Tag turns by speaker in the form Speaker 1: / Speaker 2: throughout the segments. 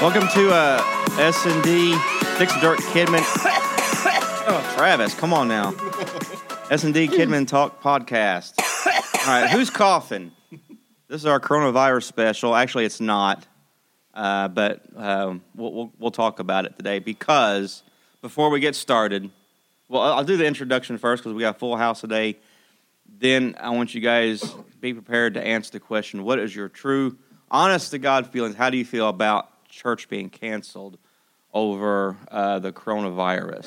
Speaker 1: Welcome to uh, S and D Sticks and Dirt Kidman. oh, Travis, come on now. S and D Kidman Talk Podcast. All right, who's coughing? This is our coronavirus special. Actually, it's not, uh, but um, we'll, we'll we'll talk about it today because before we get started, well, I'll I'll do the introduction first because we got a full house today. Then I want you guys be prepared to answer the question: What is your true, honest to God feelings? How do you feel about church being canceled over uh, the coronavirus?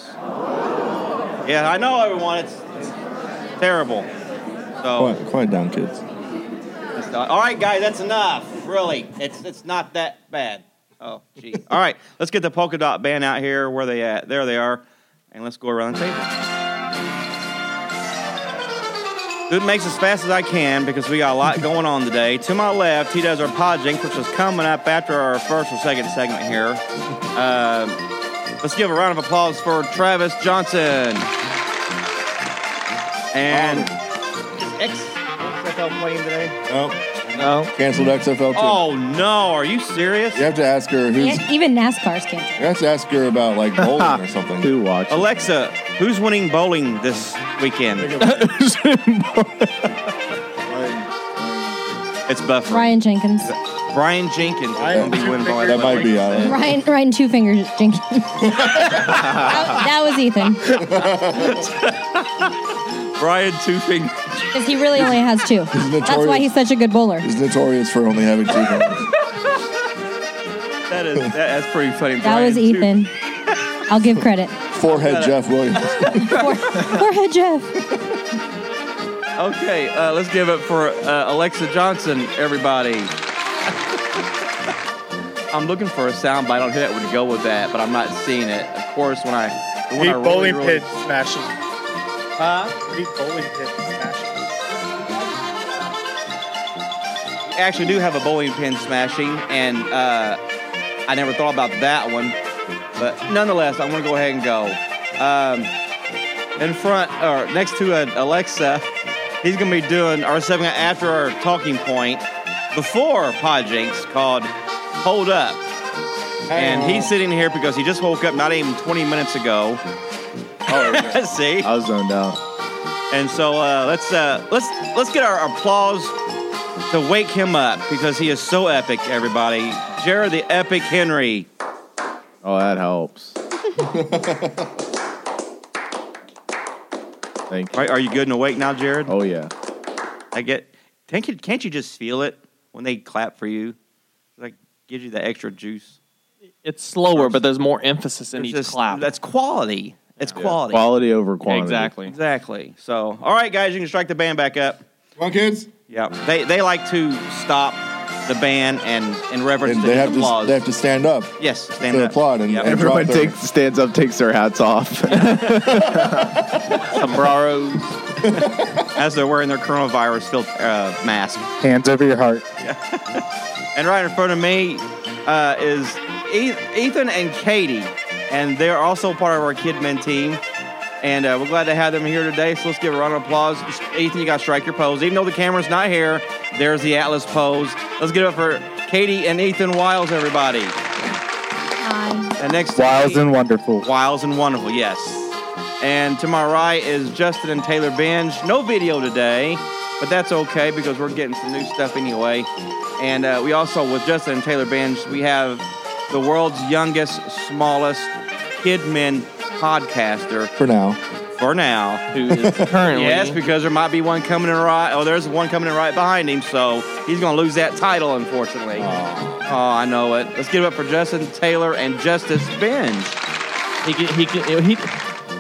Speaker 1: yeah, I know everyone. It's, it's terrible. So
Speaker 2: Quiet, quiet down, kids.
Speaker 1: it's not- all right, guys, that's enough. Really, it's it's not that bad. Oh, gee. all right, let's get the polka dot band out here. Where they at? There they are, and let's go around the table. Do it makes as fast as I can because we got a lot going on today. To my left, he does our pod jinx, which is coming up after our first or second segment here. Um, let's give a round of applause for Travis Johnson. And is XFL playing today?
Speaker 2: Oh,
Speaker 1: No.
Speaker 2: canceled XFL too.
Speaker 1: Oh no, are you serious?
Speaker 2: You have to ask her who's.
Speaker 3: And even NASCAR's canceled.
Speaker 2: You have to ask her about like bowling or something. Who watched?
Speaker 1: Alexa, who's winning bowling this weekend? It's Buffett.
Speaker 3: Ryan Jenkins.
Speaker 1: Brian Jenkins is going to be winning bowling.
Speaker 2: That might be. I don't know.
Speaker 3: Ryan Ryan Two Fingers Jenkins. that, that was Ethan.
Speaker 1: Brian Two Fingers.
Speaker 3: Because he really only has two. That's why
Speaker 2: notorious.
Speaker 3: he's such a good bowler.
Speaker 2: He's notorious for only having two fingers.
Speaker 1: That is that, that's pretty funny.
Speaker 3: That was Ethan. I'll give credit.
Speaker 2: Forehead Jeff Williams.
Speaker 3: Poor, poor Jeff.
Speaker 1: Okay, uh, let's give it for uh, Alexa Johnson, everybody. I'm looking for a soundbite. I don't hear that would go with that, but I'm not seeing it. Of course, when I when I
Speaker 4: Deep
Speaker 1: really,
Speaker 4: bowling
Speaker 1: really-
Speaker 4: pin smashing. Huh? Deep bowling pin smashing.
Speaker 1: actually do have a bowling pin smashing, and uh, I never thought about that one. But nonetheless, I'm going to go ahead and go. Um, in front, or next to uh, Alexa, he's going to be doing our segment after our talking point before Pod Jinx called Hold Up. And he's sitting here because he just woke up not even 20 minutes ago. See?
Speaker 2: was zoned out.
Speaker 1: And so uh, let's uh, let's let's get our applause to wake him up because he is so epic, everybody. Jared the Epic Henry.
Speaker 5: Oh, that helps. Thank you.
Speaker 1: Right? Are you good and awake now, Jared?
Speaker 5: Oh yeah.
Speaker 1: I get. Can't you, can't you just feel it when they clap for you? Like gives you the extra juice.
Speaker 6: It's slower, but there's more emphasis in
Speaker 1: It's
Speaker 6: each
Speaker 1: just-
Speaker 6: clap.
Speaker 1: That's quality. It's quality.
Speaker 5: Quality over quantity.
Speaker 6: exactly.
Speaker 1: Exactly. So, all right, guys, you can strike the band back up.
Speaker 2: Come on, kids.
Speaker 1: Yeah, they they like to stop the band and in reference
Speaker 2: And
Speaker 1: to
Speaker 2: they
Speaker 1: the
Speaker 2: have to.
Speaker 1: applause.
Speaker 2: They have to stand up.
Speaker 1: yes, stand
Speaker 2: to
Speaker 1: up.
Speaker 2: applaud and-
Speaker 1: Yep.
Speaker 2: and-
Speaker 5: Everyone
Speaker 2: Drop their-
Speaker 5: takes stands up, takes their hats off.
Speaker 6: Sombreros.
Speaker 1: as they're wearing their coronavirus filter, uh, mask.
Speaker 4: Hands over your heart.
Speaker 1: And right in front of me uh, is E- Ethan and Katie, and they're also part of our Kidmen team. And uh, we're glad to have them here today. So let's give a round of applause. Ethan, you got to strike your pose. Even though the camera's not here, there's the Atlas pose. Let's give it up for Katie and Ethan Wiles, everybody.
Speaker 3: Hi.
Speaker 1: And next to
Speaker 4: Wiles
Speaker 1: me-
Speaker 4: and wonderful.
Speaker 1: Wiles and Wonderful, yes. And to my right is Justin and Taylor Binge. No video today, but that's okay because we're getting some new stuff anyway. And uh, we also, with Justin and Taylor Binge, we have the world's youngest, smallest kid men podcaster
Speaker 2: For now,
Speaker 1: for now.
Speaker 6: who is currently
Speaker 1: Yes, because there might be one coming in right. Oh, there's one coming in right behind him, so he's going to lose that title, unfortunately. Oh. I know it. Let's give it up for Justin Taylor and Justice Benz.
Speaker 6: he can, he, can, he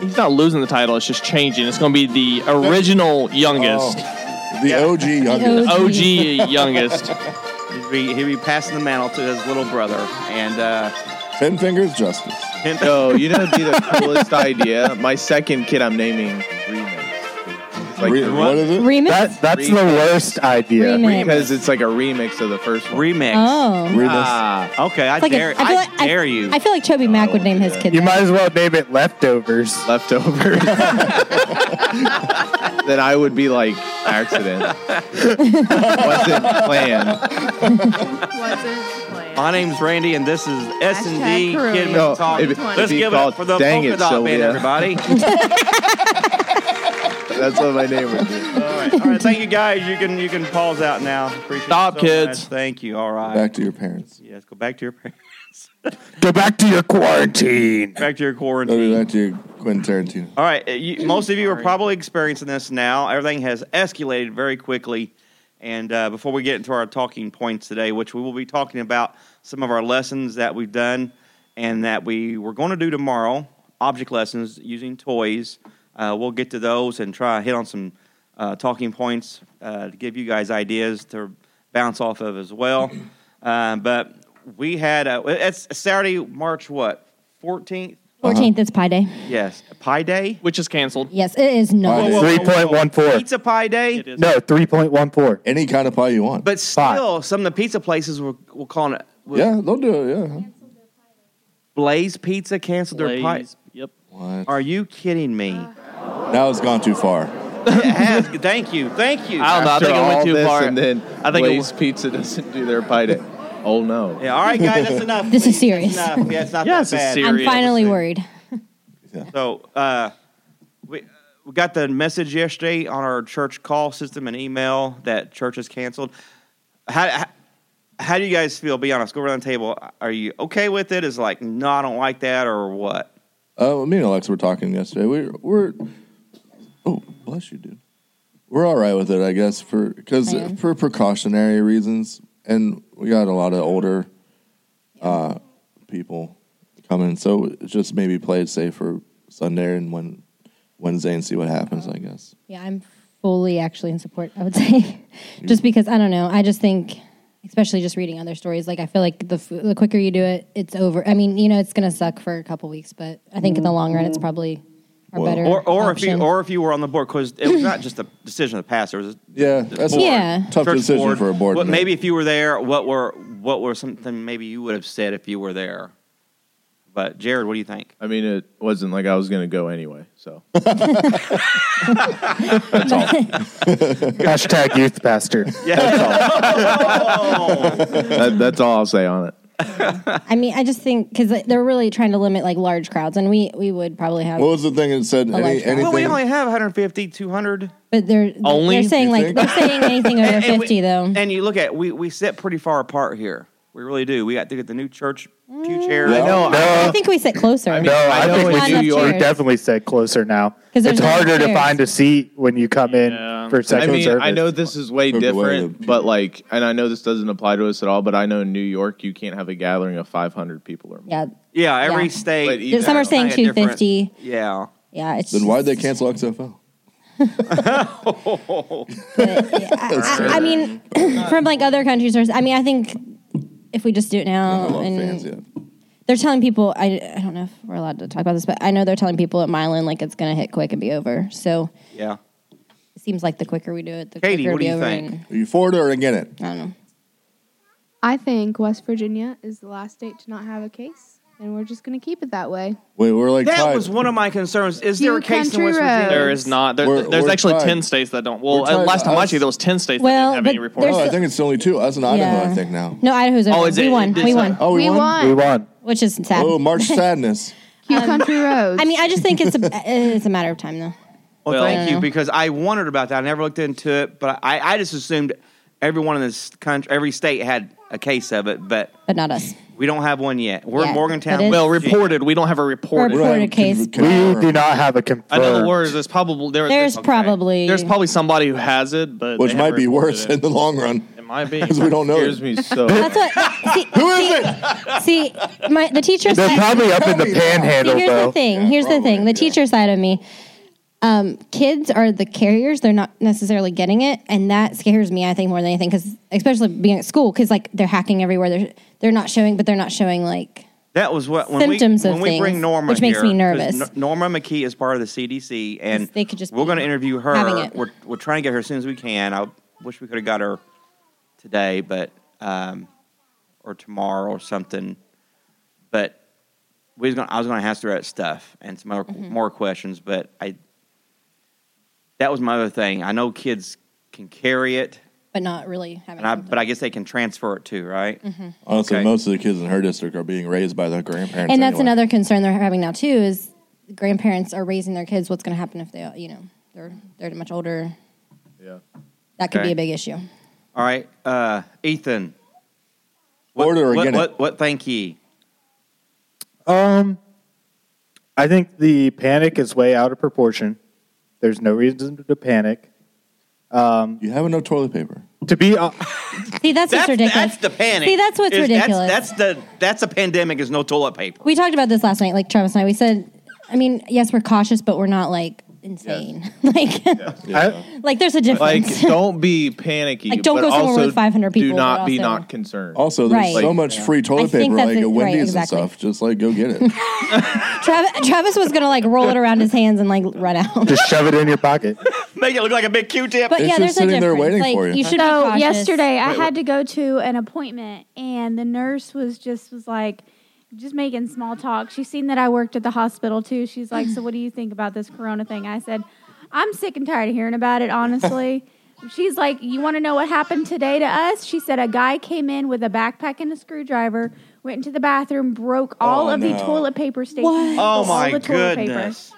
Speaker 6: he's not losing the title. It's just changing. It's going to be the original youngest,
Speaker 2: Oh. The OG youngest.
Speaker 3: Oh,
Speaker 6: OG youngest.
Speaker 1: He'll be, he'll be passing the mantle to his little brother. And uh,
Speaker 2: Ten fingers justice.
Speaker 5: Yo, you know, it'd be the coolest idea. My second kid, I'm naming remix. It's like
Speaker 2: Re-
Speaker 5: the-
Speaker 2: what is it?
Speaker 3: Remix?
Speaker 7: That, that's the worst idea.
Speaker 3: Remix.
Speaker 5: because it's like a remix of the first one.
Speaker 1: remix.
Speaker 3: Oh.
Speaker 2: Remus.
Speaker 1: Ah, okay. I
Speaker 3: It's like a-
Speaker 1: dare,
Speaker 3: I
Speaker 1: I
Speaker 3: feel like- I-
Speaker 1: dare you.
Speaker 3: I feel like Toby Mac would name his kid.
Speaker 7: You
Speaker 3: that.
Speaker 7: might as well name it leftovers.
Speaker 5: Leftovers. then I would be like accident. Wasn't planned.
Speaker 8: Wasn't planned.
Speaker 1: My name's Randy, and this is S and
Speaker 8: Hashtag
Speaker 1: D
Speaker 8: Karoo.
Speaker 1: Kidman
Speaker 5: No,
Speaker 1: Talk.
Speaker 5: if-
Speaker 1: Let's
Speaker 5: if he
Speaker 1: give it up
Speaker 5: called-
Speaker 1: for the
Speaker 5: dang
Speaker 1: polka
Speaker 5: it,
Speaker 1: dot band,
Speaker 5: Sylvia.
Speaker 1: everybody.
Speaker 5: That's what my name would be.
Speaker 1: all, right. all right, thank you guys. You can you can pause out now. Appreciate
Speaker 6: Stop,
Speaker 1: you so
Speaker 6: kids.
Speaker 1: much. Thank you. All right.
Speaker 2: Back to your parents.
Speaker 1: Yes, go back to your parents.
Speaker 7: Go back to your quarantine.
Speaker 1: Back to your
Speaker 2: Go
Speaker 1: quarantine.
Speaker 2: to- back to your Quentin Tarantino.
Speaker 1: All right, uh, you, most of you are probably experiencing this now. Everything has escalated very quickly. And uh, before we get into our talking points today, which we will be talking about some of our lessons that we've done and that we were going to do tomorrow, object lessons using toys. Uh, we'll get to those and try to hit on some uh, talking points uh, to give you guys ideas to bounce off of as well. Uh, but we had a, it's Saturday, March what, 14th?
Speaker 3: 14th is Pi Day.
Speaker 1: Yes, Pi Day.
Speaker 6: which is canceled.
Speaker 3: Yes, it is
Speaker 2: Pi
Speaker 3: not.
Speaker 2: Day.
Speaker 7: Three point one four.
Speaker 1: Pizza Pie Day.
Speaker 6: It is.
Speaker 7: No, three point one four.
Speaker 2: Any kind of pie you want.
Speaker 1: But still, some of the pizza places were, were calling it. were-
Speaker 2: yeah, they'll do it. Yeah.
Speaker 1: Blaze Pizza canceled their pie.
Speaker 6: Blaze. Yep.
Speaker 2: What?
Speaker 1: Are you kidding me?
Speaker 2: Now it's gone too far.
Speaker 1: It has- thank you. Thank you.
Speaker 6: I don't know. I
Speaker 5: After
Speaker 6: think it
Speaker 5: all
Speaker 6: went too
Speaker 5: this,
Speaker 6: far.
Speaker 5: And then
Speaker 6: I think it
Speaker 5: Blaze Pizza doesn't do their pie day. Oh no!
Speaker 1: Yeah, all right, guys, that's enough.
Speaker 3: This is
Speaker 1: Please, that's
Speaker 3: serious.
Speaker 1: enough. Yeah, it's not
Speaker 6: Yeah,
Speaker 1: that
Speaker 6: it's a
Speaker 1: bad.
Speaker 6: serious-
Speaker 3: I'm finally worried.
Speaker 1: So uh, we we got the message yesterday on our church call system and email that church is canceled. How, how how do you guys feel? Be honest. Go around the table. Are you okay with it? Is it like no, I don't like that, or what?
Speaker 2: Uh, well, me and Alex were talking yesterday. We we're oh bless you, dude. We're all right with it, I guess, for because
Speaker 3: Man.
Speaker 2: for precautionary reasons, and we got a lot of older uh, people coming, so just maybe play it safe for Sunday and when Wednesday and see what happens. I guess.
Speaker 3: Yeah, I'm fully actually in support, I would say. just because, I don't know, I just think, especially just reading other stories, like I feel like the, f- the quicker you do it, it's over. I mean, you know, it's going to suck for a couple weeks, but I think in the long run,
Speaker 2: Mm-hmm.
Speaker 3: it's probably our
Speaker 2: Well,
Speaker 3: better
Speaker 1: or or if you
Speaker 3: option.
Speaker 1: or if you were on the board because it was not just a decision of the pastor. It was a
Speaker 2: Yeah, that's a
Speaker 3: Yeah.
Speaker 2: tough
Speaker 1: church
Speaker 2: decision
Speaker 1: board.
Speaker 2: for a board.
Speaker 1: What-
Speaker 2: member.
Speaker 1: maybe if you were there, what were what were something maybe you would have said if you were there? But Jared, what do you think?
Speaker 5: I mean, it wasn't like I was gonna go anyway. So
Speaker 7: Hashtag youth pastor.
Speaker 5: that, that's all I'll say on it.
Speaker 3: I mean, I just think because they're really trying to limit like large crowds, and we we would probably have,
Speaker 2: what was the thing that said?
Speaker 3: Well,
Speaker 2: Any,
Speaker 3: like- Well,
Speaker 2: anything?
Speaker 1: Well, we only have 150, 200.
Speaker 3: but they're
Speaker 6: Only?
Speaker 3: they're saying
Speaker 2: You
Speaker 3: like
Speaker 2: think?
Speaker 3: they're saying anything over
Speaker 1: And we-
Speaker 3: fifty though.
Speaker 1: And you look at we we sit pretty far apart here. We really do. We got to get the new church pew chairs.
Speaker 2: I know.
Speaker 3: I think we sit closer.
Speaker 7: No, I,
Speaker 5: I know
Speaker 7: think
Speaker 5: in
Speaker 7: we
Speaker 3: New
Speaker 7: do.
Speaker 3: York-
Speaker 7: You definitely sit closer now.
Speaker 3: 'Cause there's
Speaker 7: It's
Speaker 3: no
Speaker 7: harder to
Speaker 3: chairs.
Speaker 7: find a seat when you come in
Speaker 6: Yeah.
Speaker 7: for
Speaker 5: I
Speaker 7: second
Speaker 5: mean,
Speaker 7: service.
Speaker 5: I know this is way
Speaker 2: Took away
Speaker 5: different,
Speaker 2: the-
Speaker 5: but like, and I know this doesn't apply to us at all. But I know in New York, you can't have a gathering of 500 people or more.
Speaker 3: yeah,
Speaker 1: Yeah, every
Speaker 3: Yeah.
Speaker 5: But
Speaker 1: state.
Speaker 5: even-
Speaker 3: some are saying
Speaker 1: I had different-
Speaker 3: two fifty.
Speaker 1: Yeah.
Speaker 3: Yeah, it's
Speaker 2: Then why'd they
Speaker 3: just-
Speaker 2: cancel XFL?
Speaker 3: but, yeah, I, I- I mean, from like other countries, or I mean, I think if we just do it
Speaker 2: I
Speaker 3: now,
Speaker 2: love
Speaker 3: and
Speaker 2: fans yet.
Speaker 3: they're telling people, I, I don't know if we're allowed to talk about this, but I know they're telling people at Milan like it's gonna hit quick and be over. So
Speaker 1: Yeah.
Speaker 3: it seems like the quicker we do it, the
Speaker 1: Katie,
Speaker 3: quicker
Speaker 1: what do
Speaker 3: it'll
Speaker 1: you
Speaker 3: be over.
Speaker 1: think?
Speaker 3: and-
Speaker 2: Are you for it or against it?
Speaker 3: I don't know.
Speaker 8: I think West Virginia is the last state to not have a case, and we're just going to keep it that way.
Speaker 2: Wait, we're like
Speaker 1: That
Speaker 2: tied.
Speaker 1: was one of my concerns. Is there a
Speaker 8: Few
Speaker 1: case in
Speaker 8: country
Speaker 1: West Virginia?
Speaker 8: roads.
Speaker 6: There is not. There,
Speaker 2: We're-
Speaker 6: there's
Speaker 2: we're
Speaker 6: actually
Speaker 2: tied.
Speaker 6: ten states that don't. Well,
Speaker 2: We're tied
Speaker 6: uh, last
Speaker 2: to
Speaker 6: time I
Speaker 2: us.
Speaker 6: checked, there was ten states
Speaker 3: Well,
Speaker 6: that didn't
Speaker 3: but
Speaker 6: have any reports.
Speaker 2: No, I think it's only two. Us and Idaho,
Speaker 3: Yeah.
Speaker 2: I think now.
Speaker 3: No, Idaho's over.
Speaker 6: Oh, is
Speaker 3: we
Speaker 6: it-
Speaker 3: won.
Speaker 6: did-
Speaker 3: We won.
Speaker 2: Oh, we, won?
Speaker 7: we won.
Speaker 3: Which is sad.
Speaker 2: Oh, March Sadness.
Speaker 8: Q Country Roads.
Speaker 3: I mean, I just think it's a it's a matter of time though.
Speaker 1: Well,
Speaker 6: Well-
Speaker 1: thank
Speaker 3: Yeah.
Speaker 1: you because I wondered about that. I never looked into it, but I, I just assumed everyone in this country, every state had a case of it. But
Speaker 3: But not us.
Speaker 1: We don't have one yet. We're
Speaker 3: Yeah,
Speaker 1: in Morgantown.
Speaker 3: but it-
Speaker 1: Virginia.
Speaker 6: Well, reported. We don't have a reported.
Speaker 3: Report- Florida case.
Speaker 7: We do not have a
Speaker 6: I
Speaker 7: confirmed.
Speaker 6: know the words. There's probably there-
Speaker 3: There's probably-
Speaker 6: there's probably somebody who has it, but
Speaker 2: which
Speaker 6: they haven't
Speaker 2: might be
Speaker 6: reported
Speaker 2: worse
Speaker 6: It.
Speaker 2: in the long run
Speaker 6: It might be.
Speaker 2: because we don't know.
Speaker 5: Scares
Speaker 2: it.
Speaker 5: me so.
Speaker 3: That's what. See,
Speaker 2: Who is it?
Speaker 3: see my, the teacher
Speaker 7: They're
Speaker 3: side-
Speaker 7: probably up in the
Speaker 2: Tell me now.
Speaker 7: panhandle,
Speaker 3: See, here's
Speaker 7: though.
Speaker 3: the thing. here's the thing. The teacher side of me. Um, kids are the carriers. They're not necessarily getting it, and that scares me. I think more than anything, because especially being at school, because like they're hacking everywhere. They're they're not showing, but they're not showing like
Speaker 1: That was what when
Speaker 3: Symptoms
Speaker 1: we,
Speaker 3: of
Speaker 1: when we bring
Speaker 3: things,
Speaker 1: Norma,
Speaker 3: which makes
Speaker 1: here,
Speaker 3: me
Speaker 1: 'cause
Speaker 3: nervous.
Speaker 1: N- Norma McKee is part of the CDC, and
Speaker 3: They could just
Speaker 1: we're
Speaker 3: be
Speaker 1: going to interview her.
Speaker 3: having it.
Speaker 1: We're we're trying to get her as soon as we can. I wish we could have got her today, but um, or tomorrow or something. But we was going I was going to ask her that stuff and some more,
Speaker 3: Mm-hmm.
Speaker 1: more questions, but I that was my other thing. I know kids can carry it,
Speaker 3: but not really having. mm-hmm.
Speaker 1: and I,
Speaker 3: symptoms.
Speaker 1: but I guess they can transfer it too, right?
Speaker 2: Honestly,
Speaker 1: Okay.
Speaker 2: most of the kids in her district are being raised by their grandparents.
Speaker 3: and that's
Speaker 2: anyway.
Speaker 3: another concern they're having now too is grandparents are raising their kids. What's going to happen if they, you know, they're they're much older?
Speaker 5: Yeah.
Speaker 3: That could
Speaker 1: Okay.
Speaker 3: be a big issue.
Speaker 1: All right, uh, Ethan. What,
Speaker 2: Order
Speaker 1: what,
Speaker 2: again.
Speaker 1: What, what thank ye?
Speaker 7: Um, I think the panic is way out of proportion. There's no reason to panic. Um,
Speaker 2: You have no toilet paper.
Speaker 7: To be, hon-
Speaker 3: See, that's, what's ridiculous.
Speaker 1: That's the panic.
Speaker 3: See, that's what's
Speaker 1: Is-
Speaker 3: ridiculous.
Speaker 1: That's, that's the that's a pandemic. Is no toilet paper.
Speaker 3: we talked about this last night, like Travis and I. We said, I mean, yes, we're cautious, but we're not like insane. like,
Speaker 7: I,
Speaker 3: like there's a difference.
Speaker 5: Like, don't be panicky.
Speaker 3: Like, don't
Speaker 5: but
Speaker 3: go somewhere
Speaker 5: also
Speaker 3: with 500
Speaker 5: Do
Speaker 3: people,
Speaker 5: not
Speaker 3: but
Speaker 5: be
Speaker 3: also-
Speaker 5: not concerned.
Speaker 2: Also, there's
Speaker 3: Right.
Speaker 2: so much free
Speaker 3: I
Speaker 2: toilet
Speaker 3: think
Speaker 2: paper
Speaker 3: that's
Speaker 2: like
Speaker 3: it.
Speaker 2: at
Speaker 3: Right,
Speaker 2: Wendy's
Speaker 3: exactly.
Speaker 2: and stuff. Just like go get it.
Speaker 3: Travis, Travis was gonna like roll it around his hands and like run out.
Speaker 7: just shove it in your pocket.
Speaker 1: Make it look like a big Q-tip.
Speaker 3: But
Speaker 2: It's
Speaker 3: yeah,
Speaker 2: just
Speaker 3: there's a
Speaker 2: sitting
Speaker 3: difference.
Speaker 2: there waiting
Speaker 3: like,
Speaker 2: for you.
Speaker 3: should be
Speaker 9: so
Speaker 3: cautious.
Speaker 9: yesterday I had to go to an appointment and the nurse was just was like just making small talk. She's seen that I worked at the hospital too. She's like, "So what do you think about this corona thing?" I said, "I'm sick and tired of hearing about it, honestly." She's like, "You want to know what happened today to us?" She said a guy came in with a backpack and a screwdriver, went into the bathroom, broke all
Speaker 2: Oh,
Speaker 9: of the
Speaker 2: no.
Speaker 9: toilet paper stations.
Speaker 3: What?
Speaker 9: broke all
Speaker 1: oh my
Speaker 9: the toilet paper.
Speaker 1: goodness.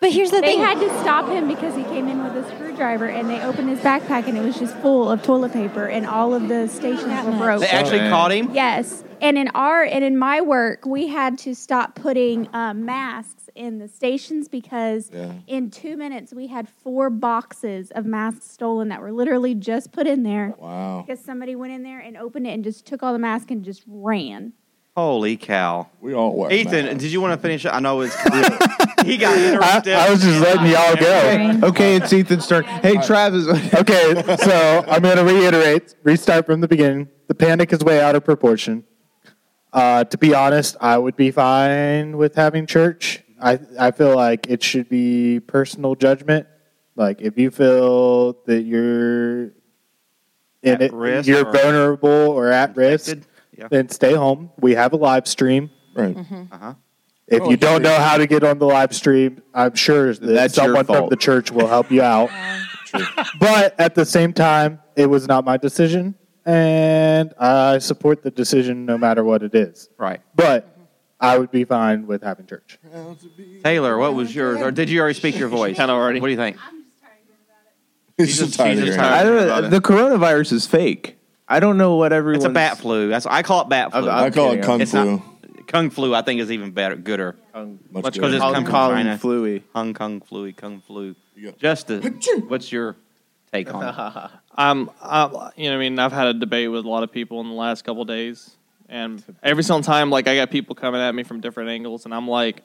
Speaker 3: but here's the
Speaker 9: They
Speaker 3: thing.
Speaker 9: had to stop him because he came in with a screwdriver and they opened his backpack and it was just full of toilet paper and all of the stations
Speaker 3: That
Speaker 9: were
Speaker 3: much.
Speaker 9: broke.
Speaker 1: They actually
Speaker 2: Oh,
Speaker 5: man.
Speaker 1: caught him.
Speaker 9: Yes. And in our and in my work, we had to stop putting um, masks in the stations because
Speaker 2: Yeah.
Speaker 9: in two minutes we had four boxes of masks stolen that were literally just put in there
Speaker 2: Wow.
Speaker 9: because somebody went in there and opened it and just took all the masks and just ran.
Speaker 1: Holy cow.
Speaker 2: We all wear.
Speaker 1: Ethan,
Speaker 2: masks.
Speaker 1: did you want to finish? it? I know it's he got interrupted.
Speaker 7: I was just letting y'all go.
Speaker 5: Okay, it's Ethan's turn. Hey, Travis.
Speaker 7: Okay, so I'm going to reiterate, restart from the beginning. The panic is way out of proportion. Uh, to be honest, I would be fine with having church. I I feel like it should be personal judgment. Like if you feel that you're in
Speaker 1: At
Speaker 7: it,
Speaker 1: risk
Speaker 7: you're
Speaker 1: or
Speaker 7: vulnerable or at risk,
Speaker 1: Infected? Yeah.
Speaker 7: then stay home. We have a live stream.
Speaker 2: Right.
Speaker 3: Mm-hmm.
Speaker 1: Uh-huh.
Speaker 7: If
Speaker 2: Oh,
Speaker 7: you don't
Speaker 2: sure.
Speaker 7: know how to get on the live stream, I'm sure that
Speaker 5: That's your
Speaker 7: someone from
Speaker 5: fault.
Speaker 7: the church will help you out. but at the same time, it was not my decision, and I support the decision no matter what it is.
Speaker 1: Right.
Speaker 7: But I would be fine with having church.
Speaker 1: Taylor, what was yours? Or did you already speak your voice?
Speaker 6: Kinda already.
Speaker 1: What do you think?
Speaker 2: He's just tired of
Speaker 1: Jesus,
Speaker 2: hearing
Speaker 1: tired.
Speaker 2: it.
Speaker 5: I don't, the coronavirus is fake. I don't know what everyone.
Speaker 1: It's a bat flu. That's I call it bat flu.
Speaker 5: I've-
Speaker 2: I
Speaker 5: I've-
Speaker 2: call it
Speaker 5: kidding.
Speaker 2: kung
Speaker 1: It's
Speaker 2: flu.
Speaker 1: Kung flu, I think, is even better, gooder.
Speaker 2: Much
Speaker 1: Let's go
Speaker 2: better.
Speaker 1: just
Speaker 5: Hong
Speaker 1: come from
Speaker 5: Kong
Speaker 1: China.
Speaker 5: fluey.
Speaker 1: Hong Kong flu, Kung flu.
Speaker 2: You go.
Speaker 1: Justice, what's your take on it?
Speaker 6: Um, I, you know, what I mean, I've had a debate with a lot of people in the last couple days, and every single time, like, I got people coming at me from different angles, and I'm like,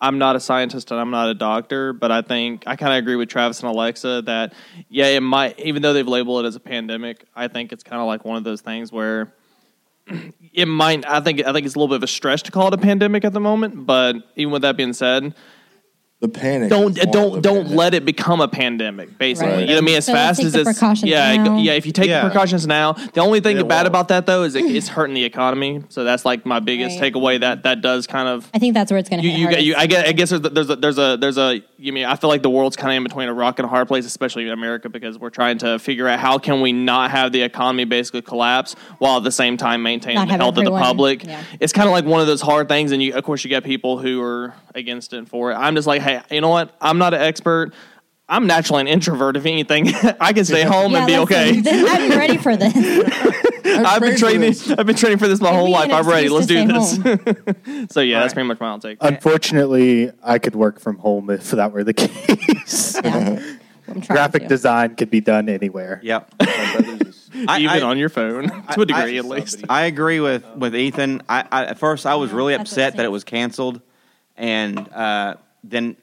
Speaker 6: I'm not a scientist and I'm not a doctor, but I think I kind of agree with Travis and Alexa that, yeah, it might, even though they've labeled it as a pandemic, I think it's kind of like one of those things where it might. I think I think it's a little bit of a stretch to call it a pandemic at the moment, but even with that being said,
Speaker 2: The panic.
Speaker 6: don't
Speaker 2: is all
Speaker 6: don't
Speaker 2: the
Speaker 6: don't
Speaker 2: panic.
Speaker 6: let it become a pandemic. Basically,
Speaker 2: Right.
Speaker 6: you know what I mean. As
Speaker 3: So let's
Speaker 6: fast
Speaker 3: take
Speaker 6: as
Speaker 3: the
Speaker 6: it's
Speaker 3: precautions
Speaker 6: yeah go-
Speaker 3: now.
Speaker 6: yeah. If you take
Speaker 5: Yeah.
Speaker 6: the precautions now, the only thing
Speaker 5: It
Speaker 6: bad
Speaker 5: won't.
Speaker 6: about that though is it, it's hurting the economy. So that's like my biggest
Speaker 3: Right.
Speaker 6: takeaway. That that does kind of
Speaker 3: I think that's where it's going to
Speaker 6: you
Speaker 3: hit
Speaker 6: you, get, you
Speaker 3: hardest.
Speaker 6: I guess I guess there's a- there's a there's a there's a you mean I feel like the world's kind of in between a rock and a hard place, especially in America because we're trying to figure out how can we not have the economy basically collapse while at the same time maintaining
Speaker 3: Not
Speaker 6: the
Speaker 3: have
Speaker 6: health of the
Speaker 3: everyone-
Speaker 6: public.
Speaker 3: yeah.
Speaker 6: It's kind of like one of those hard things, and you of course you get people who are against it and for it. I'm just like, hey, you know what? I'm not an expert. I'm naturally an introvert. If anything, I can stay home
Speaker 3: Yeah,
Speaker 6: and be
Speaker 3: listen,
Speaker 6: okay.
Speaker 3: this- I'm ready for this.
Speaker 6: I've been
Speaker 2: trained for
Speaker 6: training.
Speaker 2: this.
Speaker 6: I've been training for this my
Speaker 3: Give
Speaker 6: whole
Speaker 3: me
Speaker 6: life.
Speaker 3: an
Speaker 6: I'm ready. Let's do this.
Speaker 3: excuse
Speaker 6: so yeah, that's pretty much my outtake.
Speaker 7: Unfortunately, I could work from home if that were the case.
Speaker 3: I'm trying
Speaker 7: Graphic
Speaker 3: to.
Speaker 7: design could be done anywhere.
Speaker 1: Yep.
Speaker 6: Even
Speaker 1: I-
Speaker 6: on your phone, to a degree at least.
Speaker 1: I agree with with Ethan. I, I at first I was really upset that it was canceled, and uh, then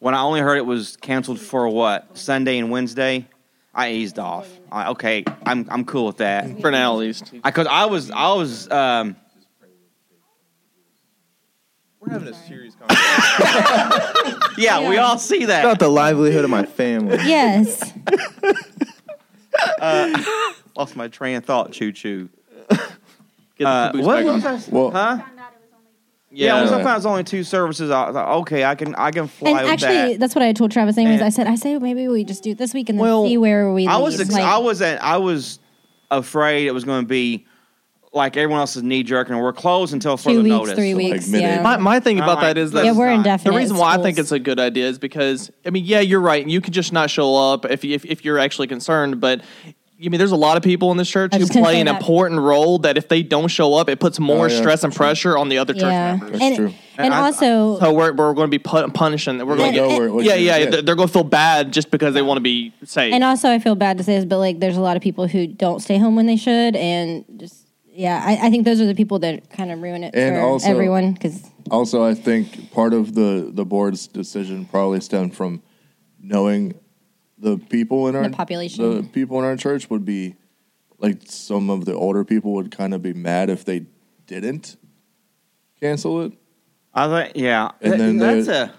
Speaker 1: when I only heard it was canceled for what Sunday and Wednesday, I eased off. I, okay, I'm I'm cool with that
Speaker 6: For now, at least.
Speaker 1: because I, was I was um,
Speaker 5: We're having a serious conversation.
Speaker 1: yeah, we all see that.
Speaker 5: about the livelihood of my family.
Speaker 3: Yes.
Speaker 1: Uh, Lost my train of thought. Choo choo.
Speaker 6: Get the
Speaker 1: Uh,
Speaker 6: boost
Speaker 1: what
Speaker 6: back
Speaker 1: was
Speaker 6: on.
Speaker 1: I?
Speaker 2: Well,
Speaker 1: Huh? Yeah, once I found it was only two services, I thought, okay, I can I can fly
Speaker 3: And
Speaker 1: with
Speaker 3: actually,
Speaker 1: that.
Speaker 3: that's what I told Travis. Anyways,
Speaker 1: And-
Speaker 3: I said, I say maybe we just do it this week and then
Speaker 1: Well,
Speaker 3: see where we.
Speaker 1: I was
Speaker 3: leave.
Speaker 1: ex-
Speaker 3: Like,
Speaker 1: I was at, I was afraid it was going to be like everyone else's knee jerking. We're closed until
Speaker 3: two
Speaker 1: further
Speaker 3: weeks,
Speaker 1: notice.
Speaker 3: three
Speaker 2: like
Speaker 3: weeks.
Speaker 2: mid-April.
Speaker 3: yeah.
Speaker 6: My, my thing
Speaker 1: I
Speaker 6: about
Speaker 1: like
Speaker 6: that is
Speaker 1: that.
Speaker 6: that
Speaker 3: yeah, we're
Speaker 1: not-
Speaker 3: indefinite.
Speaker 6: the reason
Speaker 3: It's
Speaker 6: why I
Speaker 3: schools.
Speaker 6: think it's a good idea is because I mean, yeah, you're right. You could just not show up if you- if, if you're actually concerned, but. I mean, there's a lot of people in this church
Speaker 3: I
Speaker 6: who
Speaker 3: was gonna
Speaker 6: play
Speaker 3: say
Speaker 6: an
Speaker 3: that.
Speaker 6: important role that if they don't show up, it puts
Speaker 1: Oh,
Speaker 6: more
Speaker 2: yeah,
Speaker 6: stress and pressure on the other church
Speaker 3: yeah.
Speaker 6: members.
Speaker 2: That's
Speaker 3: and,
Speaker 2: true.
Speaker 3: and
Speaker 1: I- I-
Speaker 3: also,
Speaker 6: So we're, we're going to be put, punishing. We're going
Speaker 2: Like,
Speaker 6: to get
Speaker 2: oh, we're- we're-
Speaker 6: yeah, yeah,
Speaker 2: yeah.
Speaker 6: They're, they're going to feel bad just because they want to be safe.
Speaker 3: and also, I feel bad to say this, but like, there's a lot of people who don't stay home when they should, and just yeah, I, I think those are the people that kind of ruin it
Speaker 2: And
Speaker 3: for
Speaker 2: also-
Speaker 3: everyone because
Speaker 2: Also, I think part of the the board's decision probably stemmed from knowing the people in our
Speaker 3: population.
Speaker 2: The people in our church would be like some of the older people would kind of be mad if they didn't cancel it,
Speaker 1: I thought, yeah,
Speaker 2: And then
Speaker 1: that's
Speaker 2: they-
Speaker 1: a
Speaker 2: and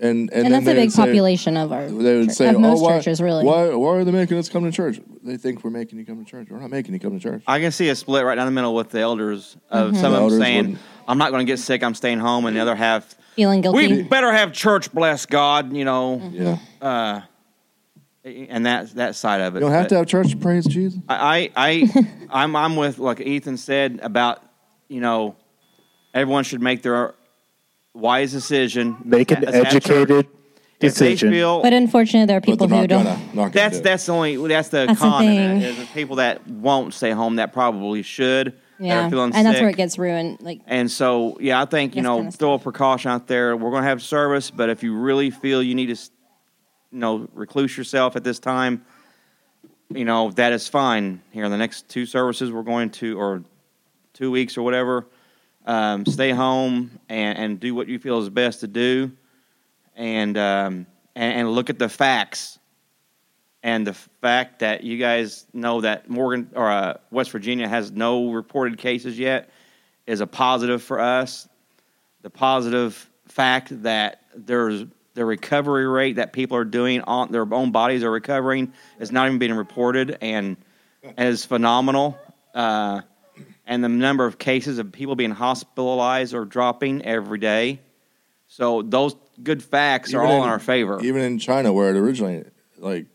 Speaker 2: and,
Speaker 3: and,
Speaker 2: then
Speaker 3: that's a
Speaker 2: they
Speaker 3: big
Speaker 2: would say-
Speaker 3: population of our
Speaker 2: They would
Speaker 3: church-
Speaker 2: say,
Speaker 3: of most
Speaker 2: "Oh, why,
Speaker 3: churches really
Speaker 2: why why are they making us come to church? They think we're making you come to church. We're not making you come to church.
Speaker 1: I can see a split right down the middle with the elders
Speaker 3: Mm-hmm.
Speaker 1: of some
Speaker 2: The
Speaker 1: of them
Speaker 2: elders
Speaker 1: saying,
Speaker 2: wouldn't-
Speaker 1: "I'm not going to get sick. I'm staying home," and the other half,
Speaker 3: feeling guilty. Mm-hmm.
Speaker 1: "We better have church. Bless God," you know, Uh,
Speaker 2: yeah,
Speaker 1: and that that side of it.
Speaker 2: you don't have
Speaker 1: But-
Speaker 2: to have church to praise Jesus.
Speaker 1: I, I, I I'm, I'm with like Ethan said about, you know, everyone should make their wise decision.
Speaker 7: Make an
Speaker 1: As- as-
Speaker 7: educated
Speaker 1: if they
Speaker 7: decision.
Speaker 1: feel-
Speaker 3: but unfortunately, there are
Speaker 2: But
Speaker 3: people
Speaker 2: they're
Speaker 3: who don't.
Speaker 2: not gonna, not gonna
Speaker 1: that's
Speaker 2: do it.
Speaker 1: that's the only that's the
Speaker 3: That's the
Speaker 1: con in
Speaker 3: thing.
Speaker 1: it is the people that won't stay home that probably should. that
Speaker 3: Yeah,
Speaker 1: are feeling
Speaker 3: and that's where it
Speaker 1: sick.
Speaker 3: gets ruined. Like,
Speaker 1: And so, yeah, I think you
Speaker 3: Yes,
Speaker 1: know,
Speaker 3: kinda
Speaker 1: throw a precaution out there. We're going to have service, but if you really feel you need to, s- you know, recluse yourself at this time, you know, that is fine. Here in the next two services, we're going to, or two weeks or whatever, um, stay home and, and do what you feel is best to do, and um, and, and look at the facts. And the fact that you guys know that Morgan or uh, West Virginia has no reported cases yet, is a positive for us. The positive fact that there's the recovery rate that people are doing on their own bodies are recovering is not even being reported and is phenomenal. Uh, and the number of cases of people being hospitalized are dropping every day. So those good facts are
Speaker 2: Even
Speaker 1: all
Speaker 2: in-
Speaker 1: in our favor.
Speaker 2: Even in China, where it originated, like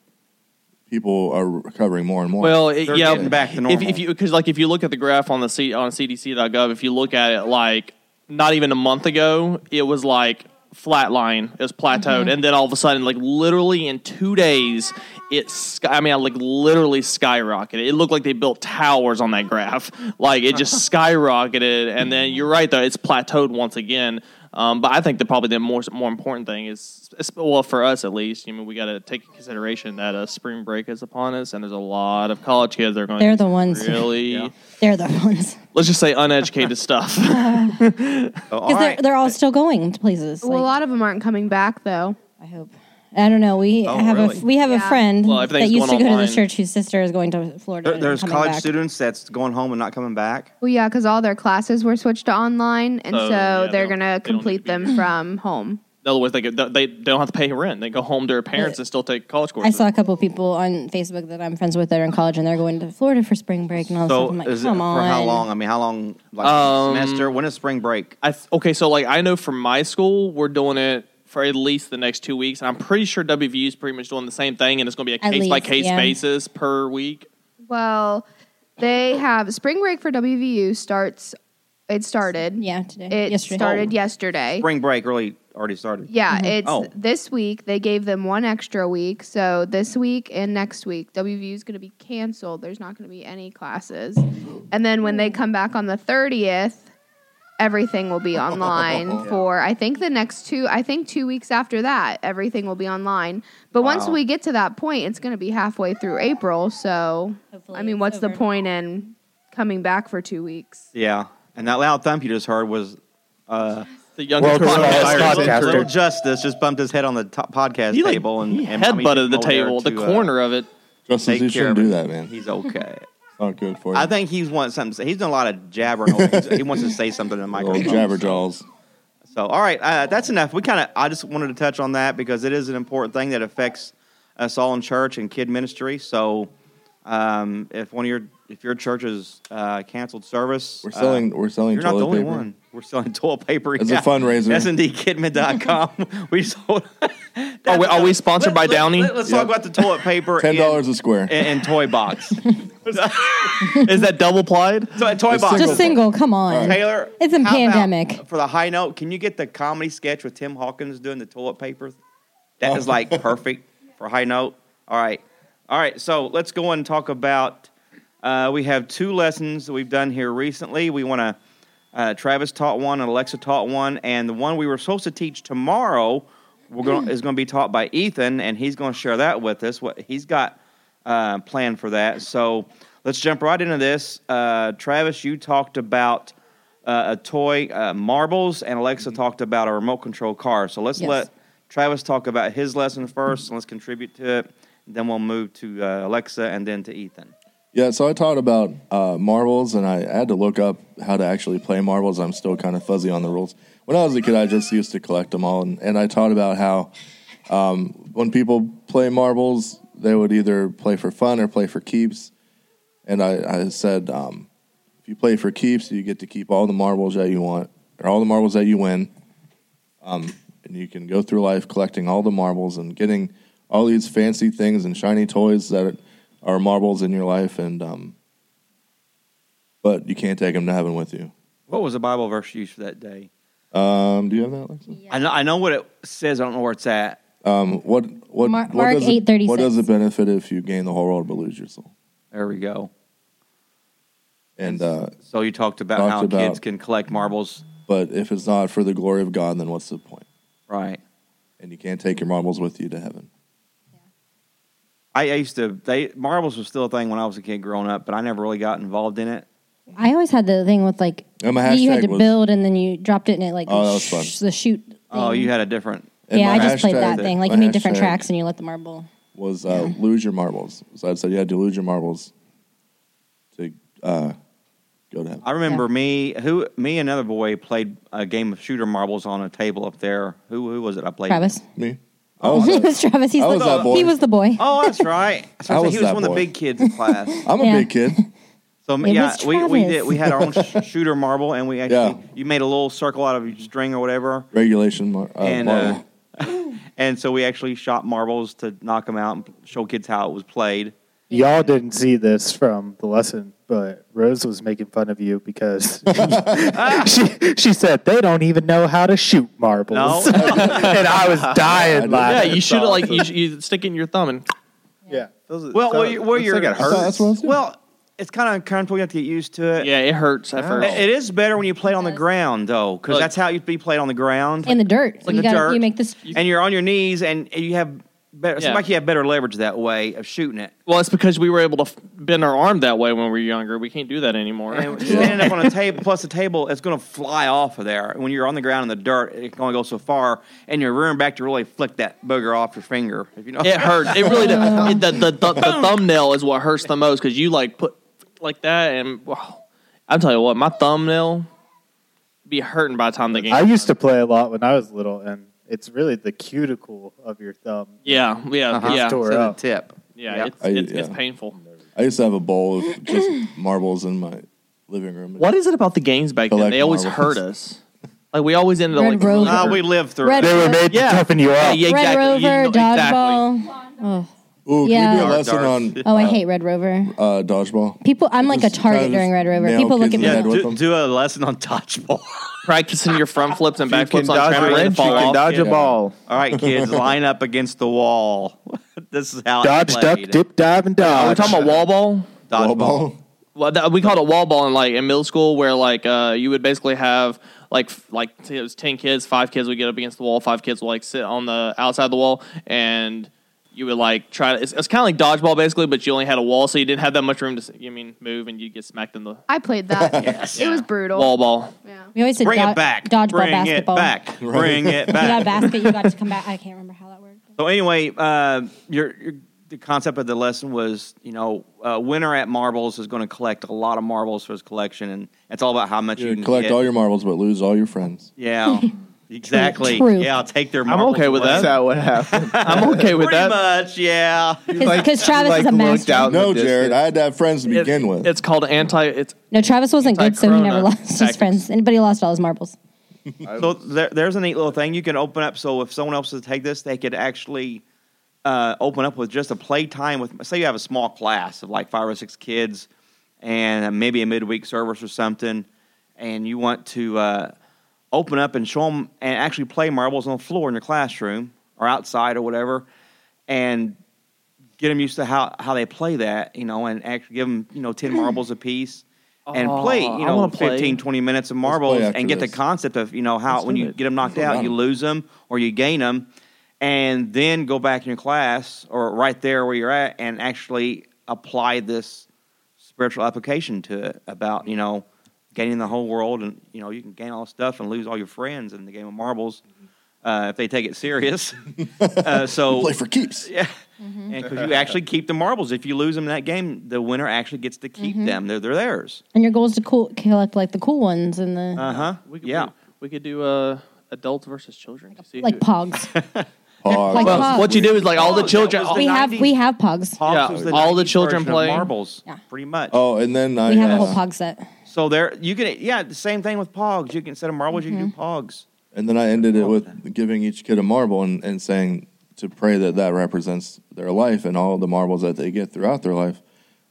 Speaker 2: people are recovering more and more.
Speaker 6: Well, it,
Speaker 1: They're
Speaker 6: yeah,
Speaker 1: getting back to
Speaker 6: If,
Speaker 1: normal.
Speaker 6: if you because like if you look at the graph on the C, on CDC.gov, if you look at it like not even a month ago, it was like flat line, it was plateaued, and then all of a sudden, like literally in two days, it's sky- I mean, I like literally skyrocketed. It looked like they built towers on that graph, like it just skyrocketed, and then you're right though, it's plateaued once again. Um, but I think the probably the more more important thing is, is- well for us at least. You mean we got to take into consideration that uh, spring break is upon us, and there's a lot of college kids that are going.
Speaker 3: They're
Speaker 6: to
Speaker 3: the ones.
Speaker 6: really.
Speaker 3: they're the ones
Speaker 6: Let's just say uneducated stuff.
Speaker 1: So, all
Speaker 3: because
Speaker 1: right.
Speaker 3: they're, they're Uh, Oh, all still going to places.
Speaker 8: Well, a
Speaker 3: like-
Speaker 8: lot of them aren't coming back though.
Speaker 3: I hope. I don't know. We
Speaker 1: Oh,
Speaker 3: have
Speaker 1: really?
Speaker 3: a we have a
Speaker 8: Yeah.
Speaker 3: friend
Speaker 6: Well, everything's
Speaker 3: that used to
Speaker 6: going
Speaker 3: go to
Speaker 6: online.
Speaker 3: this church whose sister is going to Florida.
Speaker 1: There-
Speaker 3: and
Speaker 1: there's
Speaker 3: coming
Speaker 1: college
Speaker 3: back.
Speaker 1: students that's going home and not coming back.
Speaker 8: Well, yeah, because all their classes were switched to online, and
Speaker 6: So,
Speaker 8: so,
Speaker 6: yeah, they
Speaker 8: they're gonna
Speaker 6: don't- they don't need to
Speaker 8: complete
Speaker 6: be
Speaker 8: them from home.
Speaker 6: Otherwise, they, could, they they don't have to pay rent. They go home to their parents and still take college
Speaker 3: I
Speaker 6: courses.
Speaker 3: saw a couple people on Facebook that I'm friends with that are in college and they're going to Florida for spring break and all this stuff.
Speaker 1: So
Speaker 3: I'm like,
Speaker 1: is it
Speaker 3: come
Speaker 1: for
Speaker 3: on.
Speaker 1: how long? I mean, how long? Like
Speaker 6: Um,
Speaker 1: semester? When is spring break?
Speaker 6: I th- okay, so like I know from my school, we're doing it for at least the next two weeks, and I'm pretty sure WVU is pretty much doing the same thing, and it's going to be a
Speaker 3: At
Speaker 6: case by case
Speaker 3: least, yeah.
Speaker 6: basis per week.
Speaker 8: Well, they have spring break for WVU starts. It started.
Speaker 3: Yeah, today.
Speaker 8: It
Speaker 3: yesterday.
Speaker 8: started yesterday.
Speaker 1: Spring break really already started?
Speaker 8: Yeah, it's
Speaker 1: oh,
Speaker 8: this week. They gave them one extra week. So this week and next week, WVU is going to be canceled. There's not going to be any classes. And then when they come back on the 30th, everything will be online for, I think, the next two, I think two weeks after that, everything will be online. But once
Speaker 1: Wow.
Speaker 8: we get to that point, it's going to be halfway through April. So, I mean, what's the point in coming back for two weeks?
Speaker 1: yeah. And that loud thump you just heard was uh,
Speaker 6: the
Speaker 7: youngest World's podcast smallest podcaster. podcaster.
Speaker 1: Little Justice just bumped his head on the top podcast
Speaker 6: He, like,
Speaker 1: table and,
Speaker 6: he
Speaker 1: and how many
Speaker 6: headbutted the
Speaker 1: people there
Speaker 6: table, the
Speaker 1: to, uh,
Speaker 6: corner of it.
Speaker 2: Justice,
Speaker 1: take
Speaker 2: you
Speaker 1: care of
Speaker 2: shouldn't do
Speaker 1: it.
Speaker 2: that, man.
Speaker 1: He's okay.
Speaker 2: It's not good for you.
Speaker 1: I think he wants something. to say- He's doing a lot of jabbering. over- he's- he wants to say something to the
Speaker 2: Little
Speaker 1: microphone.
Speaker 2: jabber jaws.
Speaker 1: So, all right, uh, that's enough. We kind of, I just wanted to touch on that because it is an important thing that affects us all in church and kid ministry. So, um, if one of your, if your church is uh, canceled service,
Speaker 2: We're
Speaker 1: uh,
Speaker 2: selling. we're selling.
Speaker 1: You're not the
Speaker 2: toilet
Speaker 1: only
Speaker 2: paper.
Speaker 1: one. We're selling toilet paper.
Speaker 2: It's a fundraiser.
Speaker 1: SNDKidman.com. we sold.
Speaker 6: Are we, are we sponsored by Downey?
Speaker 1: Let, us talk about the toilet paper.
Speaker 2: Ten dollars a square.
Speaker 1: and, and toy box.
Speaker 6: Is that double plied?
Speaker 1: So a toy
Speaker 2: It's
Speaker 1: box.
Speaker 3: Just single. Come on.
Speaker 1: Taylor,
Speaker 3: It's a
Speaker 1: how about
Speaker 3: pandemic.
Speaker 1: For the high note, can you get the comedy sketch with Tim Hawkins doing the toilet paper? That is like perfect for high note. All right, all right. So let's go and talk about. Uh, we have two lessons that we've done here recently. We want to. Uh, Travis taught one, and Alexa taught one, and the one we were supposed to teach tomorrow we're going is going to be taught by Ethan, and he's going to share that with us. What he's got uh, planned for that. So let's jump right into this. Uh, Travis, you talked about uh, a toy uh, marbles, and Alexa
Speaker 2: Mm-hmm.
Speaker 1: talked about a remote control car. So let's
Speaker 3: Yes.
Speaker 1: let Travis talk about his lesson first, and let's contribute to it. Then we'll move to uh, Alexa, and then to Ethan.
Speaker 2: Yeah, so I taught about uh, marbles, and I had to look up how to actually play marbles. I'm still kind of fuzzy on the rules. When I was a kid, I just used to collect them all, and, and I taught about how um, when people play marbles, they would either play for fun or play for keeps. And I, I said, um, if you play for keeps, you get to keep all the marbles that you want, or all the marbles that you win. Um, and you can go through life collecting all the marbles and getting all these fancy things and shiny toys that are are marbles in your life, and um, but you can't take them to heaven with you.
Speaker 1: What was the Bible verse used for that day?
Speaker 2: Um, do you have that, Alexa?
Speaker 1: I know, I know what it says. I don't know where it's at.
Speaker 2: Um, what what
Speaker 3: Mar-
Speaker 2: what
Speaker 3: Mark
Speaker 2: does it,
Speaker 3: 8:36.
Speaker 2: what does it benefit if you gain the whole world but lose your soul?
Speaker 1: There we go.
Speaker 2: And uh,
Speaker 1: So you talked about
Speaker 2: Talked
Speaker 1: how
Speaker 2: about-
Speaker 1: kids can collect marbles,
Speaker 2: but if it's not for the glory of God, then what's the point?
Speaker 1: right?
Speaker 2: And you can't take your marbles with you to heaven.
Speaker 1: I I used to. They marbles was still a thing when I was a kid growing up, but I never really got involved in it.
Speaker 3: I always had the thing with like
Speaker 2: And Oh, my
Speaker 3: you had
Speaker 2: hashtag
Speaker 3: to
Speaker 2: was-
Speaker 3: build and then you dropped it and it like
Speaker 2: Oh, that was fun.
Speaker 3: sh- the shoot. Thing.
Speaker 1: Oh, you had a different.
Speaker 2: And
Speaker 3: yeah,
Speaker 2: my
Speaker 3: I just played
Speaker 2: hashtag-
Speaker 3: that thing. Like
Speaker 2: my
Speaker 3: you made different
Speaker 2: hashtag
Speaker 3: tracks and you let the marble.
Speaker 2: Was uh, lose your marbles? So I said you had to lose your marbles to uh, go to heaven.
Speaker 1: I remember me who me and another boy played a game of shooter marbles on a table up there. Who who was it? I played.
Speaker 3: Travis.
Speaker 2: Me, Oh, I was
Speaker 3: it
Speaker 2: that,
Speaker 3: was Travis. He's
Speaker 2: I
Speaker 3: like,
Speaker 2: was that boy.
Speaker 3: he was the boy.
Speaker 1: Oh, that's right. So
Speaker 2: I
Speaker 1: he
Speaker 2: was
Speaker 1: was
Speaker 2: that
Speaker 1: one of the
Speaker 2: boy.
Speaker 1: big kids in class.
Speaker 2: I'm a
Speaker 3: Yeah.
Speaker 2: big kid.
Speaker 1: So
Speaker 3: It
Speaker 1: yeah,
Speaker 3: was
Speaker 1: we, we
Speaker 3: Travis.
Speaker 1: did. We had our own sh- shooter marble, and we actually
Speaker 2: Yeah.
Speaker 1: you made a little circle out of your string or whatever,
Speaker 2: Regulation mar- uh,
Speaker 1: and
Speaker 2: marble.
Speaker 1: uh, and so we actually shot marbles to knock them out and show kids how it was played.
Speaker 7: Y'all didn't see this from the lesson, but Rose was making fun of you because she, she said they don't even know how to shoot marbles,
Speaker 1: No.
Speaker 7: and I was dying
Speaker 6: Yeah,
Speaker 7: laughing.
Speaker 6: you shoot it like you, you stick it in your thumb and
Speaker 7: yeah.
Speaker 1: Well, where, you- where
Speaker 5: looks
Speaker 1: you're
Speaker 5: like it
Speaker 2: I thought that's what I was doing.
Speaker 1: Well, it's kind of uncomfortable. You have to get used to it.
Speaker 6: yeah, it hurts
Speaker 2: Oh.
Speaker 6: at first.
Speaker 1: It- it is better when you play it on the ground though, because
Speaker 6: Look.
Speaker 1: that's how you'd be played on the ground,
Speaker 3: In the dirt.
Speaker 1: like
Speaker 3: you
Speaker 1: the
Speaker 3: gotta
Speaker 1: dirt.
Speaker 3: you make this
Speaker 1: and you're on your knees, and you have better.
Speaker 6: Yeah.
Speaker 1: Seems like you have better leverage that way of shooting it.
Speaker 6: well, it's because we were able to f- bend our arm that way when we were younger. We can't do that anymore.
Speaker 1: And standing up on a table, plus the table, it's going to fly off of there. When you're on the ground in the dirt, it can only go so far, and you're rearing back to really flick that booger off your finger. If you know,
Speaker 6: It hurts. It really does. It- the, the, the, the thumbnail is what hurts the most because you like put like that and wow. I'm telling you what, my thumbnail be hurting by the time the game.
Speaker 7: I used to play a lot when I was little, and it's really the cuticle of your thumb.
Speaker 6: yeah, yeah,
Speaker 1: Uh-huh.
Speaker 6: yeah,
Speaker 7: Tore
Speaker 1: to the
Speaker 7: up.
Speaker 1: tip.
Speaker 6: yeah.
Speaker 1: Yeah.
Speaker 6: It's,
Speaker 2: I-
Speaker 6: it's, it's
Speaker 2: yeah.
Speaker 6: painful.
Speaker 2: I used to have a bowl of just marbles in my living room.
Speaker 6: What is it about the games back then?
Speaker 2: Collect
Speaker 6: They always
Speaker 2: marbles.
Speaker 6: hurt us. Like we always ended up
Speaker 3: Red
Speaker 6: like
Speaker 3: Rover.
Speaker 1: Ah, we lived through
Speaker 3: Red
Speaker 1: it.
Speaker 7: They were made
Speaker 6: Yeah.
Speaker 7: to toughen you up.
Speaker 3: Red
Speaker 6: Yeah, exactly. You
Speaker 3: Rover,
Speaker 6: know- exactly.
Speaker 3: dodgeball.
Speaker 2: Ooh, can
Speaker 3: yeah.
Speaker 2: we do a lesson on
Speaker 3: oh, I hate Red Rover.
Speaker 2: uh, dodgeball?
Speaker 3: People, I'm like a
Speaker 2: Just
Speaker 3: target
Speaker 2: kinda
Speaker 3: during
Speaker 2: just
Speaker 3: Red Rover.
Speaker 2: nail
Speaker 3: People look at
Speaker 2: kids in
Speaker 3: me.
Speaker 2: the head
Speaker 3: like,
Speaker 2: with
Speaker 1: Do,
Speaker 2: them.
Speaker 1: do a lesson on dodgeball.
Speaker 6: Practicing your front flips and
Speaker 5: You
Speaker 6: back
Speaker 5: can
Speaker 6: flips on
Speaker 5: dodge a
Speaker 6: trampoline and
Speaker 5: wrench, you
Speaker 6: fall
Speaker 5: can
Speaker 6: off.
Speaker 5: dodge a ball.
Speaker 1: All right, kids, line up against the wall. this is how
Speaker 7: Dodge,
Speaker 1: I
Speaker 7: duck,
Speaker 1: played.
Speaker 7: dip, dive, and
Speaker 6: Are we
Speaker 7: dodge.
Speaker 6: talking about wall ball?
Speaker 2: Ball
Speaker 1: dodgeball.
Speaker 2: ball?
Speaker 6: Well, that, we called it wall ball in like in middle school, where like uh, you would basically have like f- like say it was ten kids, five kids would get up against the wall, five kids would like sit on the outside of the wall, and you would like try. To, it's, it's kind of like dodgeball basically, but you only had a wall, so you didn't have that much room to s- you mean move, and you'd get smacked in the
Speaker 8: I played that. It was brutal.
Speaker 6: wall ball.
Speaker 8: Yeah.
Speaker 3: we always said
Speaker 1: Bring
Speaker 3: do-
Speaker 1: it back.
Speaker 3: dodgeball
Speaker 1: Bring
Speaker 3: basketball.
Speaker 1: it back. Bring it
Speaker 3: You got a
Speaker 1: back.
Speaker 3: basket. You got to come back. I can't remember how that worked.
Speaker 1: So anyway, uh, your, your the concept of the lesson was, you know, uh, winner at marbles is going to collect a lot of marbles for his collection, and it's all about how much you
Speaker 2: You
Speaker 1: can
Speaker 2: collect
Speaker 1: get.
Speaker 2: all your marbles, but lose all your friends.
Speaker 1: yeah, exactly.
Speaker 3: true.
Speaker 1: Yeah, I'll take their.
Speaker 6: I'm
Speaker 1: marbles
Speaker 6: okay with
Speaker 1: away.
Speaker 5: That's how what happened.
Speaker 6: I'm okay with
Speaker 1: Pretty
Speaker 6: that.
Speaker 1: much, yeah.
Speaker 3: Because Travis
Speaker 5: like,
Speaker 3: is a
Speaker 5: looked
Speaker 3: master.
Speaker 5: out in
Speaker 2: No,
Speaker 5: the
Speaker 2: Jared,
Speaker 5: distance.
Speaker 2: I had to have friends to
Speaker 6: It-
Speaker 2: begin with.
Speaker 6: It's called anti. It's
Speaker 3: No, Travis wasn't good, so he never
Speaker 6: Anti-corona
Speaker 3: lost his
Speaker 6: tactics.
Speaker 3: friends. Anybody lost all his marbles.
Speaker 1: So there, there's a neat little thing you can open up. So if someone else would take this, they could actually uh, open up with just a play time with. Say you have a small class of like five or six kids, and maybe a midweek service or something, and you want to uh, open up and show them and actually play marbles on the floor in your classroom or outside or whatever, and get them used to how, how they play that, you know, and actually give them you know ten marbles apiece. And
Speaker 6: Aw,
Speaker 1: play,
Speaker 6: I
Speaker 1: you know,
Speaker 6: wanna play.
Speaker 1: 15, 20 minutes of
Speaker 2: play
Speaker 1: marbles
Speaker 2: after
Speaker 1: and get
Speaker 2: this.
Speaker 1: the concept of you know how when you get them knocked out, you lose them or you gain them, and then go back in your class or right there where you're at and actually apply this spiritual application to it about you know gaining the whole world and you know you can gain all this stuff and lose all your friends in the game of marbles
Speaker 6: Mm-hmm.
Speaker 1: uh, if they take it serious. uh, so
Speaker 2: Play for keeps.
Speaker 1: yeah. And because you actually keep the marbles. If you lose them in that game, the winner actually gets to keep them. They're, they're theirs.
Speaker 3: And your goal is to cool, collect like the cool ones and the
Speaker 1: Uh huh.
Speaker 6: we could
Speaker 1: Yeah.
Speaker 6: do, we could do uh, adults versus children. to see
Speaker 3: like
Speaker 6: who-
Speaker 3: pogs.
Speaker 2: Pog.
Speaker 3: Like Well, Pog.
Speaker 6: what you do is like all
Speaker 7: Oh,
Speaker 6: the children.
Speaker 3: we have we have pogs.
Speaker 1: Pogs
Speaker 6: Yeah,
Speaker 1: was the
Speaker 6: all the
Speaker 1: 90s
Speaker 6: children
Speaker 1: version of
Speaker 6: play.
Speaker 1: marbles.
Speaker 3: Yeah.
Speaker 1: Pretty much.
Speaker 2: Oh, and then I
Speaker 3: We have a
Speaker 2: had-
Speaker 3: whole pog set.
Speaker 1: So there you can yeah, the same thing with pogs. You can instead of marbles, you can
Speaker 3: Mm-hmm.
Speaker 1: do pogs.
Speaker 2: and then I ended it with giving each kid a marble and, and saying to pray that that represents their life and all the marbles that they get throughout their life.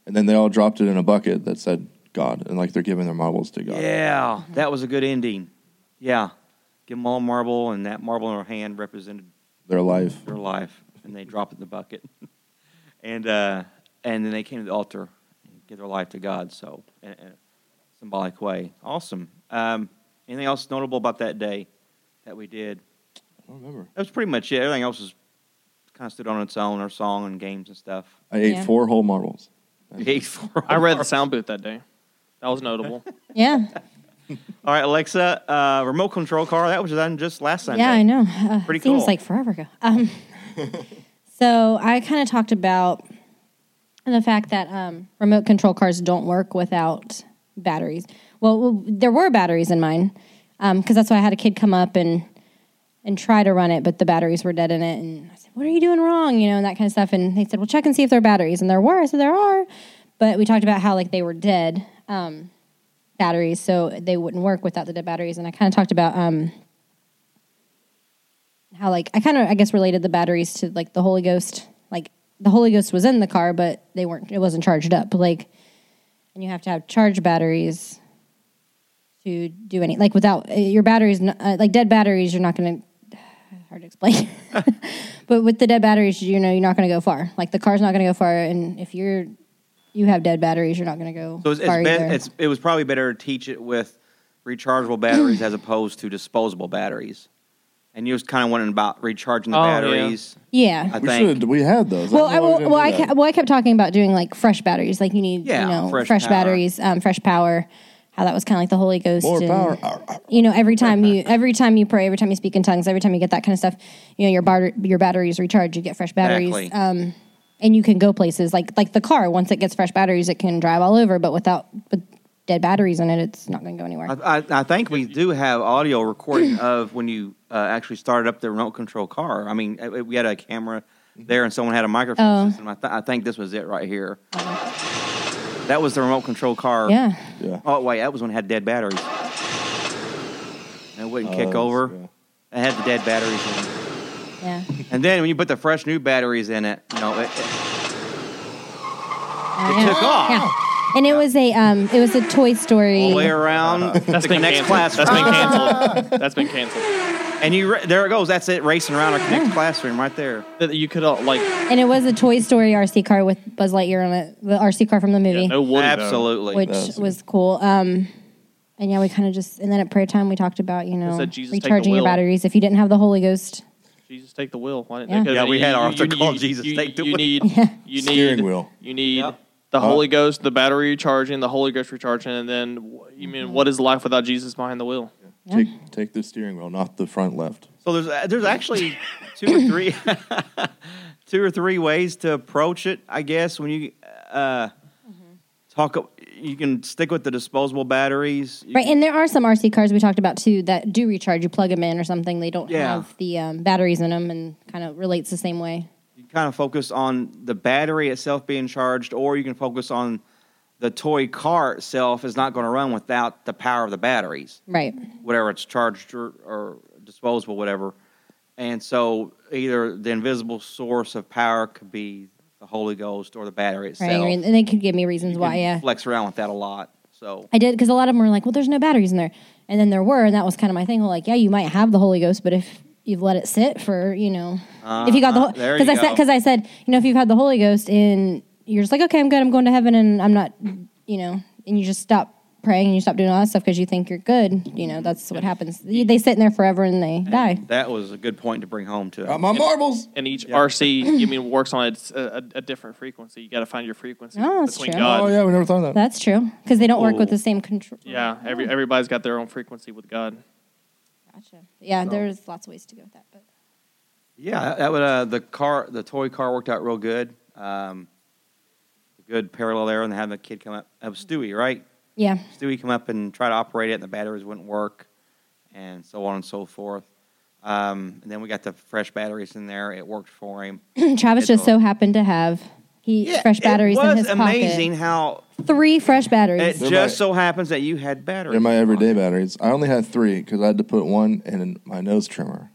Speaker 2: And then they all dropped it in a bucket that said God, and like they're giving their marbles to God.
Speaker 1: Yeah.
Speaker 2: Mm-hmm.
Speaker 1: That was a good ending. Yeah. Give them all a marble and that marble in her hand represented
Speaker 2: Their life.
Speaker 1: their life and they drop it in the bucket. and uh, and then they came to the altar and give their life to God. So, in in a symbolic way. Awesome. Um, anything else notable about that day that we did?
Speaker 2: I don't remember.
Speaker 1: That was pretty much it. Everything else was kind of stood on its own, our song and games and stuff.
Speaker 2: I ate
Speaker 3: Yeah.
Speaker 2: four whole marbles.
Speaker 6: I read the sound booth that day. That was notable.
Speaker 3: Yeah,
Speaker 1: All right, Alexa, uh, remote control car. That was done just last Sunday.
Speaker 3: yeah, I know. Uh,
Speaker 1: Pretty
Speaker 3: seems
Speaker 1: cool.
Speaker 3: like forever ago. Um, so I kind of talked about the fact that um, remote control cars don't work without batteries. Well, well there were batteries in mine because that's why I had a kid come up and and try to run it, but the batteries were dead in it. And I said, What are you doing wrong? You know, and that kind of stuff. And they said, Well, check and see if there are batteries. And there were. I said, There are. But we talked about how, like, they were dead um, batteries, so they wouldn't work without the dead batteries. And I kind of talked about um, how, like, I kind of, I guess, related the batteries to, like, the Holy Ghost. Like, the Holy Ghost was in the car, but they weren't, it wasn't charged up. Like, and you have to have charged batteries to do any, like, without uh, your batteries, n- uh, like, dead batteries, you're not going to hard to explain. but with the dead batteries, you know, you're not going to go far. Like the car's not going to go far, and if you're you have dead batteries, you're not going to go
Speaker 1: So it's, it's,
Speaker 3: far
Speaker 1: be-
Speaker 3: either.
Speaker 1: it's it was probably better to teach it with rechargeable batteries as opposed to disposable batteries. And you was kind of wondering about recharging the
Speaker 6: Oh, yeah.
Speaker 1: batteries.
Speaker 3: yeah.
Speaker 1: I
Speaker 2: We
Speaker 1: think.
Speaker 2: should. We had those.
Speaker 3: well,
Speaker 2: don't
Speaker 3: I,
Speaker 2: know why we
Speaker 3: well, well,
Speaker 2: didn't do
Speaker 3: I
Speaker 2: that.
Speaker 3: kept, well, I kept talking about doing like fresh batteries. Like you need,
Speaker 1: Yeah,
Speaker 3: you know, fresh,
Speaker 1: fresh power.
Speaker 3: batteries, um, fresh power. How that was kind of like the Holy Ghost.
Speaker 2: more
Speaker 3: and-
Speaker 2: power. Arr, arr.
Speaker 3: you know every time you every time you pray every time you speak in tongues every time you get that kind of stuff you know your bar- your batteries recharge you get fresh batteries
Speaker 1: Exactly.
Speaker 3: um and you can go places like like the car once it gets fresh batteries it can drive all over but without with dead batteries in it it's not going to go anywhere
Speaker 1: I, I, I think we do have audio recording of when you uh, actually started up the remote control car. I mean, uh, we had a camera there and someone had a microphone
Speaker 3: Mm-hmm. Oh.
Speaker 1: system. I, th- I think this was it right here. That was the remote control car.
Speaker 3: yeah
Speaker 2: Yeah.
Speaker 1: Oh, wait, that was when it had dead batteries. And it wouldn't
Speaker 2: Uh,
Speaker 1: kick over.
Speaker 2: yeah.
Speaker 1: It had the dead batteries in it.
Speaker 3: Yeah.
Speaker 1: And then when you put the fresh new batteries in it, you know, it, it-
Speaker 3: yeah.
Speaker 1: took off.
Speaker 3: Yeah. And it was a um, it was a Toy Story.
Speaker 1: all the way around
Speaker 6: That's
Speaker 1: to the
Speaker 6: been
Speaker 1: next
Speaker 6: canceled.
Speaker 1: class.
Speaker 6: That's been canceled. That's been canceled.
Speaker 1: And you, ra- there it goes. That's it, racing around our connect classroom right there.
Speaker 6: That You could uh, like
Speaker 3: And it was a Toy Story RC car with Buzz Lightyear on it, the RC car from the movie,
Speaker 6: no Woody though.
Speaker 1: Absolutely.
Speaker 3: which was cool. Um, and yeah, we kind of just and then at prayer time we talked about you know
Speaker 6: said, "Jesus, take the
Speaker 3: recharging your
Speaker 6: wheel."
Speaker 3: batteers if you didn't have the Holy Ghost.
Speaker 6: Jesus take the wheel. Why didn't
Speaker 3: Yeah.
Speaker 6: they-
Speaker 1: Yeah, we had
Speaker 6: you-
Speaker 1: our
Speaker 6: you-
Speaker 1: altar
Speaker 6: you-
Speaker 1: call,
Speaker 6: you-
Speaker 1: "Jesus,
Speaker 6: you-
Speaker 1: take the
Speaker 6: you
Speaker 1: wheel."
Speaker 6: Need, You need
Speaker 2: Steering wheel. Uh,
Speaker 6: You need the Holy Ghost, the battery charging, the Holy Ghost recharging, and then wh- you mean what is life without Jesus behind the wheel?
Speaker 3: Yeah.
Speaker 2: Take take the steering wheel, not the front left.
Speaker 1: So there's uh, there's actually two or three two or three ways to approach it, I guess. When you uh, talk, a- you can stick with the disposable batteries. You
Speaker 3: Right, and there are some RC cars we talked about too that do recharge. You plug them in or something. They don't
Speaker 1: Yeah.
Speaker 3: have the um, batteries in them, and kind of relates the same way.
Speaker 1: you kind of focus on the battery itself being charged, or you can focus on the toy car itself is not going to run without the power of the batteries,
Speaker 3: Right.
Speaker 1: whatever it's charged or, or disposable, whatever. And so either the invisible source of power could be the Holy Ghost or the battery itself.
Speaker 3: Right. And they could give me reasons
Speaker 1: You
Speaker 3: why.
Speaker 1: can
Speaker 3: Yeah.
Speaker 1: flex around with that a lot. So
Speaker 3: I did because a lot of them were like, "Well, there's no batteries in there," and then there were, and that was kind of my thing. Well, like, yeah, you might have the Holy Ghost, but if you've let it sit for, you know, if you got
Speaker 1: Uh-huh,
Speaker 3: the
Speaker 1: there
Speaker 3: because
Speaker 1: you
Speaker 3: I said
Speaker 1: go.
Speaker 3: because I said you know if you've had the Holy Ghost and you're just like, okay, I'm good, I'm going to heaven, and I'm not, you know, and you just stop praying and you stop doing all that stuff because you think you're good, you know, that's what happens. They they sit in there forever and they die.
Speaker 1: that was a good point to bring home to.
Speaker 2: Got my marbles.
Speaker 6: And each RC, you mean works on a, a, a different frequency. You got to find your frequency
Speaker 3: No, that's
Speaker 6: between
Speaker 3: true.
Speaker 6: God.
Speaker 2: Oh yeah, we never thought of that.
Speaker 3: That's true because they don't work with the same control.
Speaker 6: Yeah, every, everybody's got their own frequency with God.
Speaker 3: Gotcha. Yeah, there's lots of ways to go with that, but
Speaker 1: yeah, that would uh, the car, the toy car worked out real good. Um, good parallel there, and they had the kid come up. That was Stewie, right?
Speaker 3: yeah,
Speaker 1: Stewie come up and try to operate it, and the batteries wouldn't work, and so on and so forth. Um, and then we got the fresh batteries in there. It worked for him.
Speaker 3: Travis just so happened to have. He fresh batteries
Speaker 1: It was
Speaker 3: in his pocket.
Speaker 1: amazing how
Speaker 3: Three fresh
Speaker 1: it
Speaker 3: batteries.
Speaker 2: They're
Speaker 1: just
Speaker 2: my-
Speaker 1: so happens that you had batteries.
Speaker 2: They're my everyday batteries. I only had three because I had to put one in my nose trimmer,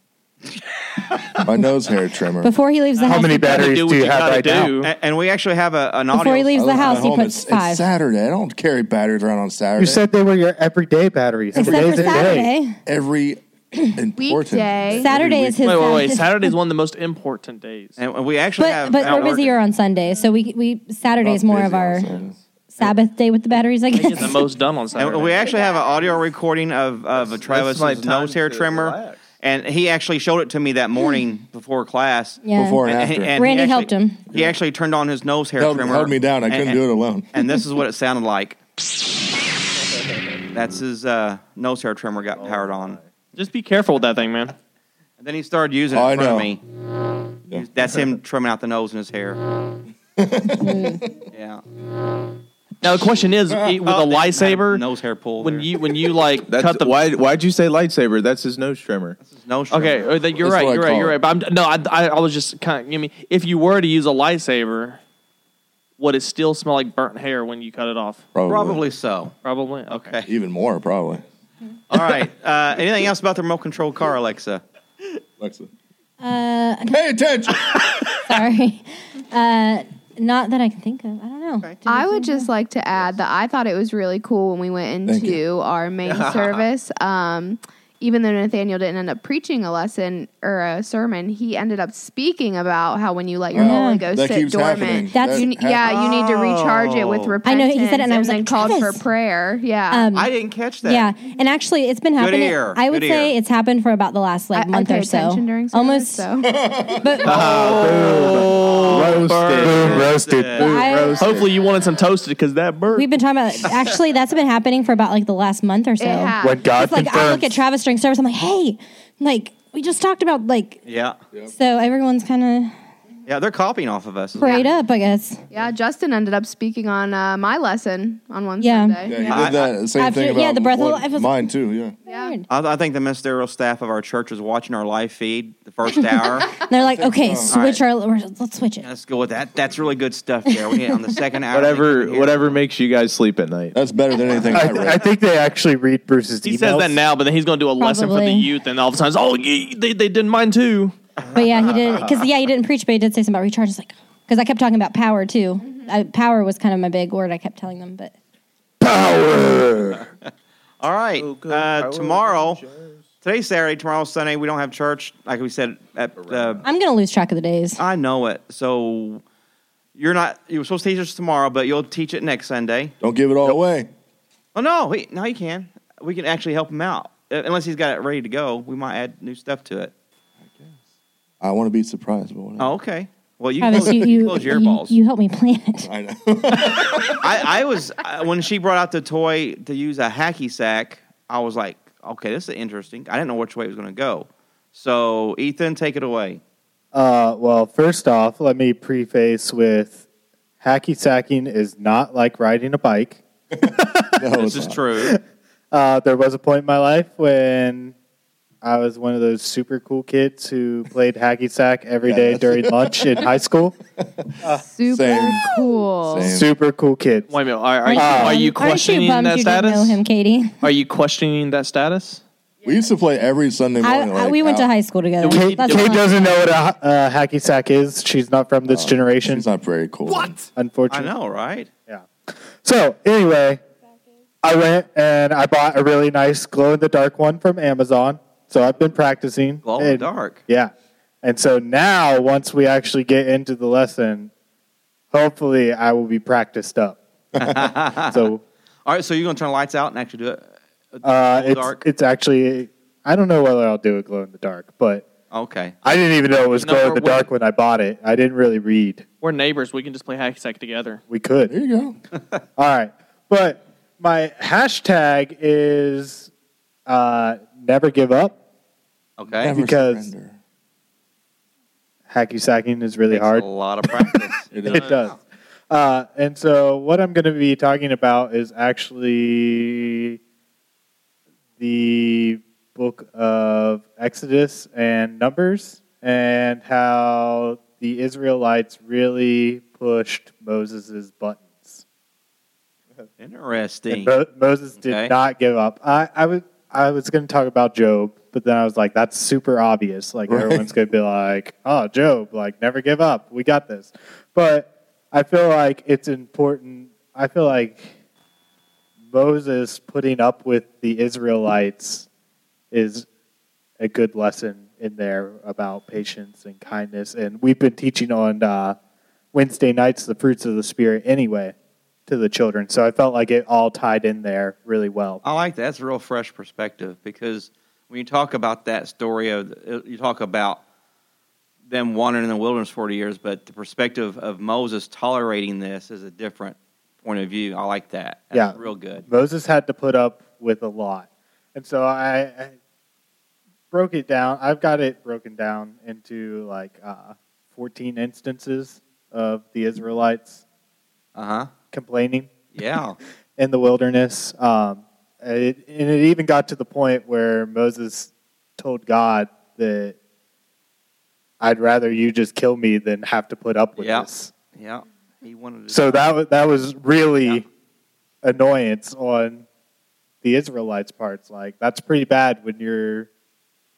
Speaker 2: my nose hair trimmer.
Speaker 3: Before he leaves the
Speaker 7: How
Speaker 3: house,
Speaker 7: many
Speaker 3: he put-
Speaker 7: batteries do,
Speaker 6: do what
Speaker 7: you
Speaker 6: you
Speaker 7: have
Speaker 6: gotta
Speaker 7: right
Speaker 6: do.
Speaker 7: now?
Speaker 1: A- and we actually have a, an audio.
Speaker 3: Before he
Speaker 2: I
Speaker 3: leaves
Speaker 2: live
Speaker 3: the
Speaker 2: at
Speaker 3: house, he
Speaker 2: home.
Speaker 3: puts
Speaker 2: It's- It's
Speaker 3: five.
Speaker 2: Saturday. I don't carry batteries around on Saturday.
Speaker 7: You said they were your everyday batteries. Every
Speaker 3: Except
Speaker 7: day's
Speaker 3: for
Speaker 7: a day.
Speaker 3: Saturday.
Speaker 2: every important
Speaker 8: Weekday.
Speaker 3: Saturday is his.
Speaker 6: Wait, wait, wait.
Speaker 3: fastest-
Speaker 6: Saturday's one of the most important days.
Speaker 1: and we actually
Speaker 3: But
Speaker 1: have.
Speaker 3: but
Speaker 1: our-
Speaker 3: we're busier on Sunday, so we we Saturday is more of our Sabbath day with the batteries, I
Speaker 6: They get the
Speaker 3: guess.
Speaker 6: most done on
Speaker 1: And
Speaker 6: Saturday.
Speaker 1: we actually have an audio recording of of a Travis
Speaker 5: my time
Speaker 1: nose hair
Speaker 5: to
Speaker 1: trimmer,
Speaker 5: relax.
Speaker 1: and he actually showed it to me that morning before class.
Speaker 3: Yeah.
Speaker 2: Before and
Speaker 1: And-
Speaker 2: after.
Speaker 1: and he
Speaker 3: Randy
Speaker 1: actually-
Speaker 3: helped him.
Speaker 1: He actually turned on his nose hair
Speaker 2: held,
Speaker 1: trimmer.
Speaker 2: held me down. I couldn't do it alone.
Speaker 1: And this is what it sounded like. That's his uh, nose hair trimmer got powered on.
Speaker 6: Just be careful with that thing, man.
Speaker 1: And then he started using it
Speaker 2: I
Speaker 1: in front of
Speaker 2: know.
Speaker 1: me.
Speaker 2: Yeah.
Speaker 1: That's him trimming out the nose in his hair. yeah.
Speaker 6: Now the question is, i- with
Speaker 1: Oh,
Speaker 6: a
Speaker 1: they-
Speaker 6: lightsaber,
Speaker 1: nose hair pull.
Speaker 6: when
Speaker 1: there.
Speaker 6: you when you like
Speaker 5: That's
Speaker 6: cut the
Speaker 5: why. Why'd you say lightsaber? That's his nose trimmer.
Speaker 1: nose trimmer.
Speaker 6: Okay, uh, that- you're
Speaker 2: That's
Speaker 6: right.
Speaker 2: what I
Speaker 6: You're right.
Speaker 2: call
Speaker 6: You're
Speaker 2: it.
Speaker 6: right. But I'm no. I, I, I was just kind of. I mean, if you were to use a lightsaber, would it still smell like burnt hair when you cut it off?
Speaker 2: Probably.
Speaker 1: Probably so.
Speaker 6: Probably. Okay.
Speaker 2: Even more, probably.
Speaker 1: All right. Uh, anything else about the remote control car, Alexa?
Speaker 2: Alexa.
Speaker 3: Uh,
Speaker 2: Pay attention.
Speaker 3: sorry, uh, not that I can think of. I don't know. Did
Speaker 8: I
Speaker 3: we
Speaker 8: would
Speaker 3: think
Speaker 8: just like to add that I thought it was really cool when we went
Speaker 2: Thank
Speaker 8: into our main service. Um, even though Nathaniel didn't end up preaching a lesson or a sermon, he ended up speaking about how when you let your
Speaker 2: Wow.
Speaker 8: Holy Ghost
Speaker 2: That
Speaker 8: sit
Speaker 2: keeps
Speaker 8: dormant,
Speaker 2: happening.
Speaker 3: That's-
Speaker 8: you
Speaker 2: That
Speaker 8: ne- yeah, you need to recharge it with
Speaker 1: Oh.
Speaker 8: repentance.
Speaker 3: I know, he said it and I was
Speaker 8: then
Speaker 3: like,
Speaker 8: called for
Speaker 3: "Travis."
Speaker 8: prayer. Yeah.
Speaker 3: Um,
Speaker 1: I didn't catch that.
Speaker 3: Yeah, and actually, it's been happening.
Speaker 1: ear,
Speaker 3: I would
Speaker 1: good
Speaker 3: say
Speaker 1: ear.
Speaker 3: it's happened for about the last
Speaker 8: I-
Speaker 3: like
Speaker 8: I
Speaker 3: month
Speaker 8: pay
Speaker 3: or so.
Speaker 8: attention during service,
Speaker 3: Almost,
Speaker 8: so.
Speaker 3: but
Speaker 1: Uh-huh.
Speaker 7: Roasted. Boom, roasted. Boom,
Speaker 3: I-
Speaker 7: roasted.
Speaker 6: Hopefully, you wanted some toasted because that burnt.
Speaker 3: we've been talking about. Actually, that's been happening for about like the last month or so.
Speaker 8: it has.
Speaker 7: When God
Speaker 3: It's like I look at
Speaker 7: confirms.
Speaker 3: Travis during service, I'm like, hey, like we just talked about like
Speaker 1: Yeah.
Speaker 3: so everyone's kind
Speaker 1: Yeah, they're copying off of us.
Speaker 3: of prayed up, I guess.
Speaker 8: yeah, Justin ended up speaking on uh, my lesson on one
Speaker 3: Yeah.
Speaker 8: Sunday.
Speaker 2: Yeah, he did that same
Speaker 3: After-
Speaker 2: thing about
Speaker 3: yeah, the breath of
Speaker 2: one-
Speaker 3: life was-
Speaker 2: mine too. Yeah,
Speaker 8: Yeah.
Speaker 3: Weird.
Speaker 1: I, I think the ministerial staff of our church is watching our live feed the first hour.
Speaker 3: And they're like, okay, switch our our let's switch it.
Speaker 1: Let's go with that. That's really good stuff there. We hit on the second hour.
Speaker 5: Whatever.
Speaker 1: Thank you.
Speaker 5: Whatever makes you guys sleep at night.
Speaker 2: that's better than anything I,
Speaker 7: I,
Speaker 2: read.
Speaker 7: I think they actually read Bruce's
Speaker 6: he
Speaker 7: emails.
Speaker 6: says that now, but then he's going to do a lesson for the
Speaker 3: Probably.
Speaker 6: youth, and all of a sudden, it's, oh, ye- they they didn't mind too.
Speaker 3: But yeah, he did because yeah, he didn't preach, but he did say something about recharge. It's like because I kept talking about power too. I, power was kind of my big word. I kept telling them, but
Speaker 1: All right. Uh, tomorrow, today's Saturday, tomorrow's Sunday. We don't have church, like we said at the
Speaker 3: I'm gonna lose track of the days.
Speaker 1: I know it. So you're not. You were supposed to teach us tomorrow, but you'll teach it next Sunday.
Speaker 2: Don't give it all away.
Speaker 1: Oh no! Wait, no, you can. We can actually help him out. Uh, Unless he's got it ready to go, we might add new stuff to it.
Speaker 2: I want to be surprised, but whatever.
Speaker 1: Oh, okay. Well, you
Speaker 3: Travis,
Speaker 1: close,
Speaker 3: you, you,
Speaker 1: close your
Speaker 3: you-
Speaker 1: earballs.
Speaker 3: you helped me plan it.
Speaker 2: I know.
Speaker 1: I, I was I, when she brought out the toy to use a hacky sack. I was like, okay, this is interesting. I didn't know which way it was going to go. So Ethan, take it away.
Speaker 7: Uh, well, first off, let me preface with hacky sacking is not like riding a bike.
Speaker 2: No, it's
Speaker 1: this is
Speaker 2: not.
Speaker 1: true.
Speaker 7: Uh, there was a point in my life when I was one of those super cool kids who played hacky sack every
Speaker 2: Yeah,
Speaker 7: day
Speaker 2: that's-
Speaker 7: during lunch in high school.
Speaker 8: Super
Speaker 2: Uh, Same.
Speaker 8: cool.
Speaker 2: Same.
Speaker 7: Super cool kids.
Speaker 6: Wait a minute. Are, are, you,
Speaker 7: Aren't
Speaker 6: are you
Speaker 3: Aren't
Speaker 6: questioning
Speaker 3: you bummed
Speaker 6: that
Speaker 3: you
Speaker 6: status?
Speaker 3: Didn't know him, Katie.
Speaker 6: Are you questioning that status?
Speaker 2: We used to play every Sunday
Speaker 3: I,
Speaker 2: morning.
Speaker 3: I,
Speaker 2: like,
Speaker 3: we went to
Speaker 2: out.
Speaker 3: high school together.
Speaker 7: Kate,
Speaker 3: That's
Speaker 7: Kate
Speaker 3: fine.
Speaker 7: doesn't know what a ha- uh, hacky sack is. She's not from this generation,
Speaker 2: Uh, She's not very cool. What?
Speaker 1: I
Speaker 7: unfortunately.
Speaker 1: know, right?
Speaker 7: So anyway, I went and I bought a really nice glow in the dark one from Amazon. So I've been practicing.
Speaker 1: Glow in the
Speaker 7: And-
Speaker 1: dark.
Speaker 7: Yeah. And so now, once we actually get into the lesson, hopefully I will be practiced up. uh, so
Speaker 1: All right, so you're going to turn the lights out and actually do it.
Speaker 7: uh, it's
Speaker 1: dark.
Speaker 7: it's actually I don't know whether I'll do a glow in the dark, but
Speaker 1: Okay.
Speaker 7: I didn't even know it was
Speaker 6: No,
Speaker 7: glow in the
Speaker 6: we're-
Speaker 7: dark when I bought it. I didn't really read.
Speaker 6: We're neighbors. We can just play hacky sack together.
Speaker 7: We could.
Speaker 2: There you go.
Speaker 7: All right. But my hashtag is uh, never give up.
Speaker 1: Okay.
Speaker 2: Never
Speaker 7: Because-
Speaker 2: surrender.
Speaker 7: Hacky sacking is really
Speaker 1: Takes
Speaker 7: hard.
Speaker 1: A lot of practice.
Speaker 2: It
Speaker 7: It does. Uh, and so, what I'm going to be talking about is actually the book of Exodus and Numbers and how the Israelites really pushed Moses' buttons.
Speaker 1: Interesting.
Speaker 7: And Mo- Moses did
Speaker 1: Okay.
Speaker 7: not give up. I, I was I was going to talk about Job, but then I was like, that's super obvious. Like
Speaker 2: Right.
Speaker 7: everyone's going to be like, oh, Job, like never give up. We got this. But I feel like it's important. I feel like Moses putting up with the Israelites is a good lesson in there about patience and kindness. And we've been teaching on uh, Wednesday nights the fruits of the spirit anyway to the children. So I felt like it all tied in there really well.
Speaker 1: I like that. That's a real fresh perspective because when you talk about that story of you talk about them wandering in the wilderness forty years, but the perspective of Moses tolerating this is a different point of view. I like that. That's
Speaker 7: Yeah.
Speaker 1: real good.
Speaker 7: Moses had to put up with a lot. And so I, I broke it down. I've got it broken down into like uh, 14 instances of the Israelites
Speaker 1: Uh huh.
Speaker 7: complaining
Speaker 1: Yeah.
Speaker 7: in the wilderness. Um, it, and it even got to the point where Moses told God that I'd rather you just kill me than have to put up with
Speaker 1: Yeah.
Speaker 7: this.
Speaker 1: yeah. He wanted to
Speaker 7: So that was that was really
Speaker 1: Yeah.
Speaker 7: annoyance on the Israelites' parts. Like that's pretty bad when you're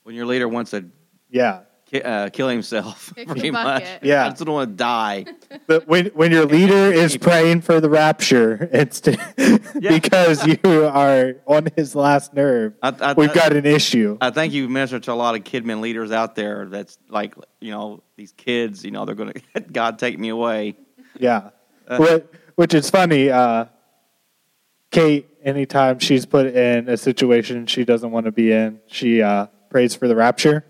Speaker 1: when your leader wants to
Speaker 7: yeah
Speaker 1: ki- uh, kill himself.
Speaker 8: Kick the
Speaker 1: Pretty much.
Speaker 8: bucket.
Speaker 7: Yeah.
Speaker 1: I just don't want to die.
Speaker 7: but when when your leader is praying for the rapture instead because you are on his last nerve.
Speaker 1: I, I,
Speaker 7: We've got an issue.
Speaker 1: I think you ministered to a lot of kidmen leaders out there. That's like, you know, these kids. You know, they're going to God take me away.
Speaker 7: Yeah.
Speaker 1: Uh.
Speaker 7: Wh- Which is funny. Uh, Kate, anytime she's put in a situation she doesn't want to be in, she uh, prays for the rapture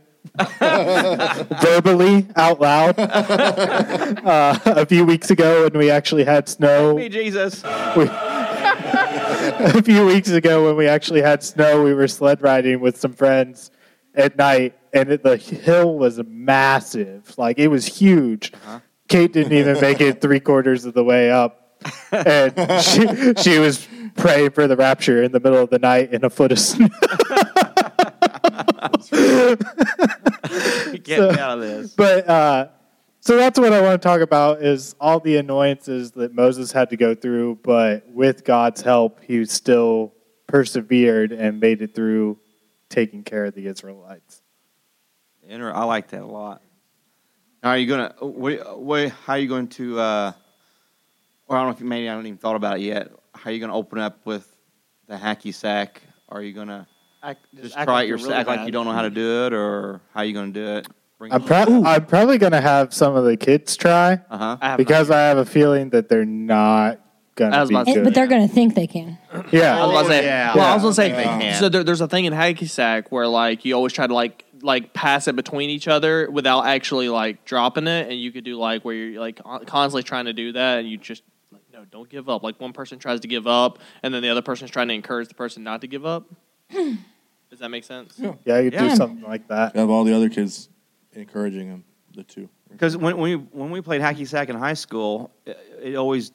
Speaker 7: verbally out loud. uh, a few weeks ago, when we actually had snow,
Speaker 1: Hey, Jesus.
Speaker 7: a few weeks ago when we actually had snow, we were sled riding with some friends at night, and it, the hill was massive. Like it was huge. Kate didn't even make it three quarters of the way up, and she she was praying for the rapture in the middle of the night in a foot of snow.
Speaker 1: Get me out of this.
Speaker 7: But uh, so that's what I want to talk about is all the annoyances that Moses had to go through, but with God's help, he still persevered and made it through taking care of the Israelites.
Speaker 1: Inter- I like that a lot. Are you gonna? What, what, how are you going to? Uh, or I don't know if you, maybe I haven't even thought about it yet. How are you gonna open up with the hacky sack? Are you gonna
Speaker 6: Act-
Speaker 1: just
Speaker 6: act
Speaker 1: try
Speaker 6: like
Speaker 1: it
Speaker 6: you're
Speaker 1: yourself,
Speaker 6: really
Speaker 1: act like
Speaker 6: bad.
Speaker 1: you don't know how to do it, or how are you gonna do it? Bring
Speaker 7: I'm, pro- I'm probably going to have some of the kids try
Speaker 1: uh
Speaker 6: Uh-huh. I
Speaker 1: huh.
Speaker 6: have
Speaker 7: because I have a feeling that they're not going
Speaker 6: I
Speaker 7: to
Speaker 6: was
Speaker 7: be
Speaker 6: about to
Speaker 7: good.
Speaker 3: but they're gonna think they can.
Speaker 7: yeah.
Speaker 6: I was about to say.
Speaker 1: yeah.
Speaker 6: Well, I was gonna say.
Speaker 1: Yeah. Yeah.
Speaker 6: So there, there's a thing in hacky sack where like you always try to like like pass it between each other without actually like dropping it, and you could do like where you're like on- constantly trying to do that, and you just like no, don't give up. Like one person tries to give up, and then the other person's trying to encourage the person not to give up. Does that make sense?
Speaker 7: Yeah, you could
Speaker 3: Yeah.
Speaker 7: do something like that.
Speaker 2: Have all the other kids encouraging him. The two.
Speaker 1: Because when, when we when we played hacky sack in high school, it, it always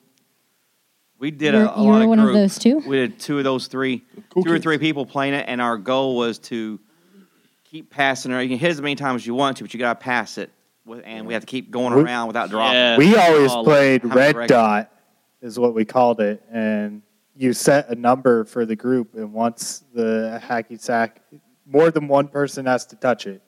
Speaker 1: we did
Speaker 3: You're-
Speaker 1: a, a lot
Speaker 3: you're
Speaker 1: of
Speaker 3: one of
Speaker 1: group.
Speaker 3: those two?
Speaker 1: We did two of those three,
Speaker 2: Cool
Speaker 1: two or
Speaker 2: kids.
Speaker 1: three people playing it, and our goal was to keep passing it. You can hit it as many times as you want to, but you got to pass it, with, and we have to keep going
Speaker 7: We-
Speaker 1: around without dropping.
Speaker 6: Yeah.
Speaker 7: We always
Speaker 1: Oh,
Speaker 7: played
Speaker 1: how many
Speaker 7: red
Speaker 1: directions?
Speaker 7: dot, is what we called it, and you set a number for the group, and once the hacky sack, more than one person has to touch it.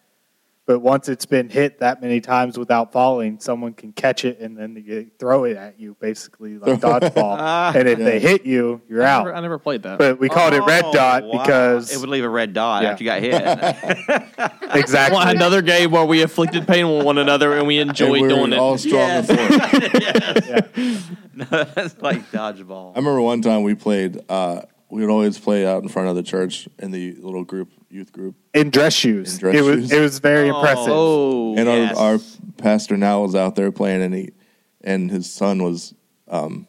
Speaker 7: But once it's been hit that many times without falling, someone can catch it and then they throw it at you, basically like dodgeball.
Speaker 1: Ah.
Speaker 7: and if
Speaker 2: Yeah.
Speaker 7: they hit you, you're
Speaker 6: I never,
Speaker 7: out.
Speaker 6: I never played that.
Speaker 7: But we called it red
Speaker 1: Oh,
Speaker 7: dot
Speaker 1: wow.
Speaker 7: because
Speaker 1: it would leave a red dot
Speaker 7: Yeah.
Speaker 1: after you got hit.
Speaker 7: exactly
Speaker 6: Well, another game where we afflicted pain with one another and we
Speaker 2: And
Speaker 6: enjoyed
Speaker 2: we're
Speaker 6: doing it.
Speaker 2: all strong and forth.
Speaker 1: no, that's like dodgeball.
Speaker 2: I remember one time we played. Uh, we would always play out in front of the church in the little group, youth group,
Speaker 7: in dress shoes.
Speaker 2: In dress
Speaker 7: it was
Speaker 2: shoes.
Speaker 7: it was very impressive.
Speaker 6: Oh,
Speaker 2: and
Speaker 1: yes.
Speaker 2: our, our pastor now was out there playing, and he and his son was um,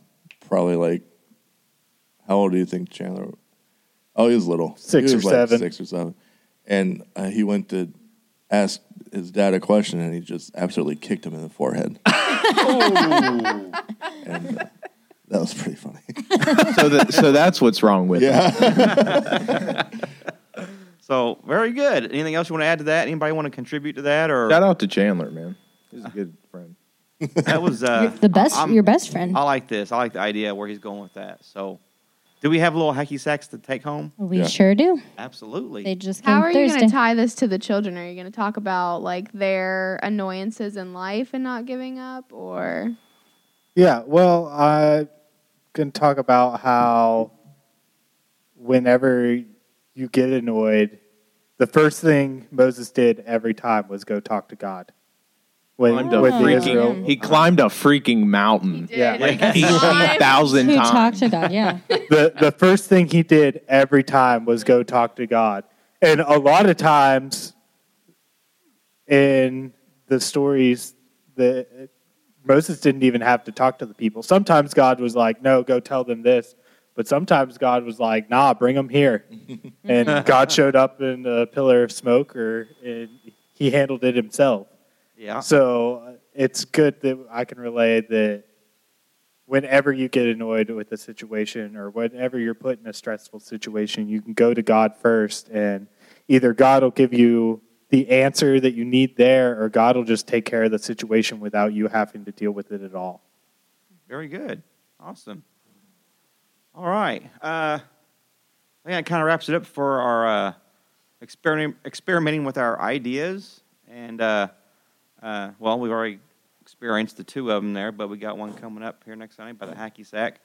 Speaker 2: probably like, how old do you think Chandler? Oh, he was little,
Speaker 7: Six
Speaker 2: He
Speaker 7: or
Speaker 2: was like
Speaker 7: seven.
Speaker 2: six or seven, and uh, he went to ask his dad a question, and he just absolutely kicked him in the forehead. and uh, that was pretty funny.
Speaker 5: so that so that's what's wrong with it.
Speaker 2: yeah.
Speaker 1: So very good. Anything else you want to add to that? Anybody want to contribute to that? Or
Speaker 5: Shout out to Chandler, man. He's a good friend.
Speaker 1: that was uh,
Speaker 3: the best,
Speaker 1: I'm-
Speaker 3: your best friend.
Speaker 1: I like this. I like the idea where he's going with that. So, do we have little hacky sacks to take home?
Speaker 3: we
Speaker 2: Yeah.
Speaker 3: sure do.
Speaker 1: Absolutely.
Speaker 3: They just came
Speaker 8: How are you
Speaker 3: Thursday.
Speaker 8: going to tie this to the children? Are you going to talk about like their annoyances in life and not giving up, or
Speaker 7: Yeah, well, I can talk about how whenever you get annoyed, the first thing Moses did every time was go talk to God. When,
Speaker 5: Climbed
Speaker 3: a
Speaker 7: with the
Speaker 3: freaking-
Speaker 7: Israel,
Speaker 5: He climbed a freaking mountain
Speaker 7: Yeah.
Speaker 5: like
Speaker 8: Climb.
Speaker 5: eighteen thousand
Speaker 3: to talk
Speaker 5: times.
Speaker 3: to God, yeah.
Speaker 7: the the first thing he did every time was go talk to God, and a lot of times in the stories that Moses didn't even have to talk to the people. Sometimes God was like, "No, go tell them this," but sometimes God was like, "Nah, bring them here." and God showed up in a pillar of smoke, or and he handled it himself.
Speaker 6: Uh-huh.
Speaker 1: yeah.
Speaker 7: So uh, it's good that I can relay that whenever you get annoyed with a situation or whenever you're put in a stressful situation, you can go to God first, and either God will give you the answer that you need there, or God will just take care of the situation without you having to deal with it at all.
Speaker 1: Very good. Awesome. All right. Uh, I think that kind of wraps it up for our uh, experiment, experimenting with our ideas. And, uh, uh, well, we've already experienced the two of them there, but we got one coming up here next Sunday by the Hacky Sack.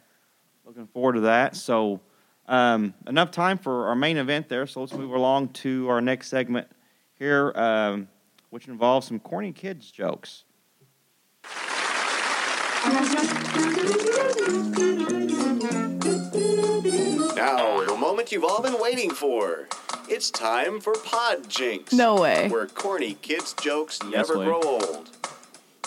Speaker 1: Looking forward to that. So, um, enough time for our main event there. So, let's move along to our next segment here, um, which involves some corny kids jokes.
Speaker 10: Now, the moment you've all been waiting for. It's time for Pod Jinx.
Speaker 11: No way.
Speaker 10: Where corny kids' jokes
Speaker 6: Yes,
Speaker 10: never
Speaker 6: way.
Speaker 10: grow old.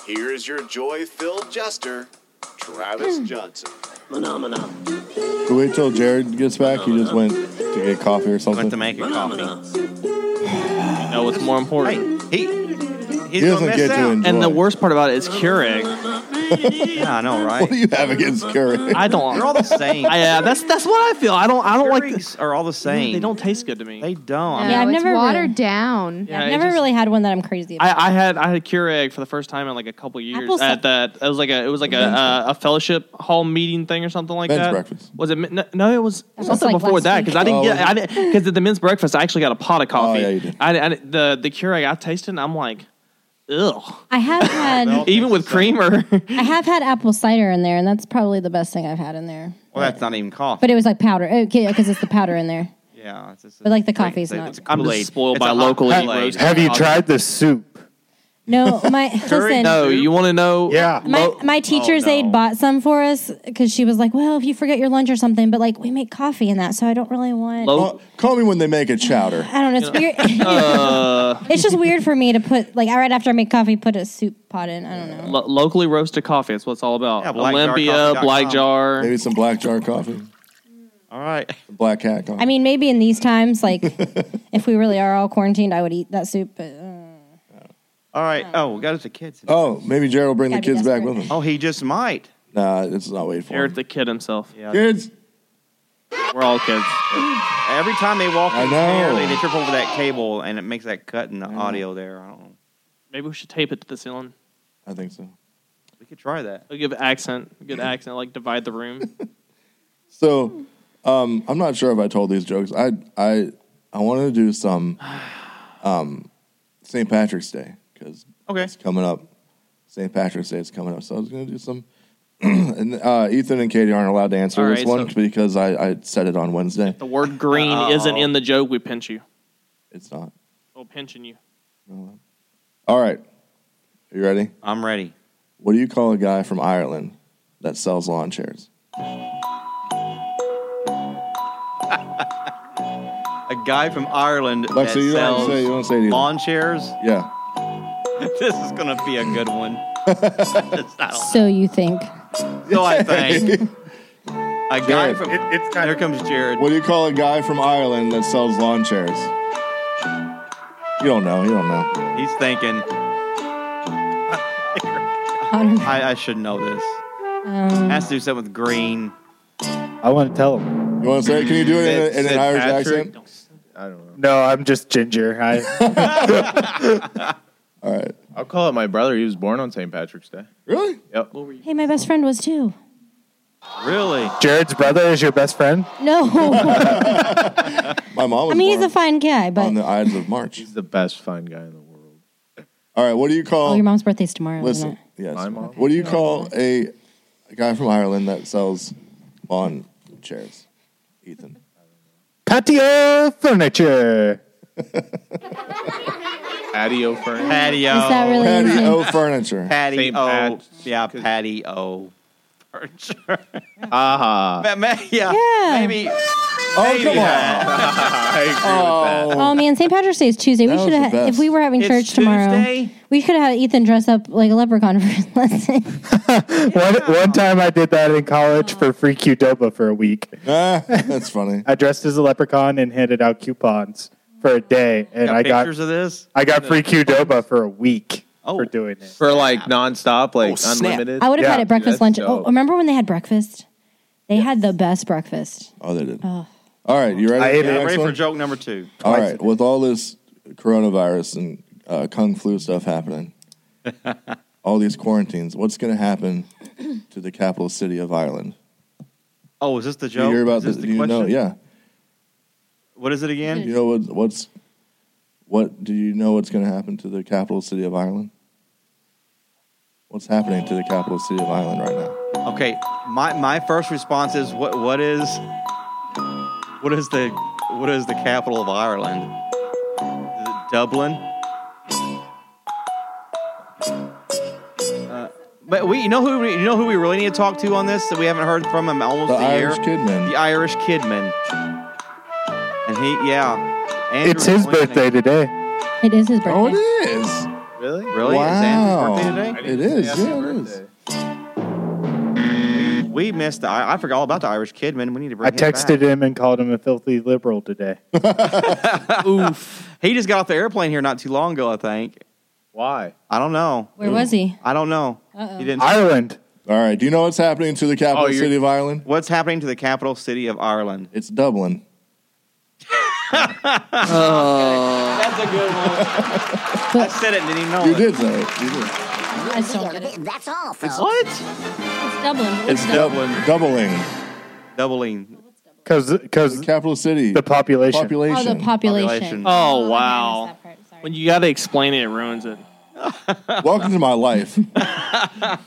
Speaker 10: Here is your joy filled jester, Travis
Speaker 11: Hmm.
Speaker 10: Johnson. Phenomena.
Speaker 2: Do we wait till Jared gets back? He just went to get coffee or something.
Speaker 1: Went to make a coffee.
Speaker 6: you know what's more important?
Speaker 1: Hey, he, he's
Speaker 2: he doesn't
Speaker 1: gonna miss
Speaker 2: get
Speaker 1: out.
Speaker 2: to enjoy.
Speaker 6: And the worst part about it is Keurig.
Speaker 1: yeah, I know, right?
Speaker 2: What do you have against curry?
Speaker 6: I don't.
Speaker 1: They're all the same.
Speaker 6: yeah, that's that's what I feel. I don't. I don't like.
Speaker 1: Curries are all the same.
Speaker 6: They don't taste good to me.
Speaker 1: They don't. I
Speaker 8: No,
Speaker 3: Yeah, I've
Speaker 8: it's
Speaker 3: never
Speaker 8: watered
Speaker 3: really-
Speaker 8: down.
Speaker 6: Yeah,
Speaker 3: I've
Speaker 6: it
Speaker 3: never
Speaker 6: just-
Speaker 3: really had one that I'm crazy about.
Speaker 6: I, I had I had Keurig for the first time in like a couple years
Speaker 3: Apple cider-
Speaker 6: at that it was like a it was like a, uh, a, a fellowship hall meeting thing or something like
Speaker 2: Men's
Speaker 6: that.
Speaker 2: breakfast.
Speaker 6: Was it men- no, no, it was
Speaker 3: That was
Speaker 6: something
Speaker 3: like
Speaker 6: before
Speaker 3: last
Speaker 6: that
Speaker 3: week.
Speaker 6: because I didn't
Speaker 2: Oh,
Speaker 6: get
Speaker 2: was it? Oh,
Speaker 6: I didn't because at the men's breakfast I actually got a pot of coffee.
Speaker 2: yeah, you did.
Speaker 6: I, I the the Keurig I tasted and I'm like, ugh.
Speaker 3: I have had
Speaker 6: Even with creamer,
Speaker 3: I have had apple cider in there, and that's probably the best thing I've had in there.
Speaker 1: Well, that's not even
Speaker 6: Oh.
Speaker 1: coffee.
Speaker 3: But it was like powder, okay, because it's the powder in there.
Speaker 1: yeah, it's just,
Speaker 3: But, like, the
Speaker 1: it's
Speaker 3: coffee's
Speaker 1: it's a-
Speaker 3: not-
Speaker 1: it's a
Speaker 6: I'm just
Speaker 1: Kool-Aid.
Speaker 6: spoiled
Speaker 1: It's
Speaker 6: by
Speaker 1: a hot
Speaker 6: locally
Speaker 1: Kool-Aid.
Speaker 6: roasted-
Speaker 7: Have you tried the soup?
Speaker 3: No, my listen.
Speaker 6: no. You want to know?
Speaker 7: Yeah.
Speaker 3: My,
Speaker 6: Lo-
Speaker 3: my teacher's
Speaker 1: Oh, no.
Speaker 6: Oh,
Speaker 3: aide bought some for us because she was like, "Well, if you forget your lunch or something, but like we make coffee in that, so I don't really want."
Speaker 6: Lo-
Speaker 2: Call, call me when they make a chowder.
Speaker 3: I don't know. It's weird.
Speaker 1: Uh,
Speaker 3: it's just weird for me to put like right after I make coffee, put a soup pot in. I don't know.
Speaker 6: lo- locally roasted coffee. That's what it's all about.
Speaker 1: Yeah, black jar
Speaker 6: Olympia,
Speaker 1: coffee dot
Speaker 6: Black
Speaker 1: com.
Speaker 6: Jar.
Speaker 2: Maybe some black jar coffee,
Speaker 1: All right.
Speaker 2: black hat coffee.
Speaker 3: I mean, maybe in these times, like if we really are all quarantined, I would eat that soup. But uh,
Speaker 1: All right. Oh, we got it to kids.
Speaker 2: oh, maybe Jared will bring the
Speaker 3: Gotta be
Speaker 2: kids back
Speaker 3: desperate.
Speaker 2: with him.
Speaker 1: Oh, he just might.
Speaker 2: Nah, it's not waiting for
Speaker 6: Eric
Speaker 2: him.
Speaker 6: the kid himself.
Speaker 1: Yeah.
Speaker 2: Kids,
Speaker 6: We're all kids.
Speaker 1: Every time they walk
Speaker 2: I
Speaker 1: in the chair,
Speaker 2: know.
Speaker 1: they, they trip over that cable and it makes that cut in the audio there. I don't know.
Speaker 6: Maybe we should tape it to the ceiling.
Speaker 2: I think so.
Speaker 1: We could try that.
Speaker 6: We'll give accent, good accent, like divide the room.
Speaker 2: So, um, I'm not sure if I told these jokes. I I I wanted to do some um, St. Patrick's Day because
Speaker 1: Okay.
Speaker 2: it's coming up. St. Patrick's Day is coming up, so I was going to do some. and uh, Ethan and Katie aren't allowed to answer
Speaker 6: All
Speaker 2: this
Speaker 6: right,
Speaker 2: one
Speaker 6: so-
Speaker 2: because I, I said it on Wednesday.
Speaker 6: The word green isn't in the joke. We pinch you.
Speaker 2: It's not.
Speaker 6: We'll pension you.
Speaker 2: All right, you ready?
Speaker 1: I'm ready.
Speaker 2: What do you call a guy from Ireland that sells lawn chairs?
Speaker 1: A guy from Ireland
Speaker 2: Lexi,
Speaker 1: that
Speaker 2: you
Speaker 1: sells
Speaker 2: want to say you want to say it either.
Speaker 1: lawn chairs.
Speaker 2: Yeah.
Speaker 1: This is going to be a good one.
Speaker 3: so you think?
Speaker 1: so I think. A guy
Speaker 2: Jared.
Speaker 1: from.
Speaker 4: It, it's kind
Speaker 1: Here
Speaker 4: of
Speaker 1: comes Jared.
Speaker 2: What do you call a guy from Ireland that sells lawn chairs? You don't know. You don't know.
Speaker 1: He's thinking.
Speaker 3: I don't know.
Speaker 1: I, I should know this.
Speaker 3: Um,
Speaker 1: Has to do something with green.
Speaker 7: I want to tell him.
Speaker 2: You want to say? it? Can you do it in, a, in an
Speaker 5: Said
Speaker 2: Irish
Speaker 5: Patrick.
Speaker 2: accent?
Speaker 5: I don't know.
Speaker 7: No, I'm just ginger. I
Speaker 2: All right.
Speaker 5: I'll call it my brother. He was born on St. Patrick's Day.
Speaker 2: Really?
Speaker 5: Yep.
Speaker 3: hey, my best friend was too.
Speaker 1: Really?
Speaker 7: Jared's brother is your best friend.
Speaker 3: No,
Speaker 2: My mom was
Speaker 3: I mean he's
Speaker 2: born
Speaker 3: a fine guy, but
Speaker 2: on the Ides of March.
Speaker 5: He's the best fine guy in the world.
Speaker 2: All right. What do you call?
Speaker 3: oh, your mom's birthday's tomorrow. Isn't
Speaker 2: listen.
Speaker 3: it?
Speaker 2: Yes.
Speaker 5: My mom?
Speaker 2: What do you call a, a guy from Ireland that sells lawn chairs? Ethan.
Speaker 7: Patio furniture.
Speaker 5: Patio furniture.
Speaker 1: Patio.
Speaker 3: Is that really?
Speaker 2: Patio furniture.
Speaker 1: Patty
Speaker 5: Saint
Speaker 1: O.
Speaker 5: Pat's.
Speaker 1: Yeah, Patty O. Furniture.
Speaker 2: Uh.
Speaker 5: Aha.
Speaker 1: Ma- ma- yeah.
Speaker 3: Yeah.
Speaker 1: Maybe.
Speaker 2: Oh come on.
Speaker 5: I agree with that.
Speaker 2: Oh.
Speaker 3: Oh man, St. Patrick's Day is Tuesday.
Speaker 2: That
Speaker 3: we
Speaker 2: was
Speaker 3: should
Speaker 2: the
Speaker 3: have,
Speaker 2: best.
Speaker 3: if we were having
Speaker 1: It's
Speaker 3: church tomorrow,
Speaker 1: Tuesday.
Speaker 3: we could have had Ethan dress up like a leprechaun for his lesson.
Speaker 7: One, one time I did that in college
Speaker 1: Oh.
Speaker 7: for free Qdoba for a week.
Speaker 2: Ah, that's funny.
Speaker 7: I dressed as a leprechaun and handed out coupons for a day, and
Speaker 1: Got
Speaker 7: I got
Speaker 1: pictures of this. Oh.
Speaker 7: I got free Qdoba for a week for doing it.
Speaker 5: For like nonstop,
Speaker 2: Oh,
Speaker 5: like unlimited.
Speaker 3: I would have
Speaker 7: Yeah.
Speaker 3: had it breakfast,
Speaker 5: That's
Speaker 3: lunch.
Speaker 5: dope.
Speaker 3: Oh, remember when they had breakfast? They had the best breakfast.
Speaker 2: Oh, they did.
Speaker 3: Oh.
Speaker 2: All right, you ready?
Speaker 7: I
Speaker 2: for
Speaker 7: ate
Speaker 2: the
Speaker 7: it.
Speaker 1: Yeah,
Speaker 2: next
Speaker 1: ready for
Speaker 2: one?
Speaker 1: joke number two.
Speaker 2: All right, with all this coronavirus and uh, kung flu stuff happening, all these quarantines, what's going to happen to the capital city of Ireland?
Speaker 1: Oh, is this the
Speaker 2: Do
Speaker 1: joke?
Speaker 2: you hear about
Speaker 1: is this
Speaker 2: this?
Speaker 1: the
Speaker 2: Do you
Speaker 1: question?
Speaker 2: know? Yeah.
Speaker 1: What is it
Speaker 2: Do
Speaker 1: again?
Speaker 2: you know what, what's what? Do you know what's going to happen to the capital city of Ireland? What's happening to the capital city of Ireland right now?
Speaker 1: Okay. My my first response is what what is what is the what is the capital of Ireland? Is it Dublin? Uh, But we, you know who we, you know who we really need to talk to on this that we haven't heard from him almost
Speaker 2: The
Speaker 1: a
Speaker 2: Irish
Speaker 1: year.
Speaker 2: Kidman.
Speaker 1: the Irish Kidman, and he yeah, Andrew
Speaker 7: It's his
Speaker 1: Lincoln.
Speaker 7: birthday today.
Speaker 3: It is his birthday.
Speaker 2: Oh, it is.
Speaker 5: Really?
Speaker 1: Really? Is
Speaker 2: Wow.
Speaker 1: Andrew's birthday today?
Speaker 2: It is. Yeah, it is.
Speaker 1: We missed. The, I, I forgot all about the Irish Kidman. We need to bring.
Speaker 7: I
Speaker 1: him back.
Speaker 7: texted him and called him a filthy liberal today.
Speaker 1: Oof. He just got off the airplane here not too long ago, I think.
Speaker 5: Why?
Speaker 1: I don't know.
Speaker 3: Where was he?
Speaker 1: I don't know.
Speaker 3: Uh-oh.
Speaker 1: He didn't.
Speaker 7: Ireland.
Speaker 2: All right. Do you know what's happening to the capital
Speaker 1: Oh, you're-
Speaker 2: city of Ireland?
Speaker 1: What's happening to the capital city of Ireland?
Speaker 2: It's Dublin.
Speaker 7: Oh.
Speaker 1: That's a good one. I said it, and didn't even know
Speaker 2: You
Speaker 1: it.
Speaker 2: did say it. You did.
Speaker 3: I just don't get it. That's all.
Speaker 1: It's what?
Speaker 3: It's Dublin.
Speaker 2: It's Dublin. Doubling.
Speaker 1: Doubling.
Speaker 7: Because because
Speaker 2: capital city
Speaker 7: the population.
Speaker 3: Oh, the population.
Speaker 6: Oh, wow. When you got to explain it, it ruins it.
Speaker 2: Welcome to my life.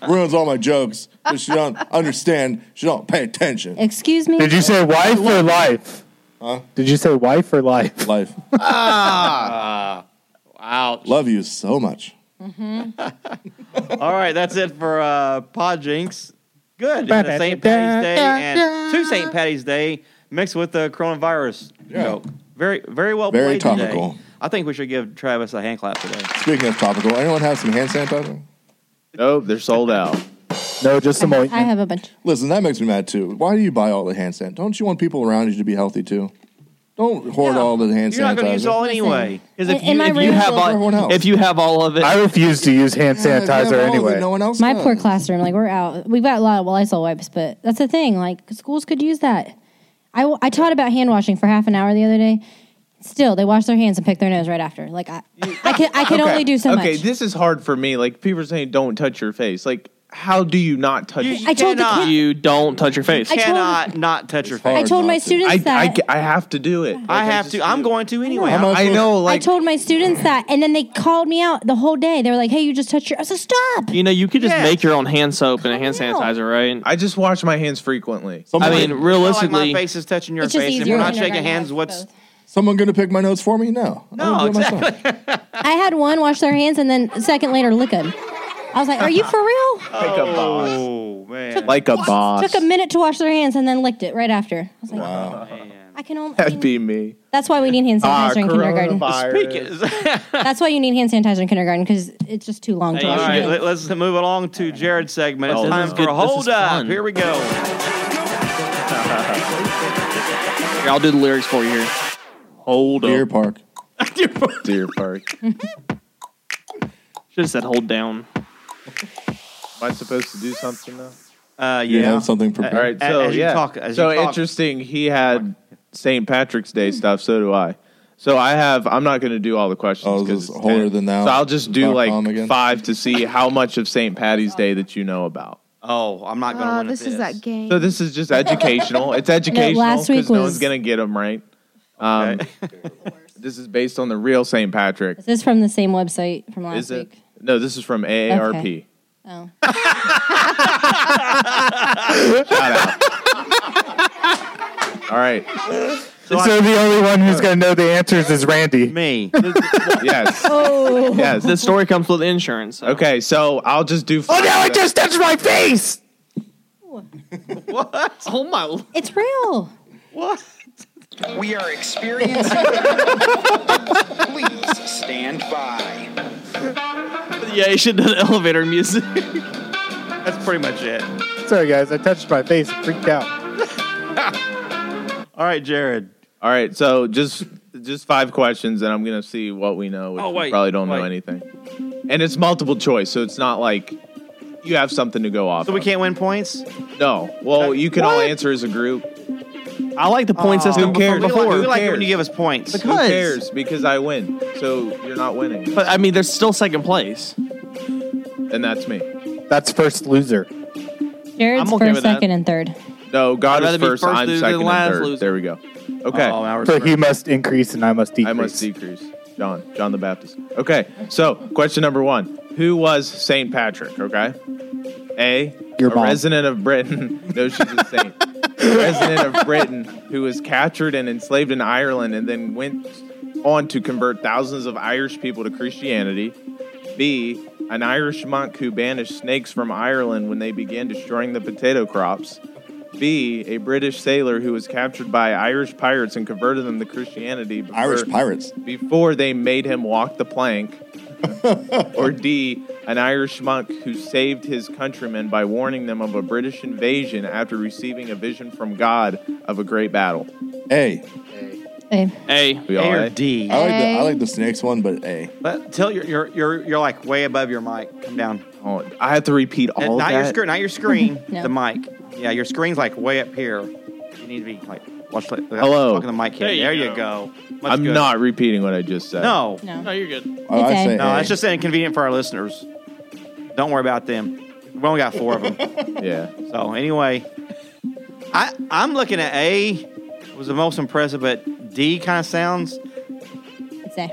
Speaker 2: Ruins all my jokes. But she don't understand. She don't pay attention.
Speaker 3: Excuse me.
Speaker 7: Did you say wife or life?
Speaker 2: Huh?
Speaker 7: Did you say wife or life?
Speaker 2: Life.
Speaker 1: ah. Ouch.
Speaker 2: Love you so much.
Speaker 1: All right, that's it for uh, Pod Jinx. Good. It's St. Patty's Day and to St. Patty's Day mixed with the coronavirus
Speaker 2: Yeah.
Speaker 1: joke. Very, very well
Speaker 2: Very
Speaker 1: played today.
Speaker 2: topical.
Speaker 1: I think we should give Travis a hand clap today.
Speaker 2: Speaking of topical, anyone have some hand sanitizer?
Speaker 5: Nope, they're sold out.
Speaker 7: No, just some
Speaker 3: I
Speaker 7: ointment.
Speaker 3: have a bunch.
Speaker 2: Listen, that makes me mad too. Why do you buy all the hand sanitizer? Don't you want people around you to be healthy too? Don't hoard
Speaker 1: Yeah.
Speaker 2: all the hand
Speaker 1: You're not going to use it all
Speaker 2: sanitizer.
Speaker 3: Listen.
Speaker 1: anyway.
Speaker 6: Because
Speaker 3: In-
Speaker 6: if,
Speaker 3: in
Speaker 6: you,
Speaker 3: my
Speaker 6: if you
Speaker 3: room-
Speaker 6: have
Speaker 2: Everyone
Speaker 6: all,
Speaker 2: else.
Speaker 6: if you have all of it,
Speaker 7: I refuse to use hand
Speaker 2: Yeah, grab all
Speaker 7: sanitizer
Speaker 2: that
Speaker 7: anyway.
Speaker 2: No one else.
Speaker 3: My
Speaker 2: does.
Speaker 3: poor classroom, like we're out. We've got a lot of Lysol wipes, but that's the thing. Like schools could use that. I, w- I taught about hand washing for half an hour the other day. Still, they wash their hands and pick their nose right after. Like I, I can I can only do so
Speaker 5: okay,
Speaker 3: much.
Speaker 5: this is hard for me. Like people are saying, don't touch your face. Like, how do you not touch?
Speaker 1: You
Speaker 3: I told the
Speaker 1: cannot,
Speaker 3: kid-
Speaker 6: you don't touch your face.
Speaker 3: I told-
Speaker 1: cannot not touch your face.
Speaker 3: I told my
Speaker 2: Hard not to.
Speaker 3: students
Speaker 5: I,
Speaker 3: that.
Speaker 5: I, I have to do it. Like,
Speaker 1: I have
Speaker 5: just
Speaker 1: to. I'm
Speaker 5: do.
Speaker 1: going to anyway.
Speaker 2: How am I
Speaker 5: I know.
Speaker 3: I
Speaker 5: Like,
Speaker 3: told my students that, and then they called me out the whole day. They were like, "Hey, you just touched your." I said, "Stop."
Speaker 6: You know, you could just
Speaker 1: Yeah.
Speaker 6: make your own hand soap and a hand
Speaker 3: Come on.
Speaker 6: sanitizer, right?
Speaker 5: I just wash my hands frequently.
Speaker 6: I
Speaker 2: Someone,
Speaker 6: mean,
Speaker 1: It's not like
Speaker 6: realistically,
Speaker 1: my face is touching your
Speaker 3: It's just
Speaker 1: face. If
Speaker 3: easier.
Speaker 1: we're not
Speaker 3: kindergarten
Speaker 1: shaking hands,
Speaker 3: has
Speaker 1: what's
Speaker 3: both.
Speaker 2: someone going to pick my notes for me? No.
Speaker 1: no? Exactly.
Speaker 3: I had one wash their hands, and then a second later lick them. I was like, "Are you for real?"
Speaker 5: Like a boss.
Speaker 1: Oh man.
Speaker 5: Like a boss.
Speaker 3: Took a minute to wash their hands, and then licked it right after. I was like,
Speaker 2: Wow.
Speaker 3: "I can only."
Speaker 5: That'd be me.
Speaker 3: That's why we need hand
Speaker 5: Ah,
Speaker 3: sanitizer in kindergarten.
Speaker 5: coronavirus.
Speaker 3: That's why you need hand sanitizer in kindergarten because it's just too long to
Speaker 1: All
Speaker 3: wash. your
Speaker 1: right,
Speaker 3: hands.
Speaker 1: let, us move along to Jared's segment. It's
Speaker 5: Oh,
Speaker 1: time
Speaker 5: this is
Speaker 1: for
Speaker 6: good.
Speaker 1: a
Speaker 6: This is
Speaker 1: hold up.
Speaker 6: fun.
Speaker 1: Here we go.
Speaker 6: Here, I'll do the lyrics for you here. Hold
Speaker 2: Deer
Speaker 6: up.
Speaker 2: Park.
Speaker 5: Deer Park. Am
Speaker 6: Should have said hold down.
Speaker 5: I supposed to do something though?
Speaker 1: Uh,
Speaker 2: You
Speaker 1: yeah.
Speaker 2: have something
Speaker 5: All
Speaker 2: prepared.
Speaker 5: right.
Speaker 1: A-
Speaker 5: So
Speaker 1: as you
Speaker 5: yeah.
Speaker 1: talk- as you
Speaker 5: so
Speaker 1: talk.
Speaker 5: interesting. He had St. Patrick's Day stuff. So do I. So I have. I'm not going to do all the questions.
Speaker 2: Oh, is
Speaker 5: 'cause
Speaker 2: this
Speaker 5: it's
Speaker 2: holier
Speaker 5: 10.
Speaker 2: than thou
Speaker 5: So I'll just do
Speaker 2: dot
Speaker 5: like
Speaker 2: com again?
Speaker 5: five to see how much of St. Patty's Day that you know about.
Speaker 1: Oh, I'm not gonna
Speaker 8: Oh,
Speaker 1: win at
Speaker 8: this is that game.
Speaker 5: So this is just educational. It's educational
Speaker 3: Uh, last
Speaker 5: because
Speaker 3: week
Speaker 5: no
Speaker 3: was-
Speaker 5: one's going to get them right. Um, this is based on the real St. Patrick.
Speaker 3: Is this from the same website from last
Speaker 5: Is it?
Speaker 3: week?
Speaker 5: No, this is from AARP.
Speaker 3: Okay. Oh,
Speaker 5: All right.
Speaker 1: So
Speaker 7: So
Speaker 1: I,
Speaker 7: the only one who's going to know the answers is Randy.
Speaker 1: me.
Speaker 5: Yes.
Speaker 3: Oh.
Speaker 5: Yes.
Speaker 6: This story comes with insurance. so-
Speaker 5: Okay, so I'll just do.
Speaker 7: Oh no! I just touched my face.
Speaker 6: Oh my!
Speaker 3: it's real.
Speaker 11: We are experiencing. Please stand by.
Speaker 6: Yeah, you should do the elevator music.
Speaker 1: That's pretty much it.
Speaker 7: Sorry guys, I touched my face. and Freaked out.
Speaker 1: All right, Jared.
Speaker 5: All right, so just just five questions, and I'm gonna see what we know, which
Speaker 6: Oh,
Speaker 5: we
Speaker 6: wait,
Speaker 5: probably don't know
Speaker 1: wait.
Speaker 5: anything. And it's multiple choice, so it's not like you have something to go off.
Speaker 1: So we
Speaker 5: of.
Speaker 1: can't win points.
Speaker 5: No. Well, you can all
Speaker 1: What?
Speaker 5: answer as a group.
Speaker 6: I like the point system
Speaker 5: Who cares?
Speaker 6: before.
Speaker 5: Who
Speaker 1: We
Speaker 6: before.
Speaker 1: like it when
Speaker 5: cares?
Speaker 1: you give us points.
Speaker 5: Who cares? Because I win, so you're not winning,
Speaker 6: But I mean, there's still second place.
Speaker 5: and that's me.
Speaker 7: That's first loser.
Speaker 3: Jared's
Speaker 6: I'm okay
Speaker 3: first,
Speaker 6: with that.
Speaker 3: second, and third.
Speaker 5: No,
Speaker 6: I'd
Speaker 5: God is
Speaker 6: rather be
Speaker 5: first.
Speaker 6: first
Speaker 5: I'm
Speaker 6: loser
Speaker 5: second
Speaker 6: than
Speaker 5: and
Speaker 6: last
Speaker 5: third.
Speaker 6: loser.
Speaker 5: There we go. Okay.
Speaker 1: Oh, now we're
Speaker 7: So
Speaker 1: screwed.
Speaker 7: he must increase and I must decrease.
Speaker 5: I must decrease. John, John the Baptist. Okay, so question number one: Who was Saint Patrick? Okay, A,
Speaker 7: Your
Speaker 5: a
Speaker 7: mom.
Speaker 5: resident of Britain. no, she's a saint. a resident of Britain who was captured and enslaved in Ireland, and then went on to convert thousands of Irish people to Christianity. B, an Irish monk who banished snakes from Ireland when they began destroying the potato crops. B, a British sailor who was captured by Irish pirates and converted them to Christianity. before-
Speaker 2: Irish pirates.
Speaker 5: before they made him walk the plank, or D, an Irish monk who saved his countrymen by warning them of a British invasion after receiving a vision from God of a great battle.
Speaker 2: A.
Speaker 3: Hey,
Speaker 6: Hey,
Speaker 5: We
Speaker 1: A
Speaker 5: all
Speaker 1: or
Speaker 5: right?
Speaker 1: D.
Speaker 2: I like the I
Speaker 8: A.
Speaker 2: like the snakes one, but A.
Speaker 1: But tell you're you're you're you're like way above your mic. Come down.
Speaker 5: Oh, I have to repeat all of
Speaker 1: not your
Speaker 5: that?
Speaker 1: screen, not your screen,
Speaker 3: No.
Speaker 1: the mic. Yeah, your screen's like way up here. You need to be like, watch, like,
Speaker 5: Hello.
Speaker 1: talking to the mic here.
Speaker 6: There you
Speaker 1: There you
Speaker 6: go.
Speaker 1: go. Much
Speaker 5: I'm
Speaker 1: good.
Speaker 5: not repeating what I just said.
Speaker 1: No, no,
Speaker 3: No.
Speaker 6: No, you're good.
Speaker 2: Oh, I
Speaker 3: It's
Speaker 2: say
Speaker 3: A.
Speaker 2: A.
Speaker 1: it's just inconvenient for our listeners. Don't worry about them. We only got four of them.
Speaker 5: Yeah.
Speaker 1: So anyway, I I'm looking at A was the most impressive, but D kind of sounds
Speaker 3: It's A.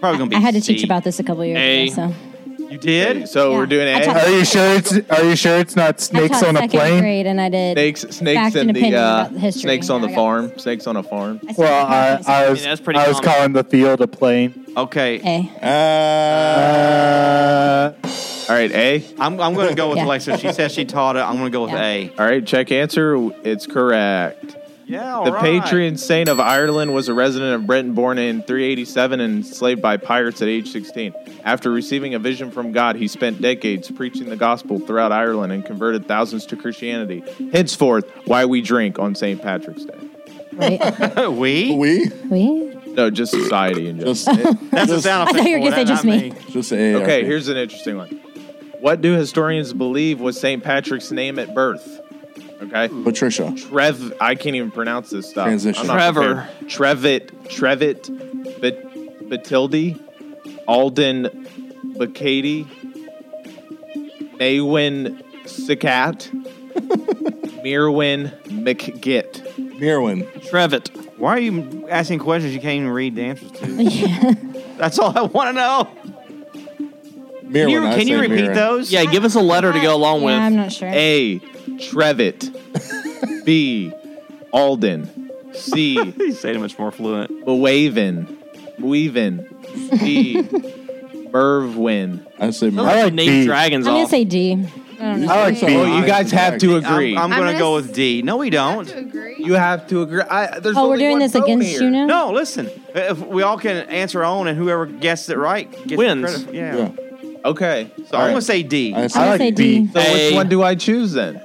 Speaker 1: probably gonna be.
Speaker 3: I had to
Speaker 1: C.
Speaker 3: teach about this a couple years
Speaker 6: A.
Speaker 3: ago. So
Speaker 1: You did?
Speaker 5: So
Speaker 3: Yeah.
Speaker 5: we're doing
Speaker 3: I
Speaker 5: a-
Speaker 3: taught-
Speaker 7: Are you sure it's Are you sure it's not
Speaker 3: I
Speaker 7: snakes
Speaker 3: taught
Speaker 7: on a
Speaker 3: second
Speaker 7: plane?
Speaker 3: grade, and I did
Speaker 5: snakes, snakes
Speaker 3: fact
Speaker 5: in
Speaker 3: and
Speaker 5: the
Speaker 3: opinion
Speaker 5: uh,
Speaker 3: about history.
Speaker 5: snakes on
Speaker 3: I
Speaker 5: the
Speaker 3: got-
Speaker 5: farm. Snakes on a farm.
Speaker 3: I started
Speaker 7: Well, I,
Speaker 3: practicing.
Speaker 7: I
Speaker 6: mean,
Speaker 7: was
Speaker 6: that's pretty
Speaker 7: I was
Speaker 6: common.
Speaker 7: calling the field a plane.
Speaker 1: Okay,
Speaker 3: A.
Speaker 7: Uh,
Speaker 5: All right, A.
Speaker 1: I'm I'm gonna go with
Speaker 3: Yeah.
Speaker 1: Alexa. She says she taught it. I'm gonna go with
Speaker 3: Yeah.
Speaker 1: A.
Speaker 5: All right, check answer. It's correct.
Speaker 1: Yeah,
Speaker 5: the patron saint of Ireland was a resident of Britain born in 387 and enslaved by pirates at age 16. After receiving a vision from God, he spent decades preaching the gospel throughout Ireland and converted thousands to Christianity. Henceforth, why we drink on St. Patrick's Day.
Speaker 3: Right.
Speaker 1: we?
Speaker 2: We
Speaker 3: we?
Speaker 5: No, just society in general.
Speaker 2: just A.
Speaker 1: That's the sound
Speaker 3: I
Speaker 1: effect.
Speaker 3: thought you were gonna
Speaker 1: for
Speaker 3: say
Speaker 1: it,
Speaker 3: just
Speaker 1: not
Speaker 3: me.
Speaker 2: just A.
Speaker 5: Okay,
Speaker 2: RP.
Speaker 5: here's an interesting one. What do historians believe was St. Patrick's name at birth? Okay.
Speaker 2: Patricia.
Speaker 5: Trev, I can't even pronounce this stuff.
Speaker 2: Transition.
Speaker 5: I'm not
Speaker 6: Trevor.
Speaker 5: prepared. Trevitt, Trevitt, Bat- Batilde, Alden, Bacady, Naywin, Sikat, Mirwin, McGitt.
Speaker 2: Mirwin.
Speaker 6: Trevitt.
Speaker 1: Why are you asking questions you can't even read the answers to?
Speaker 3: Yeah.
Speaker 1: That's all I want to know. Can
Speaker 2: Mirwin.
Speaker 1: you,
Speaker 2: I
Speaker 1: can you
Speaker 2: say
Speaker 1: repeat
Speaker 2: Mirwin.
Speaker 1: those?
Speaker 6: Yeah, give us a letter to go along
Speaker 3: yeah,
Speaker 6: with.
Speaker 3: I'm not sure.
Speaker 5: A. Trevitt. B. Alden. C.
Speaker 1: You say it much more fluent.
Speaker 5: Weavin. Weavin. D. Mervin.
Speaker 2: I say Mirwin.
Speaker 7: I like
Speaker 6: Name
Speaker 7: B.
Speaker 6: dragons
Speaker 3: I'm gonna
Speaker 6: off.
Speaker 3: say D. I don't know.
Speaker 2: I
Speaker 8: like B.
Speaker 5: Oh, you guys have to agree.
Speaker 1: I'm, I'm
Speaker 8: I'm
Speaker 1: going to
Speaker 8: gonna
Speaker 1: go
Speaker 8: s-
Speaker 1: with D. No, we
Speaker 8: I have to
Speaker 1: don't.
Speaker 8: agree.
Speaker 5: you have to agree. I, there's
Speaker 3: Oh, we're
Speaker 5: only
Speaker 3: doing
Speaker 5: one
Speaker 3: this
Speaker 5: vote
Speaker 3: against
Speaker 5: here.
Speaker 3: you now.
Speaker 1: No, listen. If we all can answer our own, and whoever guesses it right gets the
Speaker 6: Wins.
Speaker 1: credit. Yeah.
Speaker 2: Yeah.
Speaker 5: Okay.
Speaker 1: So I'm going to say D.
Speaker 2: I
Speaker 3: I'm
Speaker 2: say
Speaker 3: gonna
Speaker 7: like
Speaker 3: say D.
Speaker 7: B.
Speaker 5: So
Speaker 6: A.
Speaker 5: which one do I choose then?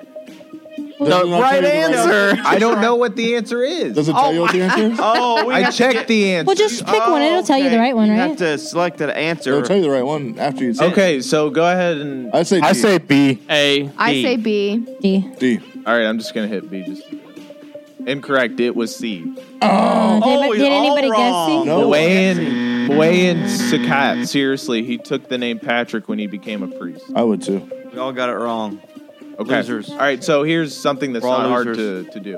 Speaker 2: Doesn't it tell you the
Speaker 5: I don't know what the answer is.
Speaker 2: Does it tell you what the answer is?
Speaker 1: Oh, we
Speaker 5: I
Speaker 1: have to
Speaker 5: checked
Speaker 1: get- Oh.
Speaker 5: the answer.
Speaker 3: Well, just pick one. It'll tell you the
Speaker 1: Okay.
Speaker 3: right one,
Speaker 1: You
Speaker 3: right?
Speaker 1: have to select the answer.
Speaker 2: It'll tell you the right one after you. say-
Speaker 5: okay, so go ahead and
Speaker 2: I say. D.
Speaker 7: I say B.
Speaker 6: A.
Speaker 8: I
Speaker 1: B.
Speaker 8: say B.
Speaker 3: D.
Speaker 2: D.
Speaker 5: all right. I'm just gonna hit B. Just incorrect. It was C.
Speaker 3: Uh,
Speaker 1: Oh,
Speaker 3: did,
Speaker 1: he's
Speaker 3: did
Speaker 1: all
Speaker 3: anybody guess
Speaker 1: wrong.
Speaker 3: C?
Speaker 2: No.
Speaker 5: Boyan Boyan Sakat. Seriously, he took the name Patrick when he became a priest.
Speaker 2: I would too.
Speaker 1: We all got it wrong.
Speaker 5: Okay.
Speaker 1: Losers.
Speaker 5: All right. So here's something that's
Speaker 1: We're all
Speaker 5: not hard to
Speaker 1: losers.
Speaker 5: to do.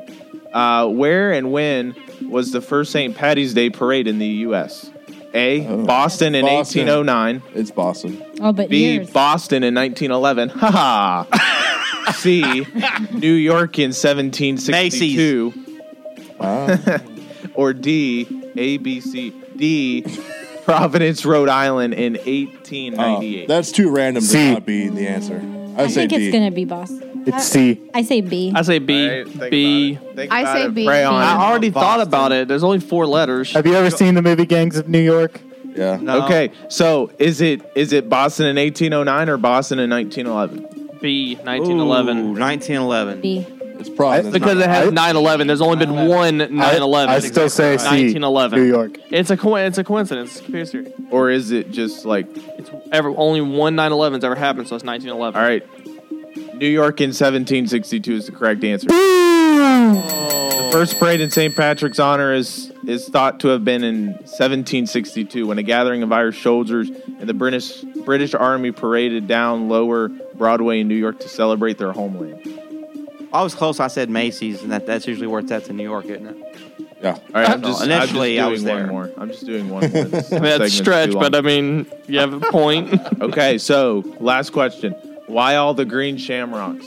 Speaker 5: Uh, where and when was the first St. Patty's Day parade in the U.S.? A.
Speaker 2: Oh.
Speaker 5: Boston in
Speaker 2: Boston.
Speaker 5: 1809.
Speaker 2: It's Boston.
Speaker 3: Oh, but
Speaker 5: B.
Speaker 3: yours.
Speaker 5: Boston in 1911. Ha ha. C. New York in 1762.
Speaker 2: Wow.
Speaker 5: Or D. A. B. C. D. Providence, Rhode Island in 1898.
Speaker 2: Oh, that's too random
Speaker 7: C.
Speaker 2: to not be the answer. I,
Speaker 3: I
Speaker 2: say
Speaker 3: think
Speaker 2: D.
Speaker 3: it's gonna be Boston.
Speaker 7: It's
Speaker 3: I-
Speaker 7: C.
Speaker 3: I say B.
Speaker 6: I say B.
Speaker 5: All right, think
Speaker 6: B.
Speaker 5: about it. Think
Speaker 8: I
Speaker 5: about
Speaker 8: say
Speaker 5: it.
Speaker 8: B.
Speaker 5: Pray on
Speaker 6: I
Speaker 5: it.
Speaker 6: already thought about it. There's only four letters.
Speaker 7: Have you ever seen the movie Gangs of New York?
Speaker 2: Yeah.
Speaker 1: No.
Speaker 5: Okay, so is it is it Boston in 1809 or Boston in 1911?
Speaker 6: B.
Speaker 1: Ooh,
Speaker 6: 1911.
Speaker 1: 1911.
Speaker 3: B.
Speaker 2: It's Providence.
Speaker 6: Because it has
Speaker 7: I-
Speaker 6: 9/11. There's only been one
Speaker 7: I-
Speaker 6: 9/11.
Speaker 7: I, still say C.
Speaker 6: 1911.
Speaker 7: New York.
Speaker 6: It's a co- It's a coincidence. It's a conspiracy theory.
Speaker 5: Or is it just like
Speaker 6: It's ever only one 9/11's ever happened, so it's 1911.
Speaker 5: all right? New York in 1762 is the correct answer. The first parade in St. Patrick's honor is is thought to have been in 1762 when a gathering of Irish soldiers and the British British Army paraded down Lower Broadway in New York to celebrate their homeland.
Speaker 1: I was close. I said Macy's, and that, that's usually where it's at in New York, isn't it?
Speaker 2: yeah.
Speaker 5: All right, I'm just,
Speaker 1: Uh, Initially, I
Speaker 5: I'm
Speaker 1: was
Speaker 5: just doing
Speaker 1: there.
Speaker 5: one more. I'm just doing one more. This
Speaker 6: I mean, that's
Speaker 5: segment's too
Speaker 6: stretch, but
Speaker 5: long.
Speaker 6: I mean, you have a
Speaker 1: uh,
Speaker 6: point.
Speaker 5: Okay, so last question. Why all the green shamrocks?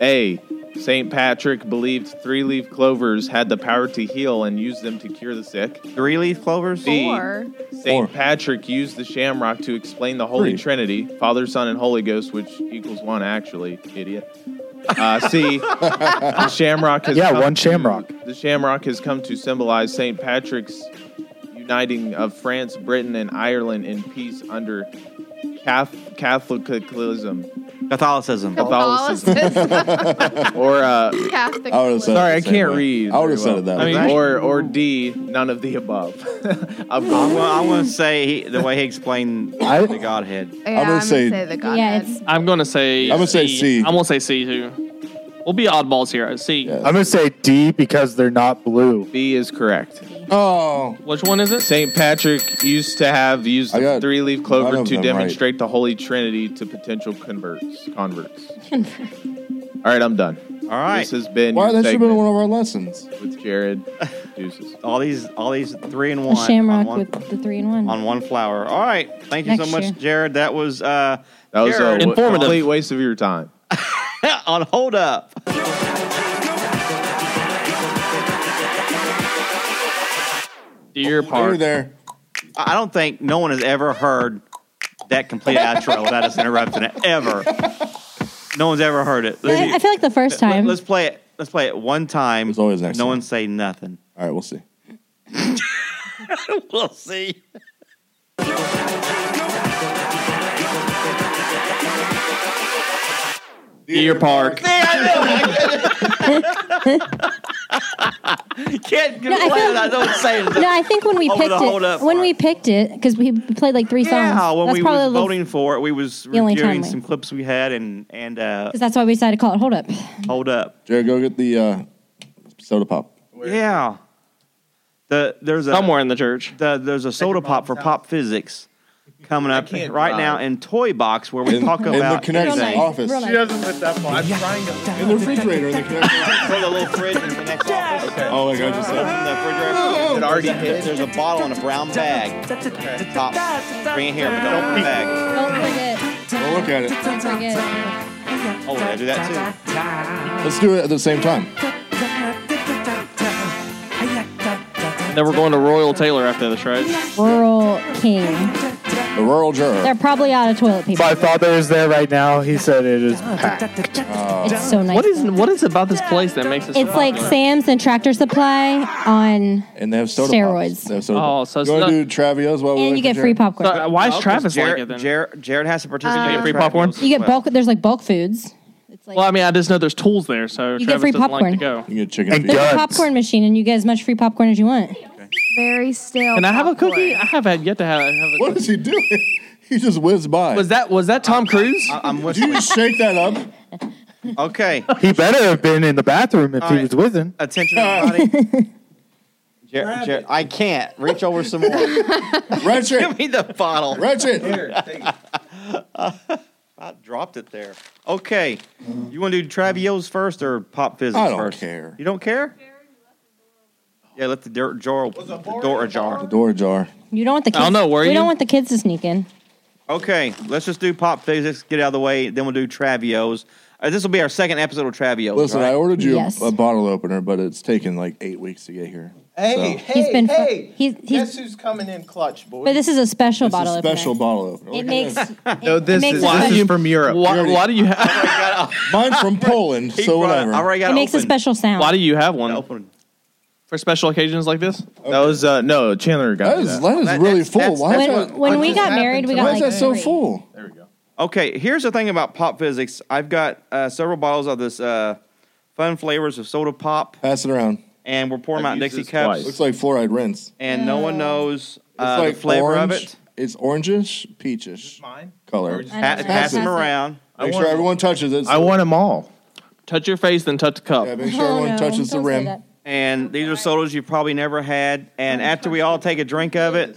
Speaker 5: A. St. Patrick believed three leaf clovers had the power to heal and used them to cure the sick.
Speaker 1: Three leaf clovers.
Speaker 5: B.
Speaker 8: Four.
Speaker 2: Four.
Speaker 5: St. Patrick used the shamrock to explain the Holy
Speaker 2: Three.
Speaker 5: Trinity, Father, Son, and Holy Ghost, which equals one, actually, idiot. Uh, C. the shamrock has
Speaker 7: Yeah,
Speaker 5: come
Speaker 7: one
Speaker 5: to-
Speaker 7: shamrock.
Speaker 5: the shamrock has come to symbolize St. Patrick's uniting of France, Britain, and Ireland in peace under Cath- Catholicism.
Speaker 1: Catholicism.
Speaker 8: Catholicism.
Speaker 5: or uh,
Speaker 8: Catholic.
Speaker 5: Sorry, I can't read.
Speaker 2: I would've said it that way. I mean-
Speaker 5: or or D, none of the above. I'm
Speaker 1: I'm, going to say he, the way he explained the Godhead.
Speaker 8: Yeah, I'm gonna say, the Godhead. Yeah, it's
Speaker 6: I'm gonna say.
Speaker 7: I'm gonna say C.
Speaker 6: I'm gonna say C too. We'll be oddballs here. C.
Speaker 7: I'm gonna say D because they're not blue.
Speaker 5: B is correct.
Speaker 2: Oh.
Speaker 6: Which one is it?
Speaker 5: St. Patrick used to have used the three leaf
Speaker 2: none
Speaker 5: clover
Speaker 2: of
Speaker 5: to
Speaker 2: them
Speaker 5: demonstrate the Holy Trinity to potential converts. Converts. All right, I'm done. All
Speaker 1: right.
Speaker 5: This has been
Speaker 2: Why
Speaker 5: your
Speaker 2: that should have been
Speaker 5: segment
Speaker 2: one of our lessons.
Speaker 5: with Jared. Deuces.
Speaker 1: All these, all these three and
Speaker 3: A
Speaker 1: one. on
Speaker 3: shamrock
Speaker 1: one,
Speaker 3: with the three and one.
Speaker 1: on one flower. All right. Thank you so
Speaker 3: Next
Speaker 1: much,
Speaker 3: year.
Speaker 1: Jared. That was uh,
Speaker 5: That was a
Speaker 1: Jared
Speaker 5: w- complete waste of your time.
Speaker 1: on hold up.
Speaker 6: Deer
Speaker 2: Park. there.
Speaker 1: I I don't think no one has ever heard that complete outro without us interrupting it ever. No one's ever heard it.
Speaker 3: I, I feel like the first time.
Speaker 1: Let's play it. Let's play it one time. It's always
Speaker 2: next
Speaker 1: No
Speaker 2: time.
Speaker 1: one say nothing.
Speaker 2: All right, we'll see.
Speaker 1: we'll see.
Speaker 6: Deer Park.
Speaker 1: Can't
Speaker 3: No, I
Speaker 1: complain
Speaker 3: feel-
Speaker 1: without no one saying
Speaker 3: no, I think when we
Speaker 1: Over
Speaker 3: picked
Speaker 1: the hold up
Speaker 3: it, when we picked it, because we played like three songs.
Speaker 1: Yeah, when
Speaker 3: that's
Speaker 1: we
Speaker 3: probably
Speaker 1: was voting for it, we was
Speaker 3: the only time
Speaker 1: reviewing
Speaker 3: we-
Speaker 1: some clips we had and and uh,
Speaker 3: because that's why we decided to call it "Hold Up."
Speaker 1: hold up.
Speaker 2: Jared, go get the uh, soda pop.
Speaker 1: Yeah. The there's a
Speaker 6: Somewhere in the church.
Speaker 1: the, there's a soda pop for pop physics coming up right
Speaker 5: can't drive.
Speaker 1: now in Toy Box where we
Speaker 2: In-
Speaker 1: talk
Speaker 2: in the
Speaker 1: about
Speaker 2: Connect
Speaker 1: anything.
Speaker 2: Real nice. office. Real
Speaker 4: She doesn't put that far. I'm trying to.
Speaker 2: In the refrigerator. In the connector.
Speaker 1: Put a little fridge in the next office.
Speaker 2: oh my god, just
Speaker 1: Put it in
Speaker 2: said.
Speaker 1: the refrigerator.
Speaker 5: It already
Speaker 1: There's-
Speaker 5: hit.
Speaker 1: There's a bottle in a brown bag. Top. Bring it here, but don't open the bag.
Speaker 3: Don't forget.
Speaker 2: Don't look at it.
Speaker 3: Don't forget.
Speaker 1: Oh, did I do that too?
Speaker 2: Let's do it at the same time.
Speaker 6: And then we're going to Royal Taylor after this, right?
Speaker 3: Rural King.
Speaker 2: The rural juror.
Speaker 3: They're probably out of toilet paper.
Speaker 7: My father is there right now. He said it
Speaker 3: Oh,
Speaker 7: is packed.
Speaker 3: It's so nice.
Speaker 6: What is what is about this place that makes it? so
Speaker 3: It's like
Speaker 6: popular?
Speaker 3: Sam's and Tractor Supply on.
Speaker 2: And they have soda
Speaker 3: Steroids.
Speaker 2: Pops. They have soda
Speaker 6: Oh,
Speaker 2: pops.
Speaker 6: so it's
Speaker 2: you want
Speaker 6: not-
Speaker 2: to do Travios while we
Speaker 3: And you
Speaker 2: wait for
Speaker 3: get
Speaker 2: Jared?
Speaker 3: free popcorn. Uh.
Speaker 6: So, uh, why
Speaker 1: Well,
Speaker 6: is
Speaker 1: 'cause
Speaker 6: Travis
Speaker 1: Oh, Jared,
Speaker 6: like it then?
Speaker 1: Jared, Jared has to participate.
Speaker 6: You get
Speaker 1: in
Speaker 6: free
Speaker 1: track
Speaker 6: popcorn?
Speaker 1: meals as
Speaker 3: You get
Speaker 1: well.
Speaker 3: bulk. There's like bulk foods. It's like
Speaker 6: Well, I mean, I just know there's tools there, so
Speaker 3: You get
Speaker 6: Travis
Speaker 3: free
Speaker 6: doesn't like to
Speaker 3: popcorn.
Speaker 6: go.
Speaker 2: You can get chicken
Speaker 7: And
Speaker 2: feet.
Speaker 3: there's
Speaker 7: guns.
Speaker 3: a popcorn machine, and you get as much free popcorn as you want.
Speaker 8: very stale.
Speaker 6: Can I have a
Speaker 8: popcorn.
Speaker 6: cookie? I have had yet to have. have a,
Speaker 2: What is he doing? He just whizzed by.
Speaker 6: was that was that Tom Cruise?
Speaker 1: I- I'm with
Speaker 2: Did you
Speaker 1: you.
Speaker 2: just shake that up?
Speaker 1: Okay.
Speaker 7: He better have been in the bathroom if
Speaker 1: All
Speaker 7: he
Speaker 1: right.
Speaker 7: was
Speaker 1: Uh,
Speaker 7: with him.
Speaker 1: Attention, everybody. Jer- Jer- I can't. Reach over some more. Give
Speaker 2: Ratchet!
Speaker 1: me the bottle.
Speaker 2: Ratchet!
Speaker 1: I dropped it there. Okay. You want to do Travios first or Pop Physics
Speaker 2: I don't
Speaker 1: first?
Speaker 2: care.
Speaker 1: You don't care? Yeah, let the dirt jar, the door ajar.
Speaker 2: Door ajar.
Speaker 3: You don't want the. Kids,
Speaker 6: I don't know, were
Speaker 3: We
Speaker 6: you?
Speaker 3: don't want the kids to sneak in.
Speaker 1: Okay, let's just do Pop Physics, get out of the way, then we'll do Travios. Uh, this will be our second episode of Travios.
Speaker 2: Listen,
Speaker 1: right?
Speaker 2: I ordered you
Speaker 3: Yes.
Speaker 2: a bottle opener, but it's taken like eight weeks to get here.
Speaker 5: Hey,
Speaker 2: So,
Speaker 3: He's been. fu- he's, he's,
Speaker 5: who's coming in clutch, boy?
Speaker 3: but this is a special
Speaker 2: it's
Speaker 3: bottle.
Speaker 2: a
Speaker 3: opener.
Speaker 2: special bottle opener. Look
Speaker 3: It
Speaker 2: at
Speaker 3: makes.
Speaker 2: this.
Speaker 5: no,
Speaker 3: it
Speaker 5: this
Speaker 3: makes
Speaker 5: is
Speaker 3: a
Speaker 5: this
Speaker 3: special-
Speaker 5: is from Europe.
Speaker 6: Why, why do you have
Speaker 2: Mine's from Poland,
Speaker 1: He
Speaker 2: so
Speaker 1: brought-
Speaker 2: whatever.
Speaker 1: I already got
Speaker 3: It makes a
Speaker 1: open.
Speaker 3: special sound.
Speaker 6: why do you have one
Speaker 1: Open.
Speaker 6: for special occasions like this?
Speaker 5: That was uh, no Chandler got
Speaker 2: That
Speaker 5: me
Speaker 2: is,
Speaker 5: that.
Speaker 2: that is
Speaker 1: That-
Speaker 2: really
Speaker 1: that's-
Speaker 2: full.
Speaker 1: that's-
Speaker 2: Why is
Speaker 3: when
Speaker 2: that,
Speaker 3: when we
Speaker 5: just
Speaker 3: got
Speaker 5: happened
Speaker 3: married, we
Speaker 5: to
Speaker 3: got
Speaker 2: why is
Speaker 3: like
Speaker 2: that so
Speaker 3: three.
Speaker 2: full?
Speaker 5: There we go.
Speaker 1: Okay, here's the thing about Pop Physics. I've got uh, several bottles of this uh, fun flavors of soda pop,
Speaker 2: Pass it around.
Speaker 1: and we're pouring
Speaker 5: I've
Speaker 1: out
Speaker 5: used
Speaker 1: Dixie
Speaker 5: this
Speaker 1: cups,
Speaker 5: twice.
Speaker 2: Looks like fluoride rinse. It's
Speaker 1: and no one knows uh,
Speaker 2: like
Speaker 1: the flavor
Speaker 2: orange.
Speaker 1: of it.
Speaker 2: It's orangish, peachish
Speaker 5: Mine.
Speaker 2: color.
Speaker 3: I don't
Speaker 1: Pa-
Speaker 3: know.
Speaker 1: pass them
Speaker 3: Pass it.
Speaker 1: around.
Speaker 5: I
Speaker 2: Make
Speaker 5: want-
Speaker 2: sure everyone touches it.
Speaker 5: I want them all.
Speaker 6: Touch your face, then touch the cup.
Speaker 2: Yeah, make sure everyone
Speaker 3: no,
Speaker 2: touches the
Speaker 3: don't say
Speaker 2: rim.
Speaker 3: that.
Speaker 1: And these are sodas you've probably never had. And after we all take a drink of it,